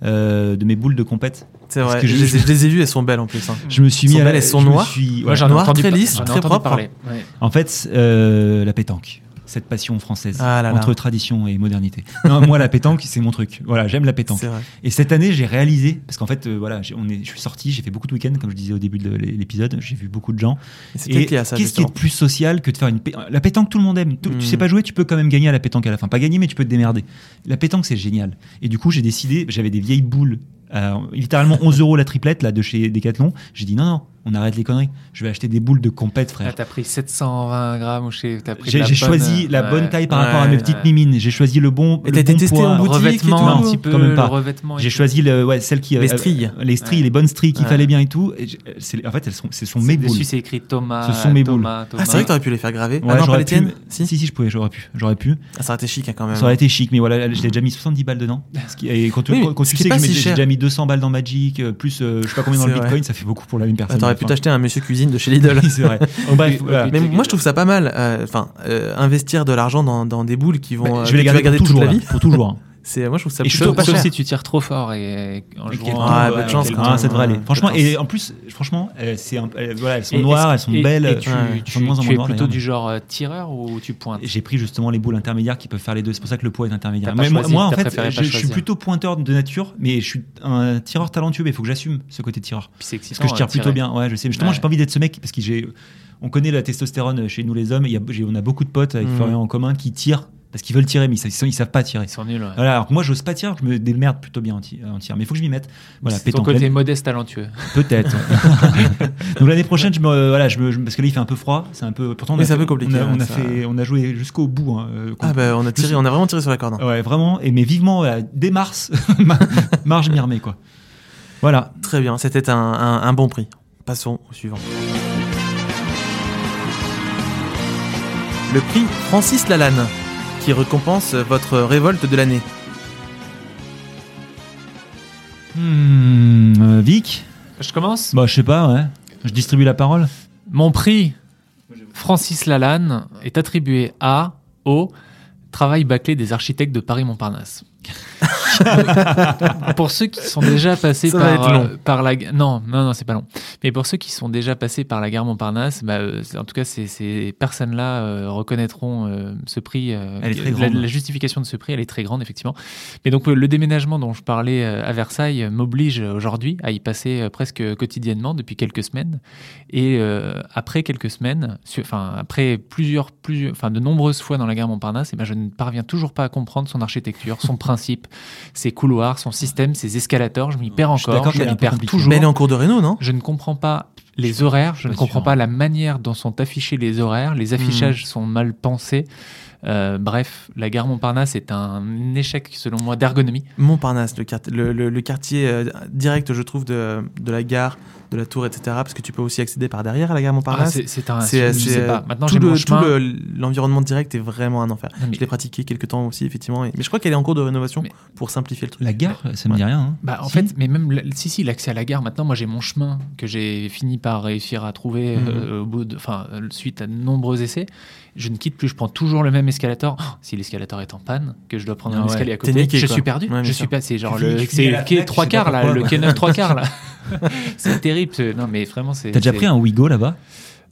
S2: euh, de mes boules de compète.
S1: C'est
S2: Parce
S1: vrai.
S2: que
S1: Je,
S2: je-
S1: les ai- je les ai vues, elles sont belles en plus. hein.
S2: Je me suis
S1: Sont
S2: mis à
S1: belles,
S2: la,
S1: Mmh. elles sont
S2: je me
S1: noires.
S2: suis- ouais.
S3: Moi, j'en ai
S1: Noir,
S3: entendu
S1: très
S3: par-
S1: lisse,
S3: j'en ai
S1: très
S3: entendu
S1: propre.
S3: parler. Ouais.
S2: En fait, euh, la pétanque. Cette passion française
S1: Ah là là.
S2: entre tradition et modernité. Non, moi, la pétanque, c'est mon truc. Voilà, j'aime la pétanque.
S1: C'est vrai.
S2: Et cette année, j'ai réalisé, parce qu'en fait, euh, voilà, j'ai- on est, je suis sorti, j'ai fait beaucoup de week-ends, comme je disais au début de l'é- l'épisode, j'ai vu beaucoup de gens.
S1: Et C'est
S2: Et
S1: peut-être lié à ça,
S2: qu'est-ce qui est
S1: justement.
S2: de plus social que de faire une pé- la pétanque tout le monde aime. Tout-
S1: Mm.
S2: Tu sais pas jouer, tu peux quand même gagner à la pétanque à la fin. Pas gagner, mais tu peux te démerder. La pétanque c'est génial. Et du coup j'ai décidé, j'avais des vieilles boules, euh,
S1: [laughs]
S2: littéralement 11 euros la triplette là de chez Decathlon. J'ai dit non non, on arrête les conneries. Je vais acheter des boules de compète
S3: Ah,
S2: frère.
S3: t'as pris 720 grammes ou je sais, t'as pris de
S2: J'ai
S3: la
S2: j'ai
S3: bonne- euh,
S2: choisi la
S3: ouais.
S2: bonne taille par
S1: Ouais,
S2: rapport à mes petites
S3: ouais.
S2: mimines. J'ai choisi le bon,
S1: Et
S2: le
S1: t'as été
S2: bon
S1: testé en
S2: poids.
S1: boutique
S3: revêtement
S1: et
S3: un
S1: tout.
S3: petit peu
S2: quand même pas.
S3: le revêtement et
S2: J'ai
S3: tout.
S2: choisi le, ouais, celle qui
S1: Les
S2: euh,
S1: stries.
S2: euh, les stries,
S3: Ouais.
S2: les bonnes stries qu'il
S1: Ouais.
S2: fallait bien et tout. Et j'ai- c'est- en fait, elles sont, ce sont
S3: C'est-
S2: mes boules.
S3: dessus c'est écrit Thomas
S2: Ce sont mes boules.
S3: Thomas, Thomas.
S1: Ah, c'est vrai que t'aurais pu les faire graver.
S2: Ouais,
S1: ah non, pas
S2: j'aurais
S1: les
S2: pu,
S1: tiennes
S2: mais-
S1: Si.
S2: si, si, je pouvais, j'aurais pu, j'aurais pu.
S1: Ah, ça aurait été chic hein, quand même.
S2: Ça aurait été chic, mais voilà, je l'ai déjà mis 70 balles dedans. Ce qui- et quand tu,
S1: Oui,
S2: quand- quand
S1: ce
S2: tu
S1: qui est
S2: sais que
S1: pas
S2: je mets-
S1: si
S2: j'ai
S1: cher.
S2: déjà mis 200 balles dans Magic, euh, plus euh, je sais pas combien dans le
S1: C'est vrai.
S2: Bitcoin, ça fait beaucoup pour la même
S1: Ah,
S2: personne.
S1: T'aurais pu
S2: Enfin, [laughs]
S1: t'acheter un monsieur cuisine de chez Lidl.
S2: C'est vrai. Oh, bref, voilà.
S1: [laughs] Mais moi je trouve ça pas mal, euh, enfin euh, investir de l'argent dans, dans des boules qui vont
S2: Bah,
S1: euh,
S2: je vais les
S1: que tu vas
S2: garder pour
S1: toute
S2: toujours.
S1: la
S2: là,
S1: vie.
S2: pour toujours.
S1: C'est [laughs] moi je trouve ça
S2: Et je
S1: plutôt
S2: trouve
S1: pas
S3: Sauf
S1: cher.
S3: si tu tires trop fort et bah, et en
S2: Et qu'elles
S3: jouant-
S2: tombent,
S1: Ah,
S2: euh,
S1: bonne chance
S2: qu'elles-
S1: quand
S2: ah,
S1: même.
S2: ça devrait aller. Franchement,
S1: Bonne
S2: et
S1: chance.
S2: en plus, franchement, euh, c'est un- euh, voilà, elles sont
S3: Et- et-
S2: noires, elles sont
S3: et-
S2: belles.
S3: Et tu,
S2: euh,
S1: Ouais.
S3: tu-
S2: Elles sont de moins en
S3: tu
S2: moins
S3: es
S2: noires,
S3: plutôt
S2: d'ailleurs,
S3: du
S2: mais-
S3: genre euh, tireur ou tu pointes
S2: J'ai pris justement les boules intermédiaires qui peuvent faire les deux. C'est pour ça que le poids est intermédiaire.
S3: T'as pas
S2: Mais moi,
S3: choisi,
S2: moi, en
S3: t'as
S2: fait,
S3: préféré pas
S2: je, je suis
S3: choisir.
S2: plutôt pointeur de nature, mais je suis un tireur talentueux. Mais il faut que j'assume ce côté tireur.
S3: Puis c'est excitant,
S2: Parce que je tire
S3: hein, tirer.
S2: plutôt bien. Ouais, je sais. Mais Justement,
S3: Ouais.
S2: j'ai pas envie d'être ce mec parce que j'ai. On connaît la testostérone chez nous les hommes. Il y a- j'ai- on a beaucoup de potes avec
S1: Mhm.
S2: Florian en commun qui tirent parce qu'ils veulent tirer, mais ils, sa- ils, sa- ils savent pas tirer.
S3: Ils sont nuls. ouais.
S2: Voilà, alors que moi j'ose pas tirer, je me démerde plutôt bien en ti- en tir. Mais il faut que je m'y mette. Voilà,
S3: C'est ton
S2: pétanque.
S3: côté
S2: l'année-
S3: modeste talentueux.
S1: [laughs]
S2: Peut-être. [laughs] Donc l'année prochaine, je me, euh, voilà, je me- je- parce que là il fait un peu froid, c'est un peu. Pourtant, on
S1: Oui,
S2: a,
S1: c'est un
S2: fait-
S1: peu compliqué,
S2: On a, on
S1: ouais,
S2: a
S1: ça-
S2: fait, on a joué jusqu'au bout. hein, euh,
S1: Ah bah on a tiré, on a vraiment tiré sur la corde. hein.
S2: Ouais, vraiment. Et mais vivement, voilà, dès mars, [laughs] ma- mars, je m'y remets quoi. Voilà.
S1: Très bien, c'était un, un- un bon prix. Passons au suivant. Le prix Francis Lalanne, qui récompense votre révolte de l'année.
S2: Hmm, euh, Vic.
S3: Je commence
S2: Bah, je sais pas, ouais. Je distribue la parole.
S3: Mon prix Francis Lalanne est attribué à au travail bâclé des architectes de Paris-Montparnasse. pour ceux qui sont déjà passés
S1: Ça va
S3: par,
S1: être long.
S3: euh, par la gu- non non non c'est pas long mais pour ceux qui sont déjà passés par la gare Montparnasse bah, euh, c'est- en tout cas ces, ces personnes là reconnaîtront euh, ce prix euh,
S2: Elle est très
S3: la,
S2: grande.
S3: la justification de ce prix elle est très grande effectivement mais donc euh, le déménagement dont je parlais euh, à Versailles euh, m'oblige euh, aujourd'hui à y passer euh, presque quotidiennement depuis quelques semaines et euh, après quelques semaines, su- enfin après plusieurs, plusieurs, enfin de nombreuses fois dans la gare Montparnasse, eh ben, je ne parviens toujours pas à comprendre son architecture, son [laughs] principe, ses couloirs, son système, ses escalateurs. Je m'y perds
S2: suis
S3: encore,
S2: d'accord
S3: je
S2: qu'elle est
S3: m'y
S2: un peu
S3: perds
S2: compliquée.
S3: toujours.
S1: Mais elle est en cours de réno, non
S3: Je ne comprends pas les horaires,
S2: pas
S3: je ne comprends
S2: sûr.
S3: pas la manière dont sont affichés les horaires, les affichages sont mal pensés. Euh, bref, la gare Montparnasse est un échec selon moi d'ergonomie.
S1: Montparnasse, le, quart- le- le- le quartier euh, direct, je trouve, de, de la gare, de la tour, etc. Parce que tu peux aussi accéder par derrière à la gare
S3: Ah,
S1: Montparnasse.
S3: c'est c'est un,
S1: C'est-
S3: je
S1: c'est,
S3: sais
S1: euh,
S3: pas. Maintenant
S1: tout
S3: j'ai mon
S1: le- tout
S3: chemin.
S1: le- l'environnement direct est vraiment un enfer.
S3: Non, mais-
S1: Je l'ai pratiqué quelques temps aussi, effectivement. et- Mais je crois qu'elle est en cours de rénovation
S3: Mais-
S1: pour simplifier le truc.
S2: La gare, ça me dit rien. hein.
S3: Bah, en
S2: Si.
S3: fait, mais même la- si si l'accès à la gare. Maintenant, moi, j'ai mon chemin que j'ai fini par réussir à trouver euh, au bout de, enfin, euh, suite à de nombreux essais. Je ne quitte plus. Je prends toujours le même escalator. Oh, si l'escalator est en panne, que je dois prendre
S2: Ah
S3: un
S2: ouais.
S3: escalier à
S1: T'es
S3: côté,
S1: niqué,
S3: je
S1: quoi.
S3: suis perdu.
S1: Ouais, bien
S3: je
S1: sûr.
S3: suis pas. C'est genre
S2: finis-
S3: le,
S2: tu
S3: c'est
S2: finis à
S3: le
S2: la
S3: quai
S2: fenêtre,
S3: trois
S2: tu sais pas
S3: quarts là,
S2: pourquoi,
S3: le
S2: quoi.
S3: quai 9 trois quarts là. c'est terrible. ce- Non, mais vraiment, c'est.
S2: T'as déjà
S3: c'est-
S2: pris un Wigo là-bas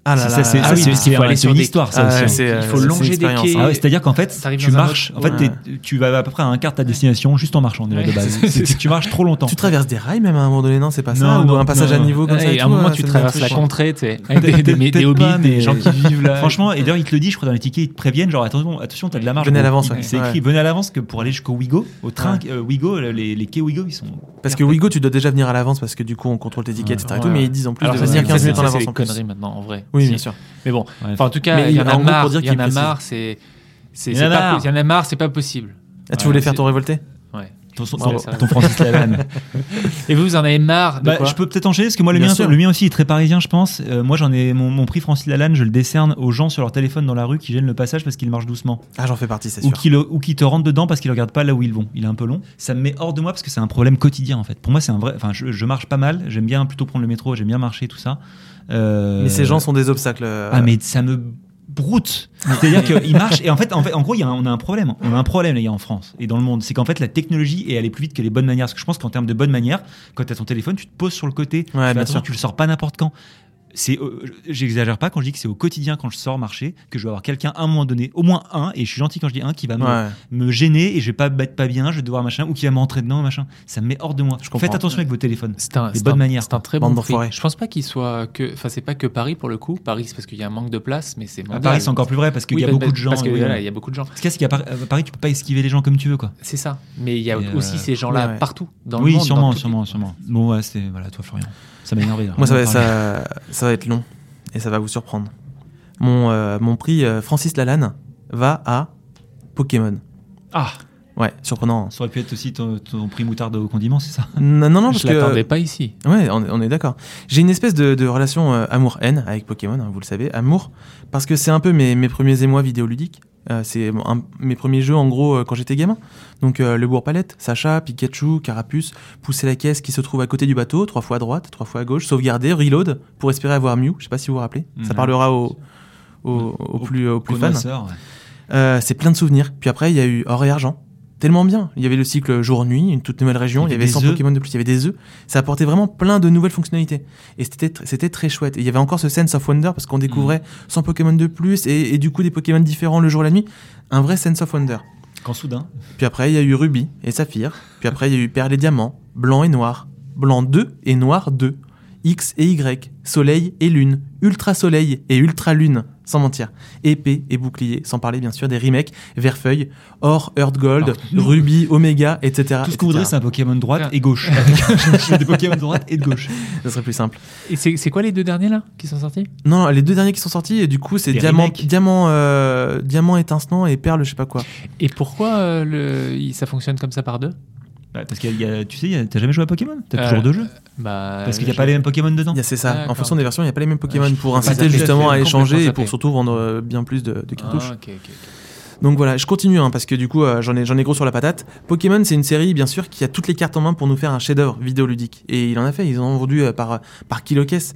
S1: Ah là
S2: C'est
S1: là
S2: ça, c'est
S1: là
S2: ça,
S1: là.
S2: c'est-
S1: Ah oui,
S2: il faut aller sur l'histoire,
S1: Ah
S2: ça
S1: ouais,
S2: aussi. hein.
S1: c'est, euh,
S3: Il faut
S1: c'est une
S3: longer des
S1: expérience,
S3: quais.
S1: hein.
S2: Ah ouais, c'est-à-dire qu'en fait,
S3: T'arrives
S2: tu
S3: dans un
S2: marches. En
S3: autre-
S2: fait, t'es- tu vas à peu près à un quart de ta destination juste en marchant déjà de
S3: Ouais,
S2: base.
S3: [laughs] c'est- c'est
S2: Tu-
S3: ça.
S2: Tu marches trop longtemps.
S1: Tu traverses des rails même à un moment donné, non C'est pas ça
S2: Non,
S1: Ou
S2: non,
S1: un passage
S2: non,
S1: à niveau comme
S3: Ouais,
S1: ça et
S3: et à un
S1: tout,
S3: moment,
S1: euh,
S3: tu
S1: c'est le
S3: traverses
S1: truc,
S3: la
S1: quoi.
S3: contrée, tu sais, avec [laughs] des,
S2: Peut-être-
S3: des, des,
S2: peut-être
S3: hobbits,
S2: pas, mais-
S3: des
S2: [laughs]
S3: gens qui vivent là.
S2: Franchement, et d'ailleurs, ils te le disent, je crois, dans les tickets, ils te préviennent, genre, attention, attention, t'as de la marge.
S1: Venez à
S2: Bon,
S1: l'avance,
S2: il-
S1: ouais.
S2: C'est écrit,
S1: Ouais.
S2: venez à l'avance que pour aller jusqu'au Wigo, au train, euh, Ouigo, les, les quais Wigo, ils sont.
S1: Parce que Wigo, tu dois déjà venir à l'avance parce que du coup, on contrôle tes tickets,
S2: Ouais,
S1: etc. et tout,
S3: ouais.
S1: mais ils disent en plus
S3: Alors,
S1: de
S3: ça,
S1: venir
S3: c'est-
S1: 15 minutes
S3: ça,
S1: en
S3: C'est
S1: avance
S3: des
S1: en plus.
S3: conneries maintenant, en vrai.
S1: Oui,
S3: Si.
S1: bien sûr.
S3: Mais bon,
S2: Ouais.
S3: enfin, en tout cas,
S1: Mais
S3: il y en
S1: en
S3: a
S1: gros, pour
S3: marre.
S1: dire
S3: Il y en
S1: qu'il
S3: a
S1: précise.
S3: marre, c'est. c'est-
S2: Il y
S3: c'est
S2: en a
S3: pas-
S2: marre.
S3: Il y en a marre, c'est pas possible.
S1: Ah, tu voulais
S3: Ouais,
S1: faire ton révolté
S3: Ouais.
S2: Ton, ton-
S3: Ouais, ça-
S2: ton Francis Lalanne.
S3: Et vous, vous en avez marre de
S2: Bah,
S3: quoi
S2: je peux peut-être enchaîner parce que moi le
S1: Bien
S2: mien,
S1: sûr.
S2: le mien aussi est très parisien je pense. Euh, moi j'en ai mon, mon prix Francis Lalanne, je le décerne aux gens sur leur téléphone dans la rue qui gênent le passage parce qu'ils marchent doucement
S1: Ah, j'en fais partie, c'est
S2: ou
S1: sûr.
S2: qui, le- ou qui te rentrent dedans parce qu'ils regardent pas là où ils vont. Il est un peu long. Ça me met hors de moi parce que c'est un problème quotidien en fait. Pour moi c'est un vrai. Enfin je, je marche pas mal. J'aime bien plutôt prendre le métro. J'aime bien marcher tout ça. Euh,
S1: Mais ces gens sont des obstacles. euh,
S2: ah mais ça me broute. C'est-à-dire qu'ils marchent et en fait, en fait, en gros, il y a un- on a un problème. On a un problème les gars en France et dans le monde, c'est qu'en fait la technologie est allée plus vite que les bonnes manières. Parce que je pense qu'en termes de bonnes manières, quand t'as ton téléphone, tu te poses sur le côté. Tu fais
S1: bien
S2: attention,
S1: sûr.
S2: Tu le sors pas n'importe quand. C'est, euh, j'exagère pas quand je dis que c'est au quotidien quand je sors marcher que je vais avoir quelqu'un à un moment donné, au moins un, et je suis gentil quand je dis un, qui va me,
S1: Ouais.
S2: me gêner et je vais pas battre pas bien, je vais devoir machin, ou qui va m'entrer dedans machin. Ça me met hors de moi.
S1: Je comprends.
S2: Faites attention avec vos téléphones.
S3: C'est un,
S2: Des
S3: c'est
S2: bonnes
S3: un-
S2: manières,
S3: C'est un très
S1: Bande
S3: bon prix.
S1: d'enfoirés.
S3: Je pense pas qu'il soit que. Enfin, c'est pas que Paris pour le coup. Paris, c'est parce qu'il y a un manque de place, mais c'est
S2: À
S3: mondial.
S2: Paris, c'est encore plus vrai parce qu'il
S3: Ah,
S2: y
S3: bah, Oui,
S2: a
S3: parce-
S2: beaucoup de gens.
S3: Parce que
S2: oui,
S3: voilà,
S2: oui.
S3: il y a beaucoup de gens.
S2: Ce qu'il y a, c'est qu'à Par- à Paris, tu peux pas esquiver les gens comme tu veux, quoi.
S3: C'est ça. Mais il y a
S2: Et, euh,
S3: aussi ces gens-là
S1: ouais.
S3: partout dans
S2: oui,
S3: le monde. dans
S2: sûrement,
S3: toutes les-
S2: sûrement, sûrement. Bon, ouais, c'était voilà, toi, Florian. Ça m'a énervé. là.
S1: Moi, ça va,
S2: Parler.
S1: ça, ça va être long et ça va vous surprendre. Mon, euh, mon prix euh, Francis Lalanne va à Pokémon.
S2: Ah,
S1: Ouais, surprenant.
S2: ça aurait pu être aussi ton, ton prix moutarde au condiment, c'est ça
S1: Non, non, non, parce
S3: Je l'attendais
S1: que.
S3: pas ici.
S1: Ouais, on, est- on est d'accord. J'ai une espèce de, de relation euh, amour-haine avec Pokémon, hein, vous le savez. Amour, parce que c'est un peu mes, mes premiers émois vidéoludiques. Euh, c'est mon- un- mes premiers jeux, en gros, euh, quand j'étais gamin. Donc, euh, le bourg-palette, Sacha, Pikachu, Carapuce, pousser la caisse qui se trouve à côté du bateau, trois fois à droite, trois fois à gauche, sauvegarder, reload, pour espérer avoir Mew. Je sais pas si vous vous rappelez. Ça
S2: Non.
S1: parlera au, au, au
S2: Au-
S1: plus, au plus fan.
S2: Connoisseur. ouais.
S1: Euh, c'est plein de souvenirs. Puis après, il y a eu Or et Argent. Tellement bien. Il y avait le cycle jour-nuit, une toute nouvelle région, il y avait
S2: des
S1: 100
S2: œufs.
S1: Pokémon de plus, il y avait des œufs. Ça apportait vraiment plein de nouvelles fonctionnalités. Et c'était tr- c'était très chouette. Et il y avait encore ce Sense of Wonder parce qu'on découvrait 100 Pokémon de plus et, et du coup des Pokémon différents le jour et la nuit. Un vrai Sense of Wonder.
S2: Quand soudain,
S1: Puis après, il y a eu Ruby et Saphir. Puis après, il y a eu Perles et Diamants, Blanc et Noir, Blanc 2 et Noir 2, X et Y, Soleil et Lune, Ultra Soleil et Ultra Lune, sans mentir, Épée et Bouclier, sans parler bien sûr des remakes, Verfeuille, Or, Earth Gold,
S2: Alors, nous-
S1: Ruby, Oméga, etc.
S2: tout ce qu'on voudrait,
S1: etc.
S2: c'est un Pokémon de droite
S3: Tiens.
S2: et [laughs] gauche. Je fais des Pokémon de droite et de gauche.
S1: Ça serait plus simple.
S3: Et c'est c'est quoi les deux derniers là qui sont sortis
S1: Non, les deux derniers qui sont sortis, et du coup, c'est
S2: Des
S1: Diamant,
S2: remakes. Ah,
S1: Diamant, euh, Diamant étincelant et Perle, je sais pas quoi.
S3: Et pourquoi euh, le... il- ça fonctionne comme ça par deux
S2: Bah, parce qu'il y a, tu sais, il y a- t'as jamais joué à Pokémon T'as
S3: Euh,
S2: toujours deux jeux
S3: bah,
S2: Parce qu'il n'y a
S3: je-
S2: pas les mêmes Pokémon dedans.
S1: Il y a- C'est ça. En
S3: D'accord.
S1: fonction des versions, il n'y a pas les mêmes Pokémon
S2: Ah, je
S1: pour
S2: trouve pas
S1: inciter
S2: tout à fait,
S1: justement à
S3: complètement
S1: échanger et
S3: sapé.
S1: pour surtout vendre euh, bien plus de, de
S3: Ah,
S1: cartouches.
S3: ok, ok, ok.
S1: Donc voilà, je continue hein, parce que du coup euh, j'en ai, j'en ai gros sur la patate. Pokémon, c'est une série bien sûr qui a toutes les cartes en main pour nous faire un chef-d'œuvre vidéoludique. Et il en a fait, ils en ont vendu euh, par, par kilo caisse.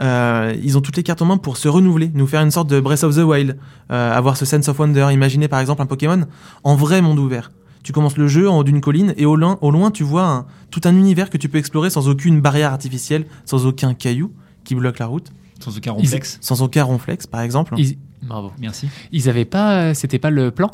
S1: Euh, ils ont toutes les cartes en main pour se renouveler, nous faire une sorte de Breath of the Wild, euh, avoir ce sense of wonder. Imaginez par exemple un Pokémon en vrai monde ouvert. Tu commences le jeu en haut d'une colline et au loin, au loin tu vois un- tout un univers que tu peux explorer sans aucune barrière artificielle, sans aucun caillou qui bloque la route,
S2: Sans aucun complexe.
S1: sans aucun ronflex par exemple.
S3: Ils... Bravo.
S2: Merci.
S3: Ils avaient pas, euh, c'était pas le plan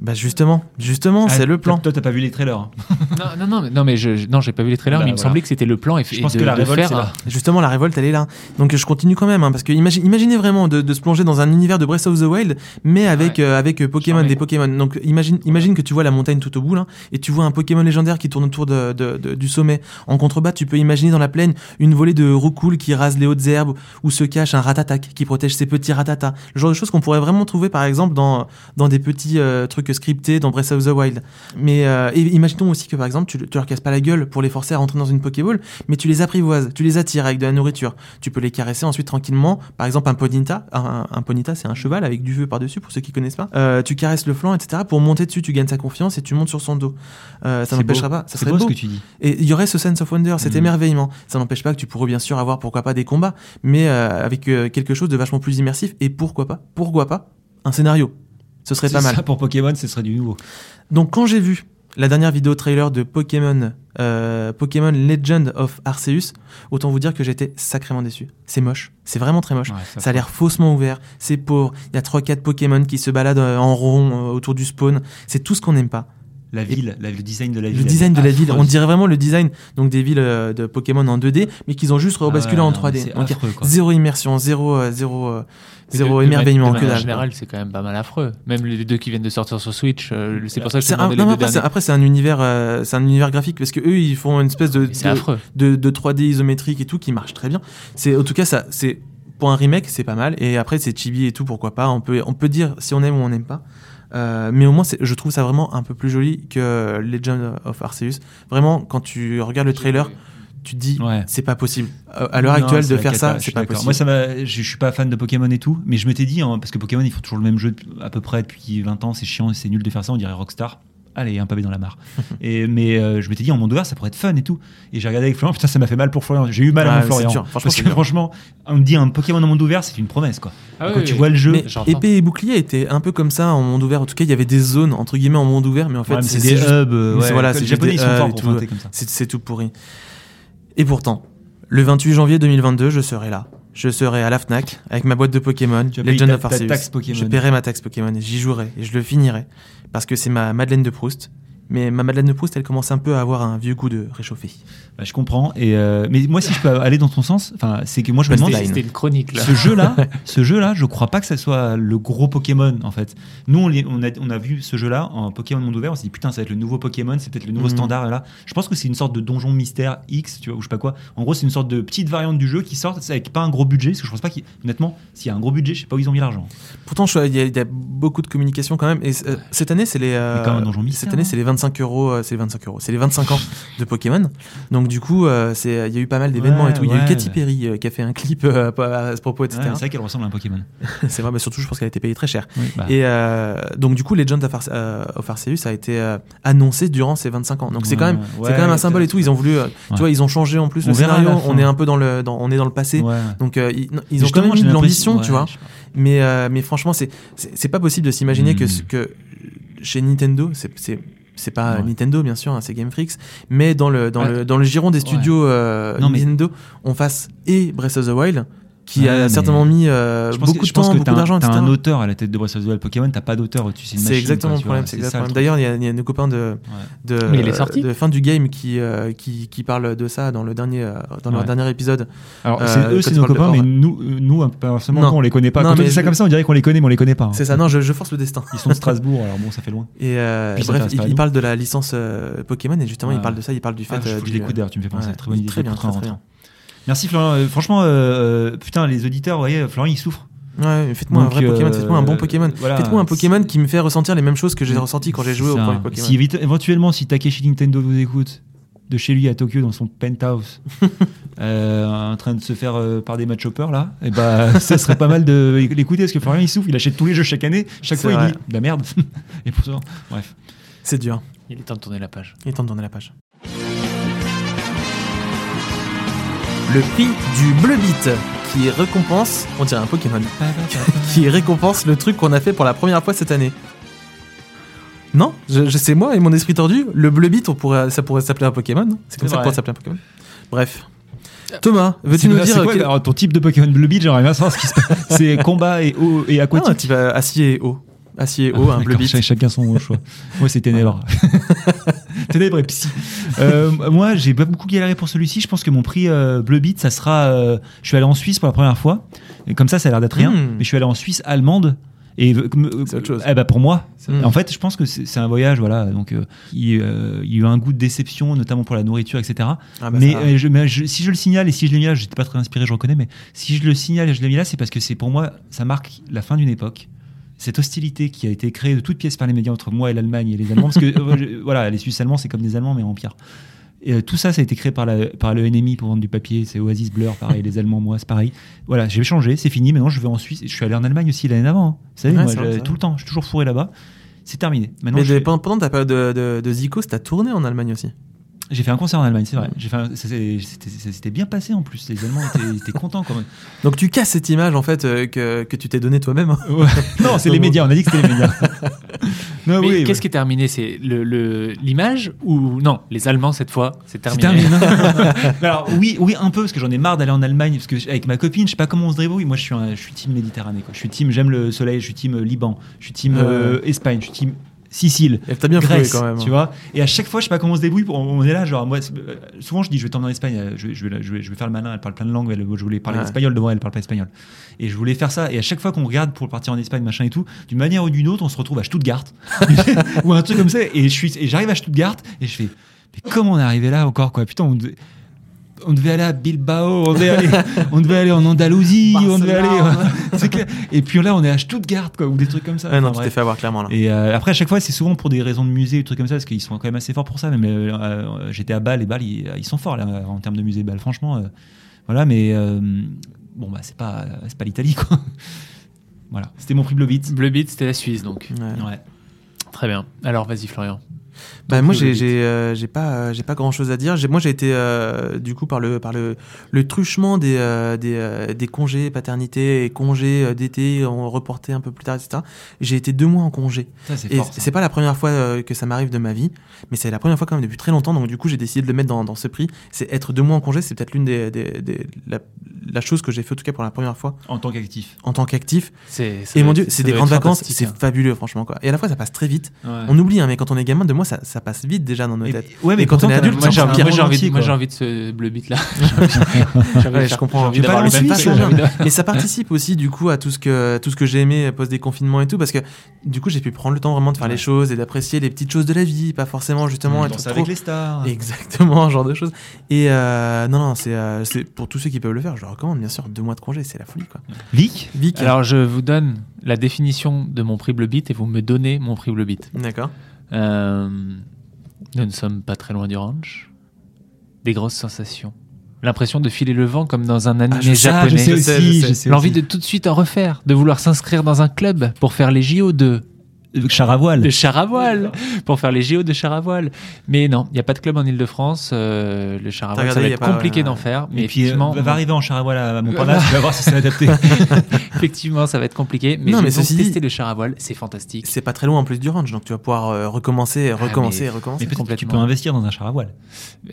S1: Bah justement, justement,
S2: Ah,
S1: c'est le plan.
S2: Toi, toi, t'as pas vu les trailers. hein.
S3: Non, non, non, mais, non, mais je, je- non, j'ai pas vu les trailers,
S2: Bah,
S3: mais il me
S2: voilà.
S3: semblait que c'était le plan. Et,
S2: Je
S3: et
S2: pense
S3: de-
S2: que la
S3: de
S2: révolte,
S3: faire
S2: c'est
S3: un-
S2: là.
S1: Justement, la révolte, elle est là. Donc je continue quand même, hein, parce que imagi- imaginez vraiment de, de se plonger dans un univers de Breath of the Wild, mais avec,
S3: Ouais.
S1: euh, avec euh, Pokémon,
S3: Charmé.
S1: des Pokémon. Donc imagine, imagine que tu vois la montagne tout au bout, là, et tu vois un Pokémon légendaire qui tourne autour de, de- de- du sommet. En contrebas, tu peux imaginer dans la plaine une volée de roucoules qui rase les hautes herbes, où se cache un ratatac qui protège ses petits ratatas. Le genre de choses qu'on pourrait vraiment trouver, par exemple, dans, dans des petits euh, trucs scriptés dans Breath of the Wild. Mais euh, et imaginons aussi que, par exemple, tu, tu leur casses pas la gueule pour les forcer à rentrer dans une Pokéball, mais tu les apprivoises, tu les attires avec de la nourriture. Tu peux les caresser ensuite tranquillement. Par exemple, un ponita, un, un ponita, c'est un cheval avec du feu par-dessus pour ceux qui connaissent pas. Euh, tu caresses le flanc, etc. Pour monter dessus, tu gagnes sa confiance et tu montes sur son dos. Euh, ça
S2: C'est
S1: n'empêchera
S2: beau.
S1: pas. Ça
S2: C'est
S1: serait
S2: beau,
S1: beau.
S2: ce que tu dis.
S1: Et il y aurait ce sense of wonder, cet
S2: Mhm.
S1: émerveillement. Ça n'empêche pas que tu pourrais bien sûr avoir, pourquoi pas, des combats, mais euh, avec euh, quelque chose de vachement plus immersif. Et pourquoi pas, pourquoi pas, un scénario. Ce serait
S2: C'est
S1: pas mal.
S2: ça pour Pokémon, ce serait du nouveau.
S1: Donc quand j'ai vu la dernière vidéo trailer de Pokémon, euh, Pokémon Legend of Arceus, autant vous dire que j'étais sacrément déçu. C'est moche, c'est vraiment très moche.
S3: Ouais, ça-
S1: Ça a l'air faussement ouvert, c'est pauvre, il y a 3-4 Pokémon qui se baladent euh, en rond euh, autour du spawn, c'est tout ce qu'on n'aime pas.
S2: La ville, la- le design de la ville. Ah,
S1: Le design de la ville,
S2: affreuse.
S1: on dirait vraiment le design donc des villes euh, de Pokémon en 2D, mais qu'ils ont juste
S2: Ah ouais,
S1: rebasculé
S2: non,
S1: en
S2: mais
S1: 3D.
S2: c'est
S1: Donc, il y a
S2: affreux, quoi.
S1: zéro immersion, zéro, euh, zéro, euh,
S3: Mais
S1: zéro
S3: de- de
S1: émerveillement,
S3: manière-
S1: que
S3: de manière
S1: dalle.
S3: générale, c'est quand même pas mal affreux. Même les deux qui viennent de sortir sur Switch, euh, c'est pour ça que je
S1: C'est
S3: te
S1: un-
S3: demandais
S1: non, mais
S3: les deux
S1: après, c'est-
S3: derniers.
S1: après, c'est un univers, euh, c'est un univers graphique parce que eux, ils font une espèce de,
S3: Mais C'est
S1: de-
S3: affreux.
S1: de, de 3D isométrique et tout qui marche très bien. C'est en tout cas ça, c'est pour un remake, c'est pas mal. Et après c'est chibi et tout, pourquoi pas. On peut on peut dire si on aime ou on n'aime pas. Euh, mais au moins, c'est- je trouve ça vraiment un peu plus joli que Legend of Arceus. Vraiment, quand tu regardes le trailer, tu te dis
S2: Ouais.
S1: c'est pas possible. Euh, À l'heure
S2: Non,
S1: actuelle,
S2: c'est
S1: de
S2: la
S1: faire
S2: cata,
S1: ça,
S2: je
S1: c'est
S2: suis
S1: pas
S2: d'accord.
S1: possible.
S2: Moi, ça m'a- je, je suis pas fan de Pokémon et tout, mais je m'étais dit, hein, parce que Pokémon, ils font toujours le même jeu depuis- à peu près depuis 20 ans, c'est chiant, et c'est nul de faire ça, on dirait Rockstar. Allez, un pavé dans la
S1: [laughs]
S2: mare. et, mais euh, je m'étais dit, en monde ouvert, ça pourrait être fun et tout. Et j'ai regardé avec Florian, putain, ça m'a fait mal pour Florian. J'ai eu mal
S1: Ah,
S2: à mon
S1: c'est
S2: Florian.
S1: dur. Franchement,
S2: parce
S1: c'est
S2: que
S1: dur.
S2: franchement, on me dit un Pokémon en monde ouvert, c'est une promesse, quoi.
S3: Ah
S2: Quand
S3: oui,
S2: tu
S3: oui.
S2: vois le jeu,
S1: mais
S3: j'entends.
S1: épée et bouclier était un peu comme ça en monde ouvert. En tout cas, il y avait des zones entre guillemets en monde ouvert, mais en fait,
S2: ouais, mais c'est
S1: c'est
S2: des
S1: juste-
S2: hubs. euh,
S1: mais c'est-
S2: ouais,
S1: voilà, c'est
S2: les
S1: juste
S2: Japonais,
S1: des euh,
S2: ils sont
S1: hubs
S2: forts
S1: et
S2: pour
S1: tout.
S2: feinter comme ça.
S1: C'est c'est tout pourri. Et pourtant, le 28 janvier 2022, je serai là. Je serai à la FNAC avec ma boîte de Pokémon,
S2: Tu as payé
S1: Legend
S2: ta-
S1: of
S2: ta
S1: Arceus.
S2: taxe Pokémon.
S1: Je paierai ma taxe Pokémon et j'y jouerai et je le finirai. Parce que c'est ma Madeleine de Proust. Mais ma Madeleine de Proust, elle commence un peu à avoir un vieux goût de réchauffé.
S2: Bah, je comprends. Et, euh, mais moi, si je peux aller dans ton sens, enfin, c'est que moi, je me demande
S1: Baseline.
S3: C'était c'était une chronique
S1: [laughs]
S3: là.
S2: ce jeu-là, ce jeu-là, je crois pas que ça soit le gros Pokémon en fait. Nous, on, l'est- on a, on a vu ce jeu-là en Pokémon monde ouvert, on s'est dit putain, ça va être le nouveau Pokémon, c'est peut-être le nouveau
S1: Mhm.
S2: standard là. Je pense que c'est une sorte de donjon mystère X, tu vois, ou je sais pas quoi. En gros, c'est une sorte de petite variante du jeu qui sort c'est avec pas un gros budget, parce que je pense pas qu'il, honnêtement, s'il y a un gros budget, je sais pas où ils ont mis l'argent.
S1: Pourtant, je- il y, a- il y a beaucoup de communication quand même. Et euh, cette année, c'est les. euh,
S2: Mais quand même, Donjon Mystère,
S1: cette année,
S2: hein.
S1: c'est les 25 euros. euh, C'est les 25 euros. C'est les 25 ans de Pokémon. Donc du coup, euh, c'est il y a eu pas mal d'événements
S2: Ouais,
S1: et tout. Il y a eu
S2: ouais.
S1: Katy Perry euh, qui a fait un clip euh, à, à ce propos, etc.
S2: Ouais, c'est vrai qu'elle ressemble à un Pokémon.
S1: c'est vrai, mais surtout, je pense qu'elle a été payée très cher.
S2: Oui, bah,
S1: Et euh, donc du coup, Legend of, Arce- euh, of Arceus a été euh, annoncé durant ces 25 ans. Donc c'est quand même,
S2: Ouais,
S1: c'est quand même un
S2: ouais,
S1: symbole et tout. Ils ont voulu, euh, tu
S2: Ouais.
S1: vois, ils ont changé en plus
S2: On
S1: le
S2: verra
S1: scénario.
S2: à la fin.
S1: On est un peu dans le, dans- on est dans le passé.
S2: ouais.
S1: Donc euh, ils, non, ils ont quand
S2: Justement,
S1: même mis
S2: j'ai
S1: de
S2: l'impression-
S1: l'ambition, tu
S2: ouais,
S1: vois.
S2: je sais pas.
S1: Mais euh, mais franchement, c'est c'est c'est pas possible de s'imaginer que
S2: Hmm.
S1: ce que chez Nintendo, c'est c'est c'est pas
S2: Ouais.
S1: Nintendo bien sûr, hein, c'est Game Freaks, mais dans le dans
S2: Ouais.
S1: le dans le giron des studios euh,
S2: Non, mais-
S1: Nintendo, on fasse et Breath of the Wild qui
S2: Ouais,
S1: a
S2: mais-
S1: certainement mis euh,
S2: Je pense
S1: beaucoup
S2: que,
S1: de
S2: je pense
S1: temps,
S2: que
S1: beaucoup
S2: t'as un-
S1: d'argent,
S2: t'as
S1: etc.
S2: un auteur à la tête de Breath of the Wild Pokémon, t'as pas d'auteur au-dessus, c'est une
S1: C'est
S2: machine,
S1: exactement
S2: quoi,
S1: le
S2: tu vois,
S1: problème. c'est exactement le
S2: ça, le
S1: problème. D'ailleurs, il y a- il y, a nos copains de,
S2: truc. Ouais.
S1: de,
S3: Mais il est sorti.
S1: de fin du game qui, euh, qui, qui parlent de ça dans, le dernier, euh, dans leur
S2: Ouais.
S1: dernier épisode.
S2: Alors,
S1: Euh,
S2: c'est eux,
S1: Code
S2: c'est nos
S1: Small
S2: copains,
S1: Pepper.
S2: mais nous, euh, nous euh, personnellement,
S1: Non.
S2: nous, on les connaît pas.
S1: Non,
S2: Quand on
S1: mais
S2: dit ça
S1: je-
S2: comme ça, on dirait qu'on les connaît, mais on les connaît pas. hein.
S1: C'est ça, non, je, je force le destin.
S2: Ils sont de Strasbourg, alors bon, ça fait loin.
S1: Et euh,
S2: Puis ça
S1: bref,
S2: passe
S1: ils
S2: pas à
S1: il
S2: nous.
S1: parlent de la licence euh, Pokémon et justement, ils
S2: Ouais.
S1: parlent de ça, ils parlent du fait.
S2: Ah, je,
S1: euh,
S2: faut que je
S1: du-
S2: l'écoute d'ailleurs, tu me fais penser.
S1: ouais,
S2: très bonne idée.
S1: très bien,
S2: pour toi en
S1: très, très
S2: rentrant. Merci Florian. Euh, franchement, euh, putain, les auditeurs, vous voyez, Florian, il souffre.
S1: bien. Ouais, faites-moi un
S2: Donc,
S1: vrai Pokémon,
S2: euh,
S1: faites-moi un bon Pokémon.
S2: voilà,
S1: faites-moi un Pokémon
S2: c'est-
S1: qui me fait ressentir les mêmes choses que j'ai ressenti quand j'ai joué au
S2: C'est ça.
S1: premier Pokémon.
S2: Si évite- éventuellement, si Takeshi Nintendo vous écoute, de chez lui à Tokyo, dans son
S1: [laughs]
S2: penthouse, euh, en train de se faire euh, par des match hoppers là, et bah, [laughs] ça serait pas mal de l'écouter parce que Florian, il souffre, il achète tous les jeux chaque année, chaque
S1: C'est
S2: fois
S1: vrai.
S2: il dit de la merde. [laughs] et pour ça, bref.
S1: C'est dur.
S3: Il est temps de tourner la page.
S1: Il est temps de tourner la page. Le prix du Bleu Beat qui récompense, on dirait un Pokémon, qui récompense le truc qu'on a fait pour la première fois cette année. Non, je, je sais moi et mon esprit tordu, le Bleu Beat, on pourrait, ça pourrait s'appeler un Pokémon. non C'est comme
S2: C'est
S1: ça qu'on pourrait
S2: vrai.
S1: s'appeler un Pokémon. Bref. Thomas,
S2: Euh, C'est
S1: veux-tu nous
S2: quoi- c'est
S1: dire
S2: quoi,
S1: quel-
S2: alors, ton type de Pokémon Blue Beat J'aimerais bien savoir ce qui se passe. C'est
S1: [laughs]
S2: combat et eau et
S1: Ah, un
S2: aquatique.
S1: type euh, acier et eau. Acier et eau, un
S2: Ah, D'accord,
S1: Bleu Beat.
S2: ch- Chacun son choix. Moi,
S1: [laughs]
S2: c'est ténèbres. ténèbres et psy. Euh, moi, j'ai pas beaucoup galéré pour celui-ci. Je pense que mon prix euh, Bleu Beat, ça sera. euh, je suis allé en Suisse pour la première fois. Et comme ça, ça a l'air d'être rien.
S1: Mm.
S2: Mais je suis allé en Suisse allemande. Et euh, comme, euh,
S1: C'est autre chose.
S2: eh ben, pour moi,
S1: Mm.
S2: en fait, je pense que c'est c'est un voyage, voilà. Donc, euh, il, euh, il y a eu un goût de déception, notamment pour la nourriture, etc.
S1: Ah, bah,
S2: mais,
S1: ça-
S2: euh, je- mais je- si je le signale et si je l'ai mis là, j'étais pas très inspiré, je reconnais, mais si je le signale et je l'ai mis là, c'est parce que c'est pour moi, ça marque la fin d'une époque. Cette hostilité qui a été créée de toutes pièces par les médias entre moi et l'Allemagne et les Allemands, parce que
S1: [laughs]
S2: euh, je- voilà, les Suisses allemands, c'est comme des Allemands, mais en pire. Et euh, tout ça, ça a été créé par, la, par le NMI pour vendre du papier. C'est Oasis Blur, pareil. les Allemands, moi, c'est pareil. Voilà, j'ai changé, c'est fini. Maintenant, je vais en Suisse. Je suis allé en Allemagne aussi l'année d'avant. hein. Vous savez,
S1: Ouais,
S2: moi,
S1: c'est vrai,
S2: je-
S1: c'est vrai.
S2: tout le temps, je suis toujours fourré là-bas. C'est terminé. Maintenant,
S1: mais
S2: je-
S1: de- pendant, pendant ta période de, de, de Zico, t'as tourné en Allemagne aussi.
S2: j'ai fait un concert en Allemagne, c'est vrai. J'ai fait un- ça s'est- c'était- ça s'était bien passé en plus. Les Allemands étaient, étaient contents
S3: [laughs]
S2: quand même.
S1: Donc tu casses cette image en fait euh, que, que tu t'es donnée toi-même.
S2: Ouais. Non, c'est les médias. On a dit que c'était les médias. [laughs]
S1: Ah
S2: Non,
S3: Mais
S2: oui,
S3: qu'est-ce
S2: ouais.
S3: qui est terminé C'est le- le- l'image ou non Les Allemands cette fois, c'est
S2: C'est
S3: terminé. [laughs]
S2: terminé. Mais Alors oui, oui un peu parce que j'en ai marre d'aller en Allemagne parce que je- avec ma copine, je sais pas comment on se débrouille. Moi, je suis un- je suis team Méditerranée quoi. Je suis team j'aime le soleil, je suis team euh, Liban, je suis team euh, Espagne, je suis team Sicile.
S1: Et T'as bien joué
S2: Grèce,
S1: quand même.
S2: tu vois. Et à chaque fois, je sais pas comment on se débrouille. On, on est là, genre, moi, c'est- euh, souvent, je dis, je vais t'emmener en Espagne, euh, je, vais- je vais, la- je vais- je vais faire le malin, elle parle plein de langues, elle- je voulais parler
S1: Ouais.
S2: espagnol devant elle, elle parle pas espagnol. Et je voulais faire ça. Et à chaque fois qu'on regarde pour partir en Espagne, machin et tout, d'une manière ou d'une autre, on se retrouve à Stuttgart [laughs] ou un truc comme ça. Et je suis, et j'arrive à Stuttgart et je fais, mais comment on est arrivé là encore, quoi Putain, on. devait- On devait aller à Bilbao, on
S1: [laughs]
S2: devait aller, on devait aller en Andalousie, on devait aller.
S3: Barcelone.
S2: [laughs] c'est clair. Et puis là, on est à Stuttgart, quoi, ou des trucs comme ça.
S1: Ouais, non,
S2: Enfin,
S1: tu
S2: bref.
S1: t'es fait avoir clairement là.
S2: Et euh, après, à chaque fois, c'est souvent pour des raisons de musée ou des trucs comme ça, parce qu'ils sont quand même assez forts pour ça. Même euh, euh, j'étais à Bâle, et Bâle, ils, ils sont forts là, en termes de musée Bâle, franchement. euh, voilà, mais euh, bon, bah, c'est pas, c'est pas l'Italie, quoi. [laughs] voilà, c'était mon prix Blobit.
S3: Bleu Beat, c'était la Suisse donc.
S1: Ouais.
S2: Ouais.
S3: Très bien. Alors vas-y Florian.
S1: Bah, moi,
S3: plus,
S1: j'ai
S3: vite.
S1: j'ai euh, j'ai pas euh, j'ai pas grand chose à dire. J'ai- Moi, j'ai été euh, du coup par le par le le truchement des euh, des, euh, des congés paternité et congés euh, d'été on reporté un peu plus tard, etc. J'ai été deux mois en congé.
S2: Ça, c'est
S1: Et
S2: fort.
S3: hein.
S2: ça.
S1: c'est pas la première fois euh, que ça m'arrive de ma vie, mais c'est la première fois quand même depuis très longtemps. Donc du coup, j'ai décidé de le mettre dans, dans ce prix. C'est être deux mois en congé, c'est peut-être l'une des, des, des- la, la chose que j'ai fait en tout cas pour la première fois
S2: En tant qu'actif.
S1: en tant qu'actif.
S3: C'est ça
S1: Et mon
S3: doit
S1: dieu,
S3: être- ça
S1: c'est des
S3: doit
S1: grandes
S3: être
S1: vacances,
S3: fantastique,
S1: c'est
S3: hein.
S1: fabuleux franchement quoi. Et à la fois, ça passe très vite.
S3: Ouais.
S1: On oublie, hein, mais quand on est gamin, de moi, ça, ça passe vite déjà dans nos
S2: Et-
S1: têtes.
S2: ouais,
S1: Et quand on est
S2: t'as-
S1: adulte,
S3: Moi j'ai
S1: c'est un
S3: envie,
S1: pire
S3: moi, j'ai envie,
S2: entier,
S3: de- moi,
S2: quoi.
S3: j'ai envie de ce bleu beat là. [laughs] J'ai envie de
S1: Ouais, je
S3: faire-
S1: comprends.
S3: j'ai
S1: Tu
S3: envie
S2: vas
S3: d'avoir
S2: pas
S3: le
S2: en
S3: même
S2: Suisse,
S3: pack,
S2: là,
S3: j'ai envie de-
S1: Mais ça participe aussi du coup à tout ce que tout ce que j'ai aimé euh, post déconfinement et tout parce que du coup j'ai pu prendre le temps vraiment de faire
S2: Ouais.
S1: les choses et d'apprécier les petites choses de la vie, pas forcément justement
S2: Danser
S1: être trop...
S2: avec les
S3: hein.
S2: stars.
S1: Exactement, ce genre de choses. Et euh, non, non, c'est euh, c'est pour tous ceux qui peuvent le faire, je le recommande bien sûr. Deux mois de congé, c'est la folie quoi.
S2: Vic,
S1: Vic,
S3: [laughs] Alors je vous donne la définition de mon prix Bleu Beat et vous me donnez mon prix Bleu Beat.
S1: d'accord.
S3: Euh, nous ne sommes pas très loin du ranch. Des grosses sensations. L'impression de filer le vent comme dans un anime
S1: Ah, je sais,
S3: japonais.
S1: je sais aussi, je sais
S3: L'envie de tout de suite en refaire, de vouloir s'inscrire dans un club pour faire les JO de,
S2: de char à voile.
S3: de char à voile. Pour faire les JO de char à voile. Mais non, il n'y a pas de club en Ile-de-France. euh, le char à
S1: T'as
S3: voile,
S1: regardé,
S3: ça va
S1: y a
S3: être
S1: pas-
S3: compliqué d'en faire. Mais
S2: Et puis, euh,
S3: effectivement,
S2: va arriver en char à voile
S1: [laughs]
S2: à Montparnasse, tu vas voir si c'est adapté.
S3: [laughs] effectivement, ça va être compliqué. Mais,
S1: Non,
S3: non,
S1: mais
S3: mais
S1: ceci dit-
S3: tester le char à voile, c'est fantastique.
S1: C'est pas très loin en plus du range, donc tu vas pouvoir euh, recommencer, recommencer,
S3: Ah, mais-
S2: Mais
S1: recommencer.
S2: peut-être que tu
S3: complètement-
S2: peux investir dans un char à voile.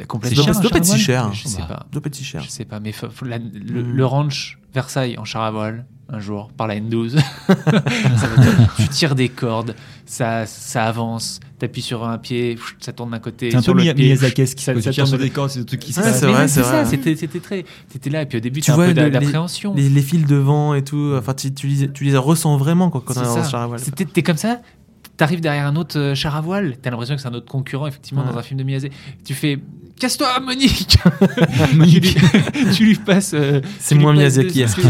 S3: Complètement.
S2: c'est
S1: Ça doit pas-
S2: cher,
S1: ça doit pas être si cher.
S2: Charles
S3: Je sais pas.
S1: Deux petits cher.
S3: Je sais pas, mais fa- faut la- le,
S1: Hmm.
S3: le ranch Versailles en char à voile, un jour, par la
S1: [laughs]
S3: N12. Ça va être- tu tires des cordes, ça, ça avance, t'appuies sur un pied, pfft, ça tourne d'un côté.
S2: C'est un peu
S3: sur l'autre
S2: Mia-
S3: pied,
S2: Miyazaki, ce qui
S3: ça-
S2: se
S3: ça
S2: tire sur
S3: tourne-
S2: des cordes, c'est des trucs qui se
S1: Ouais,
S2: passent.
S1: c'est vrai,
S3: Mais
S1: c'est
S3: ça,
S1: vrai.
S3: C'était c'était très. T'étais là, et puis au début,
S1: Tu
S3: tu as un
S1: vois
S3: peu
S1: le-
S3: d'a-
S1: les-
S3: d'appréhension.
S1: Les, les fils de vent et tout, euh, enfin tu, tu les, tu les ressens vraiment quand, quand on
S3: C'est
S1: est dans
S3: ça.
S1: le char à voile.
S3: C'était- T'es comme ça, t'arrives derrière un autre euh, char à voile, t'as l'impression que c'est un autre concurrent, effectivement,
S1: Ouais.
S3: dans un film de Miyazaki. Tu fais Casse-toi, Monique [laughs] tu, lui, tu lui passes. euh,
S1: C'est
S3: tu lui
S1: moins
S3: passes
S1: Miyazaki,
S3: dessus-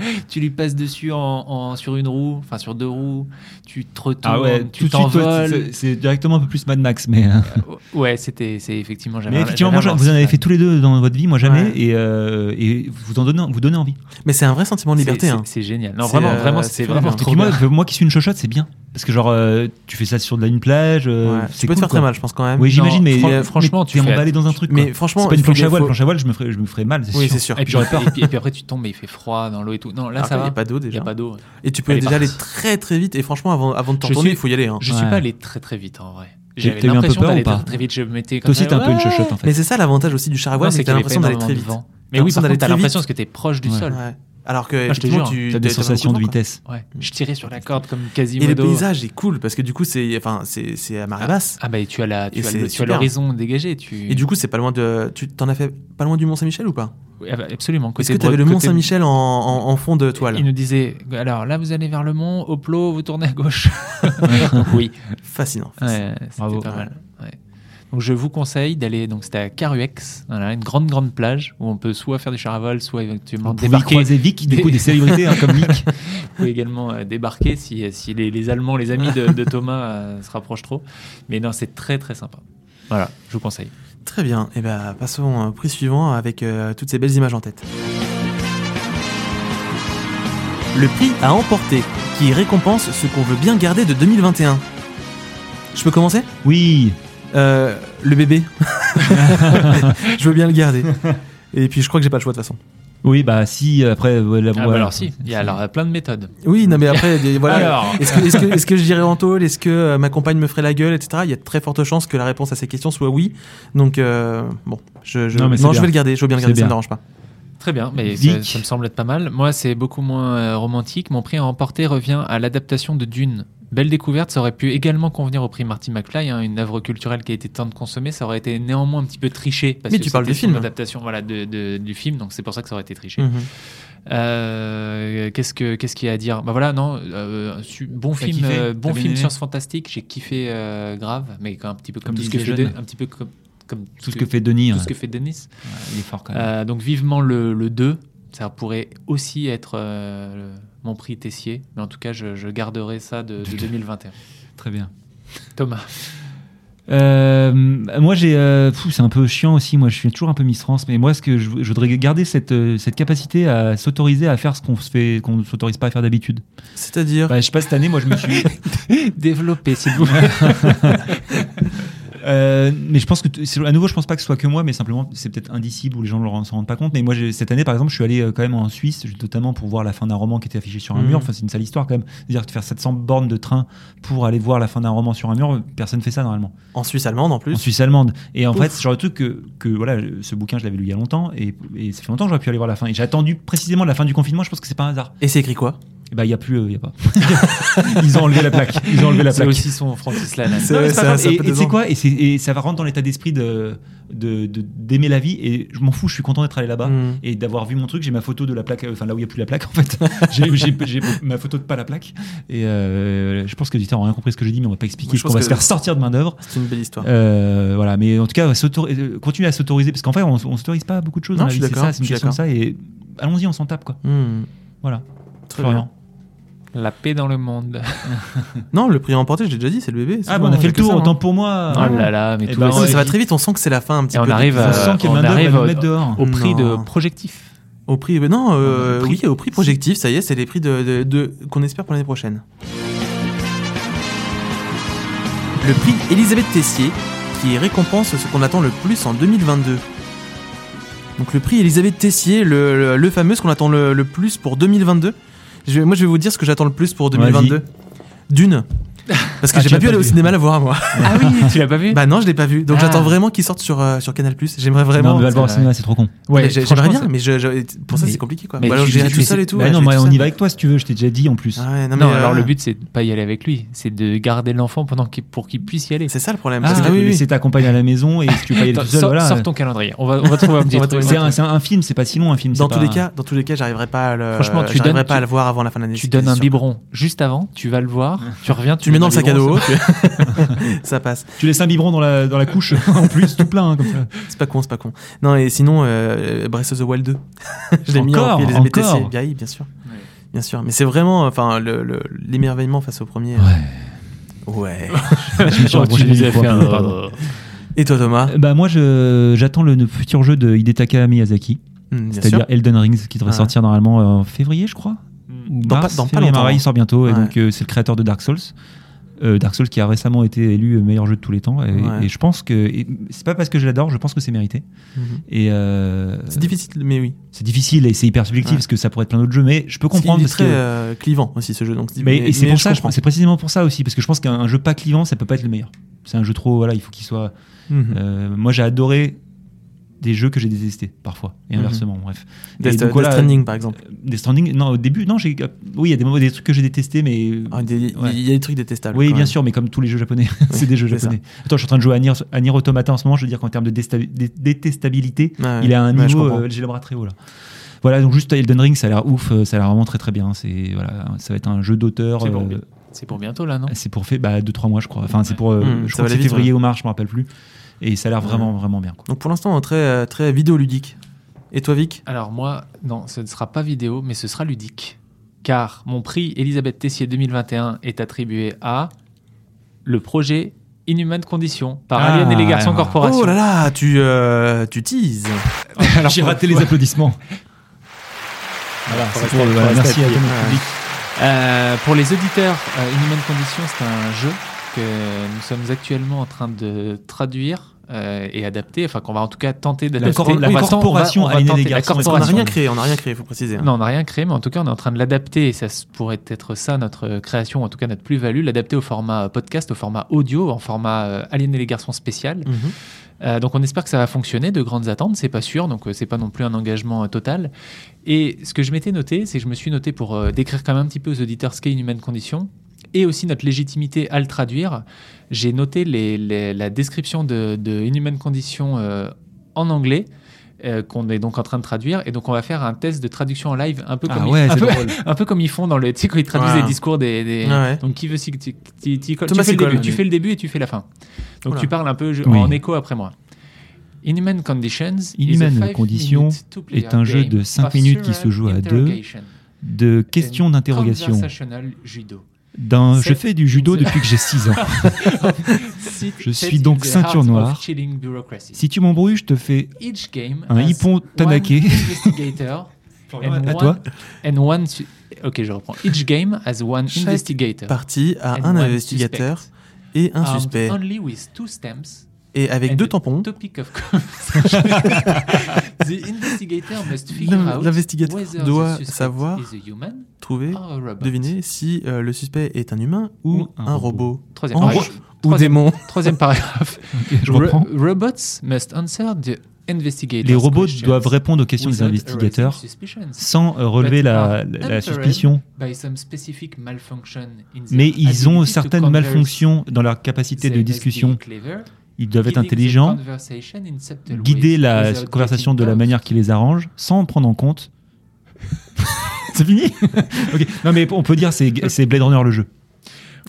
S3: [laughs] tu lui passes dessus en, en- sur une roue, enfin sur deux roues, tu te retournes,
S2: Ah ouais, tout
S3: tu
S2: de suite, toi,
S3: t'envoles. Ah,
S2: c'est- c'est directement un peu plus Mad Max, mais. euh,
S3: Ouais, c'était c'est effectivement j'avais
S2: Mais
S3: un-
S2: effectivement,
S3: j'avais
S2: moi,
S3: un
S2: vous en avez
S3: morceau.
S2: fait tous les deux dans votre vie, moi jamais,
S1: Ouais.
S2: et, euh, et vous en donnez, vous donnez envie.
S1: Mais c'est un vrai sentiment de
S3: C'est-
S1: liberté.
S3: c'est-
S1: hein.
S3: C'est génial. Non,
S1: C'est,
S3: vraiment,
S1: euh,
S3: vraiment,
S1: c'est
S3: c'est
S1: trop
S3: vraiment
S1: bien.
S2: Et
S3: trop
S2: puis moi,
S3: bien.
S2: moi qui suis une chochotte, c'est bien. Parce que genre, euh, tu fais ça sur de la- une plage,
S1: Ouais.
S2: euh, c'est
S1: Tu peux te
S2: cool,
S1: faire
S2: quoi.
S1: très mal, je pense quand même.
S2: Oui, j'imagine,
S3: Non,
S2: mais
S3: fran-
S2: mais
S3: franchement, tu
S2: t'es
S3: fais-
S2: emballé dans un truc.
S1: Mais
S2: quoi.
S1: franchement,
S2: c'est pas une
S1: il faut
S2: planche
S1: des-
S2: à voile,
S1: faut-
S2: planche à voile, je me ferais, je me ferais mal. c'est
S1: Oui,
S2: sûr.
S1: c'est sûr.
S3: Et
S1: Et
S3: puis,
S2: j'aurais
S3: après-
S2: peur.
S3: et puis- et puis après, tu tombes et il fait froid dans l'eau et tout. Non, là,
S1: Après,
S3: ça
S1: Il n'y
S3: va.
S1: a pas d'eau
S3: Il n'y
S1: déjà.
S3: a pas d'eau.
S1: Et tu peux
S3: Elle est
S1: déjà aller
S3: partie.
S1: très très vite. Et franchement, avant, avant de t'en
S3: Je
S1: tourner, il
S3: suis-
S1: faut y aller. hein.
S3: Je
S2: Ouais.
S3: suis pas allé très très vite en vrai. J'avais
S2: t'as eu un peu
S3: l'impression
S2: peur ou
S3: d'aller
S2: pas
S3: très, très vite. Je me mettais comme
S2: Toi aussi,
S3: ça,
S2: t'es un peu une
S3: ouais.
S2: chochotte hein. en fait.
S1: Mais c'est ça l'avantage aussi du char à
S3: Non,
S1: voile, c'est que
S3: qu'il
S1: t'as
S3: y avait
S1: l'impression
S3: pas
S1: d'aller très
S3: énormément de
S1: vite.
S3: vent.
S1: T'as
S3: Mais oui,
S1: l'impression
S3: par
S1: d'aller
S3: contre, t'as
S1: très vite.
S3: l'impression que t'es proche du
S2: Ouais.
S3: sol.
S1: Ouais. Alors que
S3: Ah, je te
S1: effectivement,
S3: jure,
S1: tu
S2: T'as des
S1: t'as vraiment
S2: sensations de
S1: beaucoup temps,
S2: vitesse.
S3: Ouais. Je tirais sur la corde comme
S1: quoi. Et le
S3: Quasimodo.
S1: paysage est cool parce que du coup, c'est enfin c'est c'est à marée basse.
S3: Ah bah et tu as la,
S1: Et
S3: tu as
S1: c'est
S3: le- tu as
S1: super.
S3: l'horizon dégagé. Tu...
S1: Et du coup, c'est pas loin de. Tu t'en as fait pas loin du Mont Saint-Michel ou pas
S3: Oui, ah bah, absolument.
S1: Est-ce
S3: Côté
S1: que t'avais
S3: Bre-
S1: le Mont
S3: côté-
S1: Saint-Michel en, en, en fond de toile
S3: Il nous disait alors là vous allez vers le mont, au plot vous tournez
S2: [laughs]
S3: à gauche. Donc, oui,
S1: Fascinant.
S3: ouais,
S2: Bravo.
S3: c'était pas mal. ouais. Donc je vous conseille d'aller. Donc c'était à Caruex, voilà, une grande grande plage où on peut soit faire du char à voile, soit éventuellement
S2: On pouvait y
S3: débarquer.
S2: croiser Vic, du coup, des célébrités hein, comme Vic.
S3: Vous pouvez également euh, débarquer si, si les, les Allemands, les amis de, de Thomas euh, se rapprochent trop. Mais non, c'est très très sympa. Voilà, je vous conseille.
S1: Très bien. Et ben passons au prix suivant avec euh, toutes ces belles images en tête. Le prix à emporter qui récompense ce qu'on veut bien garder de 2021. Je peux commencer
S2: Oui,
S1: Euh, [laughs] le bébé. je veux bien le garder. Et puis je crois que j'ai pas le choix de toute façon.
S2: Oui, bah si, après, voilà,
S3: Ah, bah
S2: voilà.
S3: alors si, il y a alors, plein de méthodes.
S1: Oui, non, mais après, des- voilà.
S3: Alors.
S1: Est-ce que, est-ce que, est-ce que je dirais en tôle Est-ce que euh, ma compagne me ferait la gueule, etc. Il y a de très fortes chances que la réponse à ces questions soit oui. Donc, euh, bon, je, je-
S2: Non, mais c'est
S1: je
S2: bien.
S1: vais le garder, je veux bien le garder,
S2: C'est
S1: ça ne me dérange
S2: bien.
S1: pas.
S3: Très bien, mais
S2: Vic.
S3: ça, ça me semble être pas mal. Moi, c'est beaucoup moins euh, romantique. Mon prix à emporter revient à l'adaptation de Dune. Belle découverte, ça aurait pu également convenir au prix Marty McFly, hein, une œuvre culturelle qui a été tant de consommée. Ça aurait été néanmoins un petit peu triché. Parce
S1: Mais
S3: que
S1: tu parles
S3: c'était
S1: du film.
S3: une adaptation voilà, de- de- du film, donc c'est pour ça que ça aurait été triché.
S1: Mhm.
S3: Euh, qu'est-ce que qu'est-ce qu'il y a à dire Bah voilà, non, euh, su- bon
S2: T'as
S3: film,
S2: kiffé
S3: euh, bon
S2: T'as bien
S3: film
S2: aimé
S3: science fantastique. J'ai kiffé euh, grave, mais quand- un petit peu comme,
S2: Comme tout ce
S3: Denis
S2: que fait
S3: Villeneuve,
S2: Jeune.
S3: un petit peu comme, comme
S2: Tout ce que fait Denis,
S3: tout
S2: hein,
S3: ce que fait Denis.
S2: il est fort quand même.
S3: Euh, donc vivement le, le 2, ça pourrait aussi être euh, le- mon prix Tessier, mais en tout cas je, je garderai ça de,
S2: [laughs]
S3: de 2021.
S2: Très bien.
S3: Thomas, [laughs]
S2: Euh, moi, j'ai. euh, pfou, c'est un peu chiant aussi. Moi, je suis toujours un peu Miss France, mais moi, ce que je, je voudrais garder cette, euh, cette capacité à s'autoriser à faire ce qu'on se fait, qu'on ne s'autorise pas à faire d'habitude.
S1: C'est-à-dire.
S2: Bah, je sais pas cette année, moi, je me suis.
S3: développez s'il vous plaît.
S2: [laughs] Euh, mais je pense que, t- c'est- à nouveau, je pense pas que ce soit que moi, mais simplement, c'est peut-être indicible ou les gens ne s'en rendent pas compte. Mais moi, j'ai- cette année, par exemple, je suis allé euh, quand même en Suisse, notamment pour voir la fin d'un roman qui était affiché sur un
S1: Mhm.
S2: mur. Enfin, c'est une sale histoire quand même. C'est-à-dire que faire 700 bornes de train pour aller voir la fin d'un roman sur un mur, personne fait ça normalement.
S1: En Suisse allemande en plus.
S2: En Suisse allemande. Et en
S1: Ouf.
S2: fait, c'est le genre de truc que, que, voilà, je- ce bouquin, je l'avais lu il y a longtemps, et, et ça fait longtemps que j'aurais pu aller voir la fin. Et j'ai attendu précisément la fin du confinement, je pense que c'est pas un hasard.
S1: Et c'est écrit quoi
S2: Et bah, il y a plus, euh, il y a pas. [laughs] Ils ont enlevé la plaque. Ils ont enlevé la
S3: C'est
S2: plaque.
S3: aussi son Francis Lalanne.
S1: C'est-
S2: Non, mais
S1: ouais,
S2: c'est pas
S1: ça-
S2: grave.
S1: ça peut
S2: et et tu sais
S1: descendre.
S2: quoi et, c'est- et ça va rentrer dans l'état d'esprit de de- de- d'aimer la vie. Et je m'en fous, je suis content d'être allé là-bas.
S1: Mhm.
S2: Et d'avoir vu mon truc, j'ai ma photo de la plaque, euh, enfin là où il n'y a plus la plaque en fait. [laughs] j'ai j'ai- j'ai ma photo de pas la plaque. Et euh, je pense que les auditeurs ont rien compris ce que j'ai dit, mais on va pas expliquer.
S1: Moi, je
S2: parce qu'on
S1: pense
S2: va
S1: que- Ah.
S2: se faire sortir de main d'œuvre.
S1: C'est une belle histoire.
S2: Euh, voilà, mais en tout cas, s'autor- euh, continuer à s'autoriser, parce qu'en fait, on, on s'autorise pas à beaucoup de choses.
S1: Non,
S2: dans
S1: je
S2: la
S1: suis
S2: vie, c'est
S1: d'accord,
S2: ça, c'est une
S1: je suis
S2: question de ça, et allons-y, on s'en tape, quoi.
S1: Mhm.
S2: Voilà.
S1: Très
S2: Florian.
S1: bien.
S3: La paix dans le monde.
S1: Non, le prix à emporter, je l'ai déjà dit, c'est le bébé. c'est
S2: Ah,
S1: bon,
S2: bon, on a fait le
S1: que
S2: tour,
S1: ça, hein.
S2: autant pour moi.
S3: Oh là là, mais
S2: Eh
S3: tout
S2: ben,
S3: va
S1: Non, mais
S3: si
S1: ça va
S3: vite.
S1: très vite, on sent que c'est la fin un petit
S3: Et on
S1: peu.
S3: arrive
S2: on
S3: à-
S2: sent qu'il y a
S3: on
S2: main d'œuvre, elle
S3: arrive
S2: va nous
S3: au-
S2: mettre dehors.
S3: Au prix
S1: Non.
S3: de projectif.
S1: Au prix. mais Non, euh,
S3: Au prix.
S1: oui, au prix projectif, ça y est, c'est les prix de, de- de- qu'on espère pour l'année prochaine. Le prix Elisabeth Tessier, qui récompense ce qu'on attend le plus en 2022. Donc le prix Elisabeth Tessier, le, le- le fameux, ce qu'on attend le, le plus pour 2022. Je vais- moi, je vais vous dire ce que j'attends le plus pour 2022. D'une. Parce que
S2: Ah,
S1: j'ai
S2: tu
S1: pas
S2: l'as
S1: pu
S2: pas
S1: aller au
S2: vu.
S1: cinéma la voir, moi.
S3: Ah oui, [laughs] tu l'as pas vu
S1: bah non, je l'ai pas vu. Donc
S3: Ah.
S1: j'attends vraiment qu'il sorte sur, euh, sur Canal+. J'aimerais vraiment...
S2: non, mais va le voir au
S3: c'est
S2: cinéma, c'est trop con.
S1: Mais j'ai- J'aimerais bien, mais je, je- pour ça
S3: Mais-
S1: c'est compliqué quoi.
S3: mais
S1: Bah alors
S3: tu-
S1: j'irai
S3: tu
S1: tout
S3: sais-
S1: seul et tout.
S2: Bah
S1: ouais,
S2: non,
S1: j'irai
S2: moi,
S1: tout
S2: on
S1: seul.
S2: y va avec toi si tu veux, je t'ai déjà dit en plus.
S1: Ah ouais, non,
S3: Non,
S1: mais,
S3: alors
S1: euh,
S3: le but c'est de pas y aller avec lui, c'est de garder l'enfant pendant qu'il- pour qu'il puisse y aller.
S1: c'est ça le problème.
S2: Ah,
S1: parce que- oui, oui.
S2: laisser ta compagne à la maison et si tu veux pas y aller
S3: Attends,
S2: tout seul,
S3: sors,
S2: voilà.
S3: sors ton calendrier, on va, on
S1: [laughs]
S3: va trouver un petit
S2: C'est
S3: truc.
S2: un, c'est un film, c'est pas si long un film.
S1: Dans
S2: c'est
S1: tous
S2: pas-
S1: les cas, dans tous les cas, j'arriverai pas à le.
S3: Franchement, tu
S1: j'arriverai
S3: donnes-
S1: pas à
S3: tu-
S1: le voir avant la fin de l'année.
S3: Tu
S1: c'est
S3: donnes un
S1: sûr.
S3: biberon juste avant, tu vas le voir, tu reviens,
S1: Tu le mets dans le sac à
S3: biberon,
S1: dos. [laughs] Ça passe.
S2: Tu laisses un biberon dans la, dans la couche [laughs] en plus, tout plein, hein, comme ça.
S1: C'est pas con, c'est pas con. Non et sinon, euh, Breath of the Wild 2. [laughs] Je l'ai mis en
S2: Encore,
S1: prix Elisabeth
S2: encore.
S1: Tessier. Bien, Bah oui, bien sûr. Bien sûr, mais c'est vraiment, enfin, le- le- l'émerveillement face au premier. Ouais.
S2: Je [laughs] me suis
S3: Oh,
S2: rapproché
S3: tu
S2: du
S3: nous as
S2: micro,
S3: fait un-
S2: pardon.
S1: Et toi, Thomas
S2: Bah moi, je- j'attends le, le futur jeu de Hidetaka Miyazaki,
S1: Hum, Bien sûr.
S2: c'est-à-dire Elden Rings, qui devrait
S1: Ouais.
S2: sortir normalement euh, en février, je crois. Ou
S1: Dans
S2: mars,
S1: pas- dans pas
S2: février,
S1: longtemps,
S2: mars,
S1: hein.
S2: il sort bientôt, et
S1: Ouais.
S2: donc euh, c'est le créateur de Dark Souls. Euh, Dark Souls qui a récemment été élu meilleur jeu de tous les temps, et,
S1: Ouais.
S2: et je pense que et c'est pas parce que je l'adore, je pense que c'est mérité.
S1: Mhm.
S2: Et euh,
S1: C'est difficile, mais oui.
S2: c'est difficile et c'est hyper subjectif
S1: Ouais.
S2: parce que ça pourrait être plein d'autres jeux, mais je peux
S1: Parce qu'il
S2: comprendre
S1: est
S2: parce
S1: très
S2: que-
S1: euh, clivant aussi ce jeu. Donc,
S2: Mais, et c'est pour ça, je
S1: comprends.
S2: pense- c'est précisément pour ça aussi, parce que je pense qu'un un jeu pas clivant, ça peut pas être le meilleur. C'est un jeu trop, voilà, il faut qu'il soit.
S1: Mhm.
S2: Euh, moi, j'ai adoré des jeux que j'ai détestés parfois, et
S1: Mhm.
S2: inversement, bref. Et
S1: Death,
S2: donc,
S1: Death
S2: voilà, euh,
S1: Stranding, par exemple.
S2: Death Stranding, non, au début, non, j'ai, euh, oui, il y a des, moments- des trucs que j'ai détestés, mais.
S1: Ah, des- Il
S2: ouais.
S1: y a des trucs détestables.
S2: Oui,
S1: quand
S2: bien
S1: même.
S2: sûr, mais comme tous les jeux japonais, [laughs] c'est des jeux
S1: c'est ça.
S2: japonais. Attends, je suis en train de jouer à Nier, à Nier Automata en ce moment, je veux dire qu'en termes de désta- dé- détestabilité,
S1: Ouais,
S2: il a un
S1: ouais, je
S2: niveau,
S1: comprends.
S2: euh, j'ai le bras très haut là. Voilà, donc juste Elden Ring, ça a l'air ouf, euh, ça a l'air vraiment très très bien. C'est, voilà, ça va être un jeu d'auteur.
S3: C'est bon.
S2: euh,
S3: C'est pour bientôt là, non
S2: C'est pour fait bah, 2-3 mois, je crois. Enfin, c'est pour. euh,
S1: Mm,
S2: je
S1: ça
S2: crois
S1: va
S2: que c'est
S1: vite,
S2: février ou mars, je me rappelle plus. Et ça a l'air vraiment,
S1: [laughs]
S2: vraiment bien. Quoi.
S1: Donc pour l'instant, très, euh, très vidéoludique. Et toi, Vic
S3: Alors moi, non, ce ne sera pas vidéo, mais ce sera ludique. Car mon prix Elisabeth Tessier 2021 est attribué à le projet Inhuman Condition par
S2: Ah,
S3: Alien et les garçons
S2: ah.
S3: corporation.
S1: Oh là là, tu, euh, tu teases
S2: Alors, J'ai raté les applaudissements. Voilà,
S3: Faut
S2: c'est
S3: rester-
S2: pour-
S3: faut
S2: voilà,
S3: rester
S2: merci à
S3: appuyé.
S2: tout
S1: Ouais.
S2: notre public.
S3: Euh, pour les auditeurs, euh, Inhuman Condition, c'est un jeu que nous sommes actuellement en train de traduire euh, et adapter, enfin qu'on va en tout cas tenter
S2: La,
S3: d'adapter.
S2: cor- la
S3: On va tenter-
S2: corporation
S3: on va
S2: aliénée
S3: tenter-
S2: des
S3: la
S2: garçons.
S1: On n'a
S3: corporation.
S1: rien créé, on n'a rien créé, faut préciser. hein.
S3: Non, on n'a rien créé, mais en tout cas, on est en train de l'adapter, et ça s- pourrait être ça notre création, en tout cas notre plus-value, l'adapter au format euh, podcast, au format audio, en format euh, Alien et les garçons spécial.
S1: Mhm.
S3: Euh, donc on espère que ça va fonctionner, de grandes attentes, c'est pas sûr, donc euh, c'est pas non plus un engagement euh, total. Et ce que je m'étais noté, c'est que je me suis noté pour euh, décrire quand même un petit peu aux auditeurs ce qu'est une humaine condition et aussi notre légitimité à le traduire. J'ai noté les- les- la description de, de une humaine condition euh, en anglais. euh, qu'on est donc en train de traduire et donc on va faire un test de traduction en live un peu comme
S2: Ah
S3: ils-
S2: ouais,
S3: un
S2: c'est
S3: peu-
S2: drôle.
S3: un peu comme ils font dans le tu sais quand ils traduisent
S1: Ouais.
S3: les discours des, des-
S1: Ouais.
S3: donc qui veut si tu, tu- tu- tu
S1: Thomas
S3: fais le
S1: Sicole,
S3: début, tu
S1: lui.
S3: fais le début et tu fais la fin donc
S1: Oula.
S3: tu parles un peu je-
S2: Oui.
S3: en écho après moi Inhuman Conditions
S2: Inhuman
S3: is a five
S2: Conditions
S3: minute two-player
S2: est un jeu
S3: game
S2: de cinq
S3: of
S2: minutes qui
S3: serial
S2: se joue à deux.
S3: interrogation
S2: De questions
S3: and
S2: d'interrogation.
S3: conversational judo.
S2: D'un- Je
S3: Sept.
S2: fais du judo depuis que j'ai 6 ans.
S3: Sit-
S2: [laughs] Je
S3: set
S2: suis
S3: in
S2: donc
S3: the
S2: ceinture
S3: heart of
S2: noire.
S3: chilling bureaucracy.
S2: Si tu m'embrouilles, je te fais
S3: Each game
S2: Un
S3: has
S2: hippon
S3: one
S2: Tanake.
S3: investigator and
S2: [laughs] à
S3: one-
S2: toi.
S3: and one su- Ok, je reprends. Each game has one
S1: Chaque
S3: investigator
S1: Parti à
S3: and
S1: un
S3: one
S1: investigateur
S3: suspect, Ah,
S1: et un
S3: armed
S1: suspect.
S3: Only with two stamps
S1: Et avec
S3: and
S1: deux
S3: the
S1: tampons,
S3: topic of
S1: [laughs]
S3: conversation. the investigator must figure
S1: L'in-
S3: out
S1: l'investigateur
S3: whether
S1: doit
S3: the suspect
S1: savoir
S3: is a human
S1: trouver,
S3: or a robot.
S1: deviner si euh, le suspect est un humain ou
S2: Ou un
S1: un robot.
S3: Troisième
S1: En
S3: paragraphe.
S1: Ou
S3: Troisième-
S1: démon.
S3: Troisième
S1: [laughs]
S3: paragraphe.
S2: Je reprends.
S3: Ro- robots must answer the investigator's
S2: Les robots
S3: questions
S2: doivent répondre aux questions des
S3: without
S2: investigateurs
S3: raising suspicions
S2: sans euh, relever
S3: But
S2: la,
S3: are
S2: la- la
S3: emperor.
S2: suspicion.
S3: by some specific malfunction in their
S2: Mais ils ont
S3: ability to
S2: certaines
S3: converse.
S2: malfonctions dans leur capacité
S3: They
S2: de
S3: must be
S2: discussion.
S3: clever,
S2: Ils doivent être
S3: guiding the
S2: intelligents,
S3: conversation in subtle
S2: guider
S3: ways
S2: la
S3: without
S2: conversation
S3: getting
S2: de la
S3: off.
S2: manière qui les arrange, sans prendre en compte. c'est fini [laughs] Ok. Non mais on peut dire c'est c'est Blade Runner le jeu.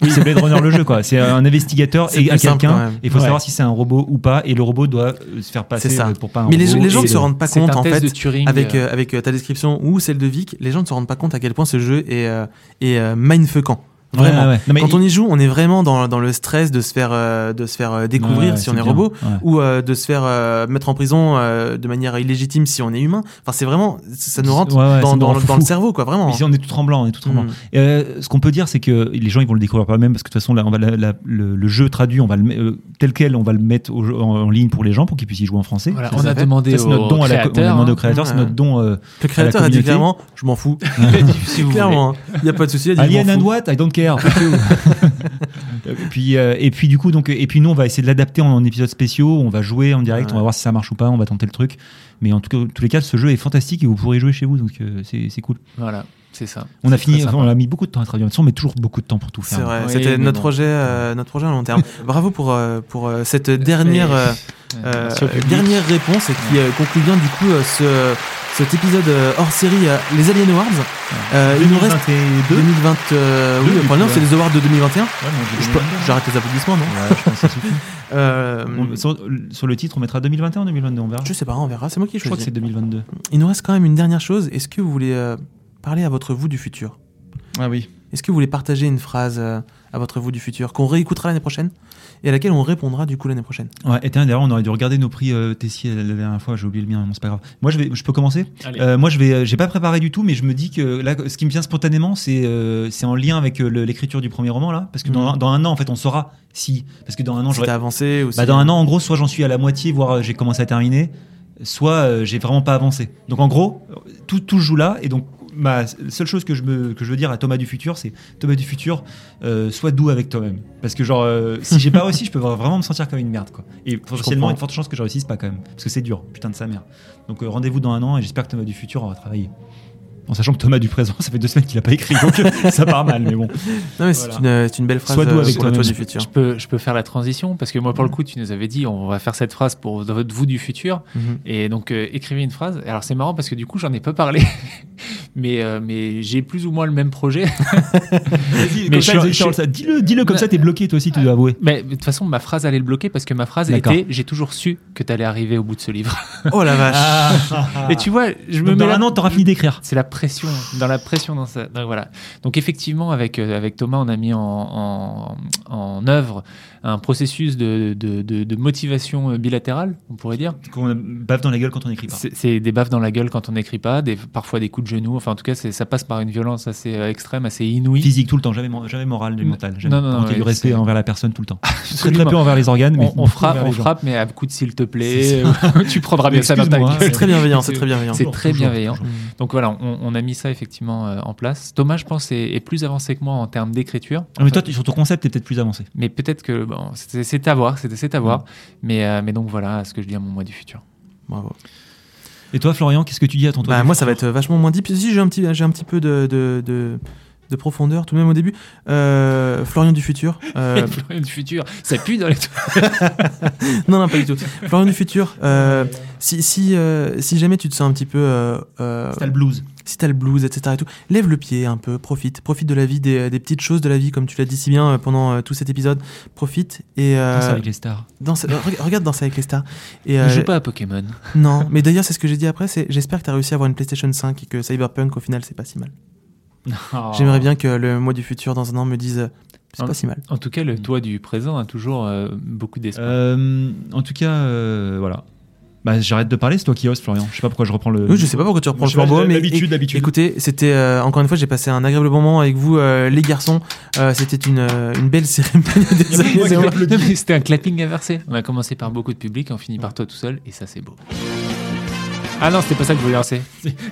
S2: C'est Blade Runner le jeu quoi. C'est un investigateur
S1: C'est
S2: et à
S1: plus simple, quand
S2: quelqu'un.
S1: même.
S2: Et il faut
S4: Ouais.
S2: savoir si c'est un robot ou pas. Et le robot doit euh, se faire passer
S1: C'est ça.
S2: euh, pour pas un
S1: Mais les,
S2: robot.
S1: les gens
S2: Et
S1: ne se rendent pas
S3: C'est
S1: compte,
S3: un
S1: en
S3: test
S1: fait,
S3: de Turing.
S1: avec, euh, avec euh, ta description ou celle de Vic, les gens ne se rendent pas compte à quel point ce jeu est, euh, est euh, mindfuckant.
S2: Ouais,
S1: Vraiment.
S2: ouais. Non, mais
S1: Quand
S2: il-
S1: on y joue, on est vraiment dans, dans le stress de se faire, euh, de se faire euh, découvrir
S2: Ouais,
S1: si
S2: c'est
S1: on est
S2: bien.
S1: robot
S2: Ouais.
S1: ou euh, de se faire euh, mettre en prison euh, de manière illégitime si on est humain. Enfin, c'est vraiment, ça nous rentre
S2: Ouais, ouais, ça
S1: dans,
S2: nous
S1: dans
S2: rend
S1: le- dans le
S2: fou.
S1: cerveau, quoi,
S2: Mais
S1: vraiment. hein.
S2: si on est tout tremblant, on est tout tremblant.
S1: Ah. Mm.
S2: Et, euh, ce qu'on peut dire, c'est que les gens ils vont le découvrir par eux-mêmes parce que de toute façon, là, on va la- la- le, le jeu traduit, on va le met- euh, tel quel, on va le mettre au jeu- en, en ligne pour les gens pour qu'ils puissent y jouer en français.
S3: Voilà,
S1: Ça,
S3: on
S1: ça
S3: a
S1: fait-
S3: demandé
S2: Ça, c'est notre
S3: au
S2: don à la, on
S3: créateur,
S2: demande
S3: hein.
S2: au créateur, c'est
S1: Ouais.
S2: notre don. euh,
S1: Le créateur a dit
S2: communauté.
S1: clairement, je m'en
S2: [laughs]
S1: fous. [laughs]
S3: Si vous
S1: Clairement, il n'y a pas de souci. il a dit, je
S2: Alien
S1: m'en
S2: and
S1: fous.
S2: what I don't care. Fuck you.
S1: [laughs]
S2: et puis euh, et puis du coup donc et puis nous on va essayer de l'adapter en, en épisodes spéciaux. On va jouer en direct,
S1: Ouais.
S2: on va voir si ça marche ou pas, on va tenter le truc. Mais en tout cas, tous les cas, ce jeu est fantastique et vous pourrez y jouer chez vous, donc euh, c'est c'est cool.
S3: voulez. Voilà, c'est ça.
S2: On a
S3: C'est
S2: fini,
S3: très
S2: enfin,
S3: sympa.
S2: on a mis beaucoup de temps à traduire, mais toujours beaucoup de temps pour tout faire.
S1: C'est vrai,
S3: Oui,
S1: c'était
S3: mais
S1: notre
S3: bon.
S1: projet, euh, notre projet à long terme. Bravo pour euh, pour euh, cette dernière euh, euh,
S3: Merci au public.
S1: dernière réponse et qui euh, conclut bien du coup euh, ce cet épisode euh, hors série euh, les Alien Awards. Euh, il nous reste
S2: 2022.
S1: 2020. euh, oui,
S2: Deux,
S1: enfin,
S2: du
S1: non,
S2: coup,
S1: c'est
S2: ouais.
S1: les awards de 2021.
S2: Ouais, mais on dit
S1: Je
S2: 2022.
S1: peux- J'arrête les applaudissements, non
S2: Ouais, je pense que ça suffit.
S1: Euh,
S2: On- sur, sur le titre, on mettra 2021 ou 2022, on verra.
S1: Je sais pas, on verra. C'est moi qui
S2: Je crois que
S1: choisis.
S2: c'est 2022.
S1: Il nous reste quand même une dernière chose. Est-ce que vous voulez euh, parler à votre vous du futur
S2: Ah oui.
S1: Est-ce que vous voulez partager une phrase euh, à votre vous du futur qu'on réécoutera l'année prochaine et à laquelle on répondra du coup l'année prochaine
S2: Ouais, et tiens, d'ailleurs, on aurait dû regarder nos prix euh, Tessier la dernière fois, j'ai oublié le mien, mais bon, c'est pas grave. Moi, je, vais, je peux commencer
S3: Allez.
S2: Euh, Moi, je vais, euh, j'ai pas préparé du tout, mais je me dis que là, ce qui me vient spontanément, c'est euh, c'est en lien avec euh, le- l'écriture du premier roman, là. Parce que dans,
S1: Mhm.
S2: dans un an, en fait, on saura si. Parce que dans un an,
S1: Si
S2: j'aurais
S1: t'as avancé ou si-
S2: Bah, dans un an, en gros, soit j'en suis à la moitié, voire euh, j'ai commencé à terminer, soit euh, j'ai vraiment pas avancé. Donc en gros, euh, tout, tout se joue là. Et donc, ma seule chose que je, me, que je veux dire à Thomas du futur, c'est Thomas du futur, euh, sois doux avec toi-même. Parce que, genre, euh, si j'ai pas réussi, je peux vraiment me sentir comme une merde. Quoi. Et potentiellement,
S1: comprends.
S2: une forte chance que je réussisse pas quand même. Parce que c'est dur, putain de sa mère. Donc euh, rendez-vous dans un an et j'espère que Thomas du futur aura travaillé. En sachant que Thomas du présent, ça fait deux semaines qu'il a pas écrit, donc [laughs] ça part mal, mais bon.
S1: Non, mais c'est
S2: Voilà.
S1: une, euh, c'est une belle phrase
S2: Sois doux
S1: euh,
S2: avec
S1: pour le
S2: toi-même.
S1: toi du
S2: [laughs]
S1: futur.
S3: Je peux, je peux faire la transition parce que moi, pour le coup, tu nous avais dit on va faire cette phrase pour votre vous du futur.
S1: Mhm.
S3: Et donc, euh, écrivez une phrase. Alors, c'est marrant parce que du coup, j'en ai pas parlé. [laughs] mais euh, mais j'ai plus ou moins le même projet. [laughs]
S2: Vas-y,
S3: comme ça, les auditeurs le
S2: dis-le, dis-le, comme ça t'es bloqué toi aussi, tu dois avouer.
S3: Mais de toute façon, ma phrase allait le bloquer parce que ma phrase
S2: D'accord.
S3: était j'ai toujours su que t'allais arriver au bout de ce livre.
S1: Oh la vache
S2: Ah.
S3: Et tu vois, je me
S2: Donc,
S3: mets
S2: dans
S3: là-
S2: un an, t'auras fini d'écrire.
S3: C'est la pression, dans la pression dans ça. Donc voilà. Donc effectivement, avec, euh, avec Thomas, on a mis en, en, en œuvre un processus de, de, de- de motivation euh, bilatérale, on pourrait dire.
S2: qu'on bave dans la gueule quand on écrit pas.
S3: C'est c'est des baffes dans la gueule quand on n'écrit pas, des, parfois des coups de genoux. Enfin, en tout cas, c'est- ça passe par une violence assez euh, extrême, assez inouïe.
S2: Physique tout le temps, jamais, mo- jamais morale ni
S3: Non,
S2: mentale.
S3: non,
S2: Jamais.
S3: non,
S2: Par contre, il y a du
S3: ouais,
S2: respect
S3: c'est-
S2: envers la personne tout le temps. Très, très
S3: Absolument.
S2: peu envers les organes, mais
S3: on, on frappe,
S2: envers les
S3: on
S2: gens.
S3: frappe, mais à coups de s'il te
S2: C'est
S3: plaît, ou [laughs] tu prendras bien ça dans ta
S2: Excuse-moi,
S3: gueule.
S1: C'est très bienveillant, c'est très bienveillant. Mm.
S3: C'est très
S2: toujours,
S3: bienveillant.
S2: toujours.
S3: Donc voilà, on, on a mis ça effectivement euh, en place. Thomas, je pense, est, est plus avancé que moi en termes d'écriture.
S2: Ah, mais toi, tu- sur ton concept, t'es peut-être plus avancé.
S3: Mais peut-être que bon, c'est c'est à voir, c'est c'est à
S1: Mm.
S3: voir. Mais, euh, mais donc voilà ce que je dis à mon mois du futur.
S1: Bravo.
S2: Et toi, Florian, qu'est-ce que tu dis à ton tour
S1: Bah, moi, ça va être vachement moins deep. Si, j'ai un petit, j'ai un petit peu de, de, de, de profondeur, tout de même au début. Euh, Florian du futur. [laughs]
S3: [laughs]
S1: euh,
S3: Florian du futur, ça pue dans les
S1: non, non, pas du tout. Florian du futur. euh, si, si, euh, si jamais tu te sens un petit peu. euh, euh,
S2: le blues.
S1: si t'as le blues, etc. Et tout, lève le pied un peu, profite. Profite de la vie, des, des petites choses de la vie, comme tu l'as dit si bien euh, pendant euh, tout cet épisode. Profite et. euh,
S2: avec les stars.
S1: danse- euh, reg- regarde Danser avec les stars. Et,
S3: Je
S1: euh,
S3: joue pas à Pokémon.
S1: Non, mais d'ailleurs, c'est ce que j'ai dit après c'est j'espère que t'as réussi à avoir une PlayStation 5 et que Cyberpunk, au final, c'est pas si mal.
S2: Ah.
S1: J'aimerais bien que le mois du futur, dans un an, me dise euh, c'est
S3: Hein
S1: pas si mal.
S3: Oh. En tout cas, le toit du présent a toujours euh, beaucoup d'espoir.
S2: Euh, en tout cas, euh, voilà. Bah, j'arrête de parler, c'est toi qui host, Florian. Je sais pas pourquoi je reprends le.
S1: Oui, je sais pas pourquoi tu reprends
S2: Je
S1: le
S2: sais pas,
S1: flambeau, mais
S2: Euh, l'habitude, l'habitude.
S1: écoutez, c'était euh, encore une fois, j'ai passé un agréable moment avec vous, euh, les garçons. Euh, c'était une, euh, une belle cérémonie des années
S3: [laughs] Non,
S1: 80.
S3: mais C'était un clapping inversé. On a commencé par beaucoup de public, on finit par toi tout seul, et ça c'est beau. Ah non, c'était pas ça que je voulais lancer.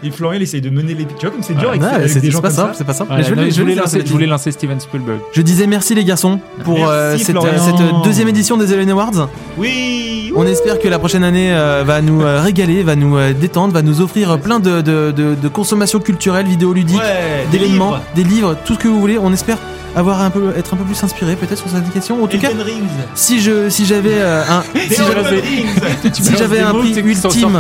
S2: Et Florian, il essaye de mener les. Tu vois, comme c'est
S3: dur
S2: dur
S1: Ah, Ouais, c'est- c'est pas simple, c'est pas simple.
S3: Voilà,
S1: Mais Ah, je,
S3: non,
S1: voulais-
S3: je
S1: je voulais
S3: voulais
S1: faire
S3: lancer,
S1: cette
S3: je voulais lancer Steven Spielberg.
S1: Je disais merci les garçons pour euh,
S2: Merci,
S1: cette, euh,
S2: Florian.
S1: cette, euh, deuxième édition des Ellen Awards.
S2: Oui
S1: On espère que la prochaine année euh, va nous euh, régaler, va nous euh, détendre, va nous offrir euh, plein de, de, de, de consommations culturelles, vidéoludiques,
S2: Ouais,
S1: d'événements, des livres, tout ce que vous voulez. On espère avoir un peu, être un peu plus inspiré peut-être sur cette indication. En tout cas, si je, si j'avais euh,
S2: [laughs]
S1: un, si j'avais- si j'avais un prix ultime,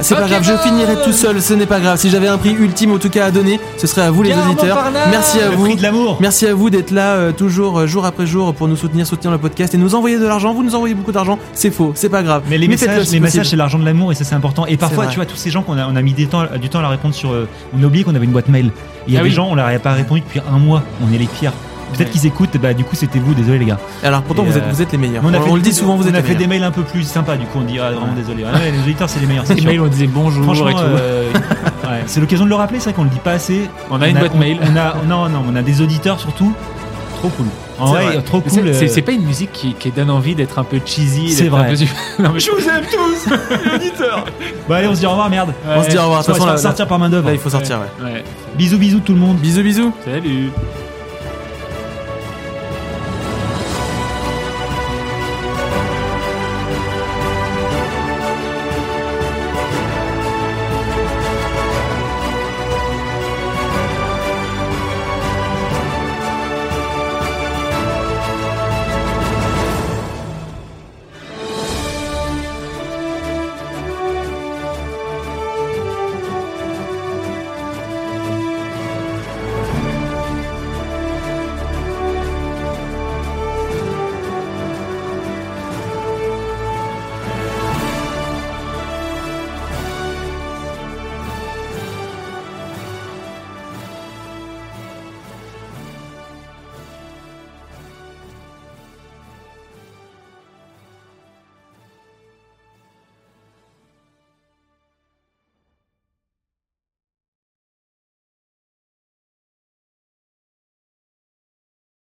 S1: c'est pas grave, je
S2: bah
S1: finirai tout seul. Ce n'est pas grave. Si j'avais un prix ultime, en tout cas à donner, ce serait à vous les
S3: Garde
S1: auditeurs.
S3: Montparnasse
S1: Merci à
S2: Le
S1: vous.
S2: prix de l'amour.
S1: Merci à vous d'être là euh, toujours euh, jour après jour pour nous soutenir, soutenir le podcast et nous envoyer de l'argent. Vous nous envoyez beaucoup d'argent, c'est faux, c'est pas grave.
S2: Mais les
S1: faites-le
S2: messages,
S1: si
S2: les
S1: possible.
S2: messages, c'est l'argent de l'amour et ça c'est important. Et parfois,
S1: vrai.
S2: tu vois, tous ces gens qu'on a, on a mis des temps, du temps à la répondre sur, euh, on a oublié qu'on avait une boîte mail. Et Il y a
S3: Ah
S2: des
S3: oui.
S2: gens, on leur a pas répondu depuis un mois. On est les pires. Peut-être
S3: Ouais.
S2: qu'ils écoutent. Bah, du coup, c'était vous. Désolé les gars.
S1: Alors pourtant
S2: Et,
S1: vous
S2: euh,
S1: êtes vous êtes les meilleurs.
S2: Mais
S1: On,
S2: a fait
S1: on le
S2: des-
S1: dit souvent, vous
S2: on
S1: êtes
S2: a
S1: les
S2: fait des
S1: meilleurs.
S2: mails un peu plus sympas. Du coup, on dit ah, vraiment
S1: Ouais.
S2: désolé. Ah ouais, les auditeurs, c'est les meilleurs. c'est
S3: Les
S2: sûr.
S3: mails, on disait bonjour
S2: Franchement,
S3: et tout.
S1: [laughs]
S2: euh, ouais, c'est l'occasion de le rappeler. C'est vrai qu'on le dit pas assez.
S3: On a une boîte
S2: on-
S3: mail.
S2: On a, non, non, on a des auditeurs surtout. Trop cool. En
S1: C'est
S2: vrai,
S1: vrai.
S2: trop cool.
S3: Mais c'est- c'est-
S2: euh,
S3: C'est pas une musique qui, qui donne envie d'être un peu cheesy.
S2: C'est
S3: d'être un
S2: vrai.
S3: peu- [laughs] Non, mais je-
S2: vous aime tous, les auditeurs. Bah allez, on se dit au revoir, merde.
S1: On se dit au revoir.
S2: On
S1: De toute façon,
S2: va
S1: là-
S2: sortir par main d'œuvre.
S1: Là il faut sortir. ouais.
S3: Ouais.
S2: Bisous, bisous tout le monde.
S1: Bisous bisous.
S3: Salut.